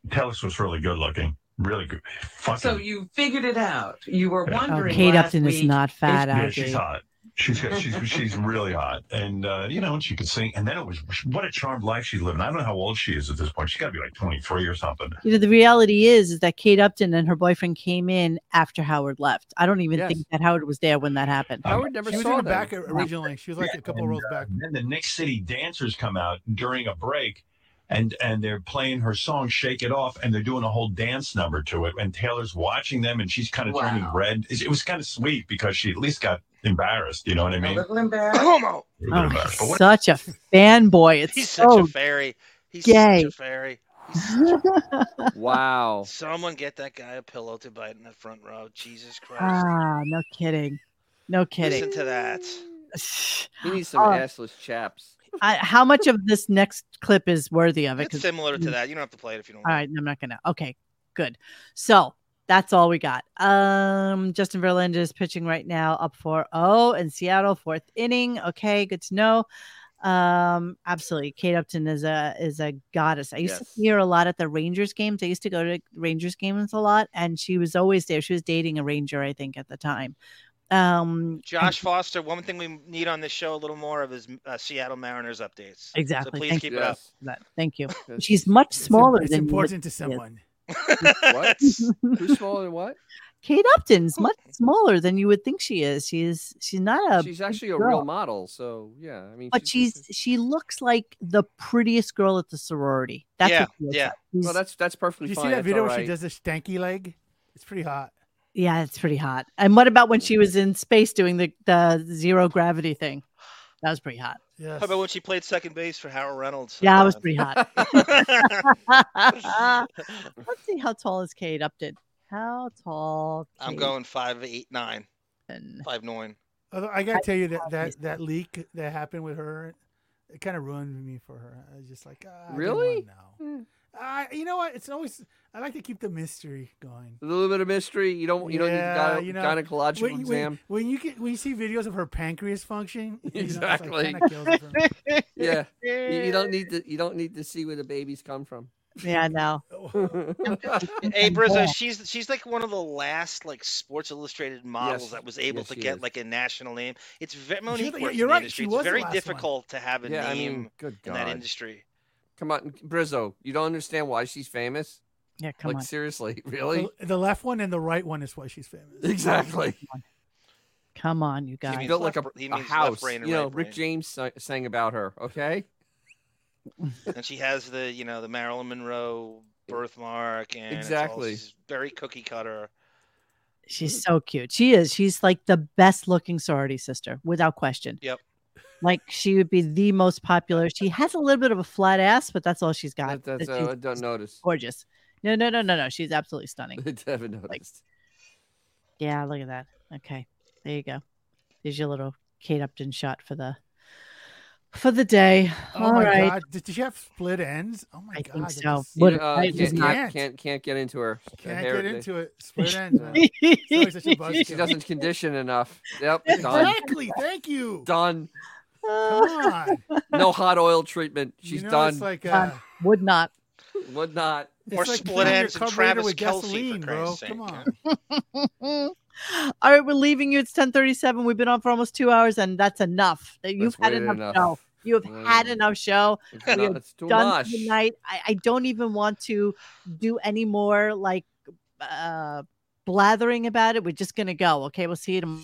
Speaker 7: Telus was really good looking, really good. Fucking,
Speaker 8: So you figured it out. You were
Speaker 7: Yeah.
Speaker 8: wondering.
Speaker 1: Oh, Kate
Speaker 8: last
Speaker 1: Upton is
Speaker 8: week
Speaker 1: not fat,
Speaker 7: yeah,
Speaker 1: Abby.
Speaker 7: she's hot. She's she's she's really hot, and uh, you know and she could sing. And then it was what a charmed life she's living. I don't know how old she is at this point. She's got to be like twenty three or something.
Speaker 1: You know, the reality is, is that Kate Upton and her boyfriend came in after Howard left. I don't even think that Howard was there when that happened.
Speaker 2: she was in the back originally. She was like a couple
Speaker 7: and,
Speaker 2: rows
Speaker 7: uh,
Speaker 2: back.
Speaker 7: Then the Nick City dancers come out during a break, and and they're playing her song "Shake It Off," and they're doing a whole dance number to it. And Taylor's watching them, and she's kind of turning red. It, it was kind of sweet because she at least got embarrassed. You know what I mean?
Speaker 8: little embarrassed.
Speaker 3: Homo.
Speaker 1: Oh, he's such a fanboy. It's
Speaker 3: He's such
Speaker 1: so
Speaker 3: a fairy. He's
Speaker 1: gay.
Speaker 3: such a fairy.
Speaker 5: Wow.
Speaker 3: Someone get that guy a pillow to bite in the front row. Jesus Christ.
Speaker 1: ah, no kidding, no kidding.
Speaker 3: Listen to that.
Speaker 5: He needs some
Speaker 1: Oh.
Speaker 5: assless chaps.
Speaker 1: I, how much of this next clip is worthy of it?
Speaker 3: It's
Speaker 1: 'Cause-
Speaker 3: similar to that. You don't have to play it if you don't.
Speaker 1: All right, I'm not gonna. Okay, good. So that's all we got. Um, Justin Verlander is pitching right now, up 4-0 in Seattle, fourth inning. Okay, good to know. Um, absolutely. Kate Upton is a is a goddess. I used to
Speaker 5: Yes.
Speaker 1: see her a lot at the Rangers games. I used to go to Rangers games a lot, and she was always there. She was dating a Ranger, I think, at the time. Um,
Speaker 3: Josh Foster, one thing we need on this show a little more of is uh, Seattle Mariners updates.
Speaker 1: Exactly.
Speaker 3: So please
Speaker 1: Thank
Speaker 3: keep
Speaker 1: you.
Speaker 3: it up.
Speaker 1: that- thank you. She's much smaller
Speaker 2: it's
Speaker 1: than you would
Speaker 2: important to
Speaker 1: think she is.
Speaker 2: someone.
Speaker 5: What? Who's smaller than what?
Speaker 1: Kate Upton's much smaller than you would think she is. She is. She's not a.
Speaker 5: She's
Speaker 1: big
Speaker 5: actually a
Speaker 1: girl,
Speaker 5: real model, so yeah. I mean,
Speaker 1: But she's she looks like the prettiest girl at the sorority. That's what she looks like.
Speaker 5: Well, that's that's perfectly
Speaker 2: you
Speaker 5: fine.
Speaker 2: see that
Speaker 5: that's
Speaker 2: video
Speaker 5: all
Speaker 2: where she
Speaker 5: right.
Speaker 2: does the stanky leg? It's pretty hot.
Speaker 1: Yeah, it's pretty hot. And what about when she was in space doing the the zero gravity thing? That was pretty hot.
Speaker 3: How about when she played second base for Howard Reynolds?
Speaker 1: Yeah, I was pretty hot. Let's see how tall is Kate Upton. How tall?
Speaker 3: I'm
Speaker 1: Kate-
Speaker 3: going five eight nine, five nine.
Speaker 2: Although I gotta tell you that that, that leak that happened with her, it kind of ruined me for her. I was just like, ah, I didn't
Speaker 5: Really? Hmm.
Speaker 2: wanna know. Uh, you know what? It's always I like to keep the mystery going.
Speaker 5: a little bit of mystery. You don't you don't
Speaker 2: Yeah,
Speaker 5: need gyne- gynecological
Speaker 2: when, when-
Speaker 5: exam.
Speaker 2: When, you get when you see videos of her pancreas function, you know, it's like,
Speaker 5: exactly.
Speaker 2: kinda kills it for me.
Speaker 5: yeah, you, you don't need to you don't need to see where the babies come from.
Speaker 1: Yeah, I know.
Speaker 3: hey, Brizzo, she's she's like one of the last like Sports Illustrated models
Speaker 5: Yes.
Speaker 3: that was able
Speaker 5: Yes,
Speaker 3: to
Speaker 5: she
Speaker 3: get
Speaker 5: is.
Speaker 3: like a national name. It's ve- Monique
Speaker 5: like-
Speaker 3: works
Speaker 5: you're
Speaker 3: in the
Speaker 5: right,
Speaker 3: industry.
Speaker 5: she
Speaker 3: It's
Speaker 5: was the
Speaker 3: very
Speaker 5: last one.
Speaker 3: difficult to have a
Speaker 5: Yeah, I
Speaker 3: name
Speaker 5: mean, good
Speaker 3: in that
Speaker 5: God.
Speaker 3: industry.
Speaker 5: Come on, Brizzo, you don't understand why she's famous.
Speaker 1: Yeah, come
Speaker 5: like,
Speaker 1: on.
Speaker 5: seriously, really?
Speaker 2: The, the left one and the right one is why she's famous.
Speaker 5: Exactly.
Speaker 1: Come on, you guys.
Speaker 5: She built like a,
Speaker 3: he
Speaker 5: a
Speaker 3: means left
Speaker 5: house.
Speaker 3: brain and
Speaker 5: you know,
Speaker 3: right
Speaker 5: Rick James sang, sang about her. Okay.
Speaker 3: and she has the you know the Marilyn Monroe birthmark and it's all-
Speaker 5: Exactly. Mm.
Speaker 3: she's very cookie cutter.
Speaker 1: She's
Speaker 3: Mm-hmm.
Speaker 1: so cute. She is. She's like the best looking sorority sister, without question.
Speaker 3: Yep.
Speaker 1: Like she would be the most popular. She has a little bit of a flat ass, but that's all she's got.
Speaker 5: That's
Speaker 1: She's
Speaker 5: uh, I don't notice.
Speaker 1: gorgeous. No, no, no, no, no. She's absolutely stunning.
Speaker 5: Haven't noticed.
Speaker 1: Yeah, look at that. Okay. There you go. There's your little Kate Upton shot for the for the day.
Speaker 2: Oh
Speaker 1: All
Speaker 2: my
Speaker 1: right.
Speaker 2: god, did she have split ends? Oh my
Speaker 1: I
Speaker 2: god,
Speaker 1: think
Speaker 2: that
Speaker 1: so.
Speaker 2: is-
Speaker 1: What
Speaker 5: You know, uh,
Speaker 1: I
Speaker 5: can't,
Speaker 1: was not-
Speaker 5: can't, can't can't get into her. The
Speaker 2: Can't
Speaker 5: hair-
Speaker 2: get
Speaker 5: the-
Speaker 2: into it. Split ends. man. It's always such a
Speaker 5: she
Speaker 2: buzzkill.
Speaker 5: doesn't condition enough. Yep, done.
Speaker 2: Exactly. Thank you.
Speaker 5: Done.
Speaker 2: Come on.
Speaker 5: No hot oil treatment. She's
Speaker 2: you know,
Speaker 5: done.
Speaker 2: It's like
Speaker 1: Done.
Speaker 2: uh,
Speaker 1: would not.
Speaker 5: Would not.
Speaker 2: it's like filling your carburetor with gasoline, bro. Come on.
Speaker 1: All right, we're leaving you. It's 1037. We've been on for almost two hours, and that's enough. That You've had
Speaker 5: way
Speaker 1: enough,
Speaker 5: enough.
Speaker 1: show. You have had enough show.
Speaker 5: It's
Speaker 1: We
Speaker 5: not-
Speaker 1: have
Speaker 5: it's too
Speaker 1: done
Speaker 5: much.
Speaker 1: tonight. I, I don't even want to do any more like uh blathering about it. We're just gonna go. Okay, we'll see you tomorrow.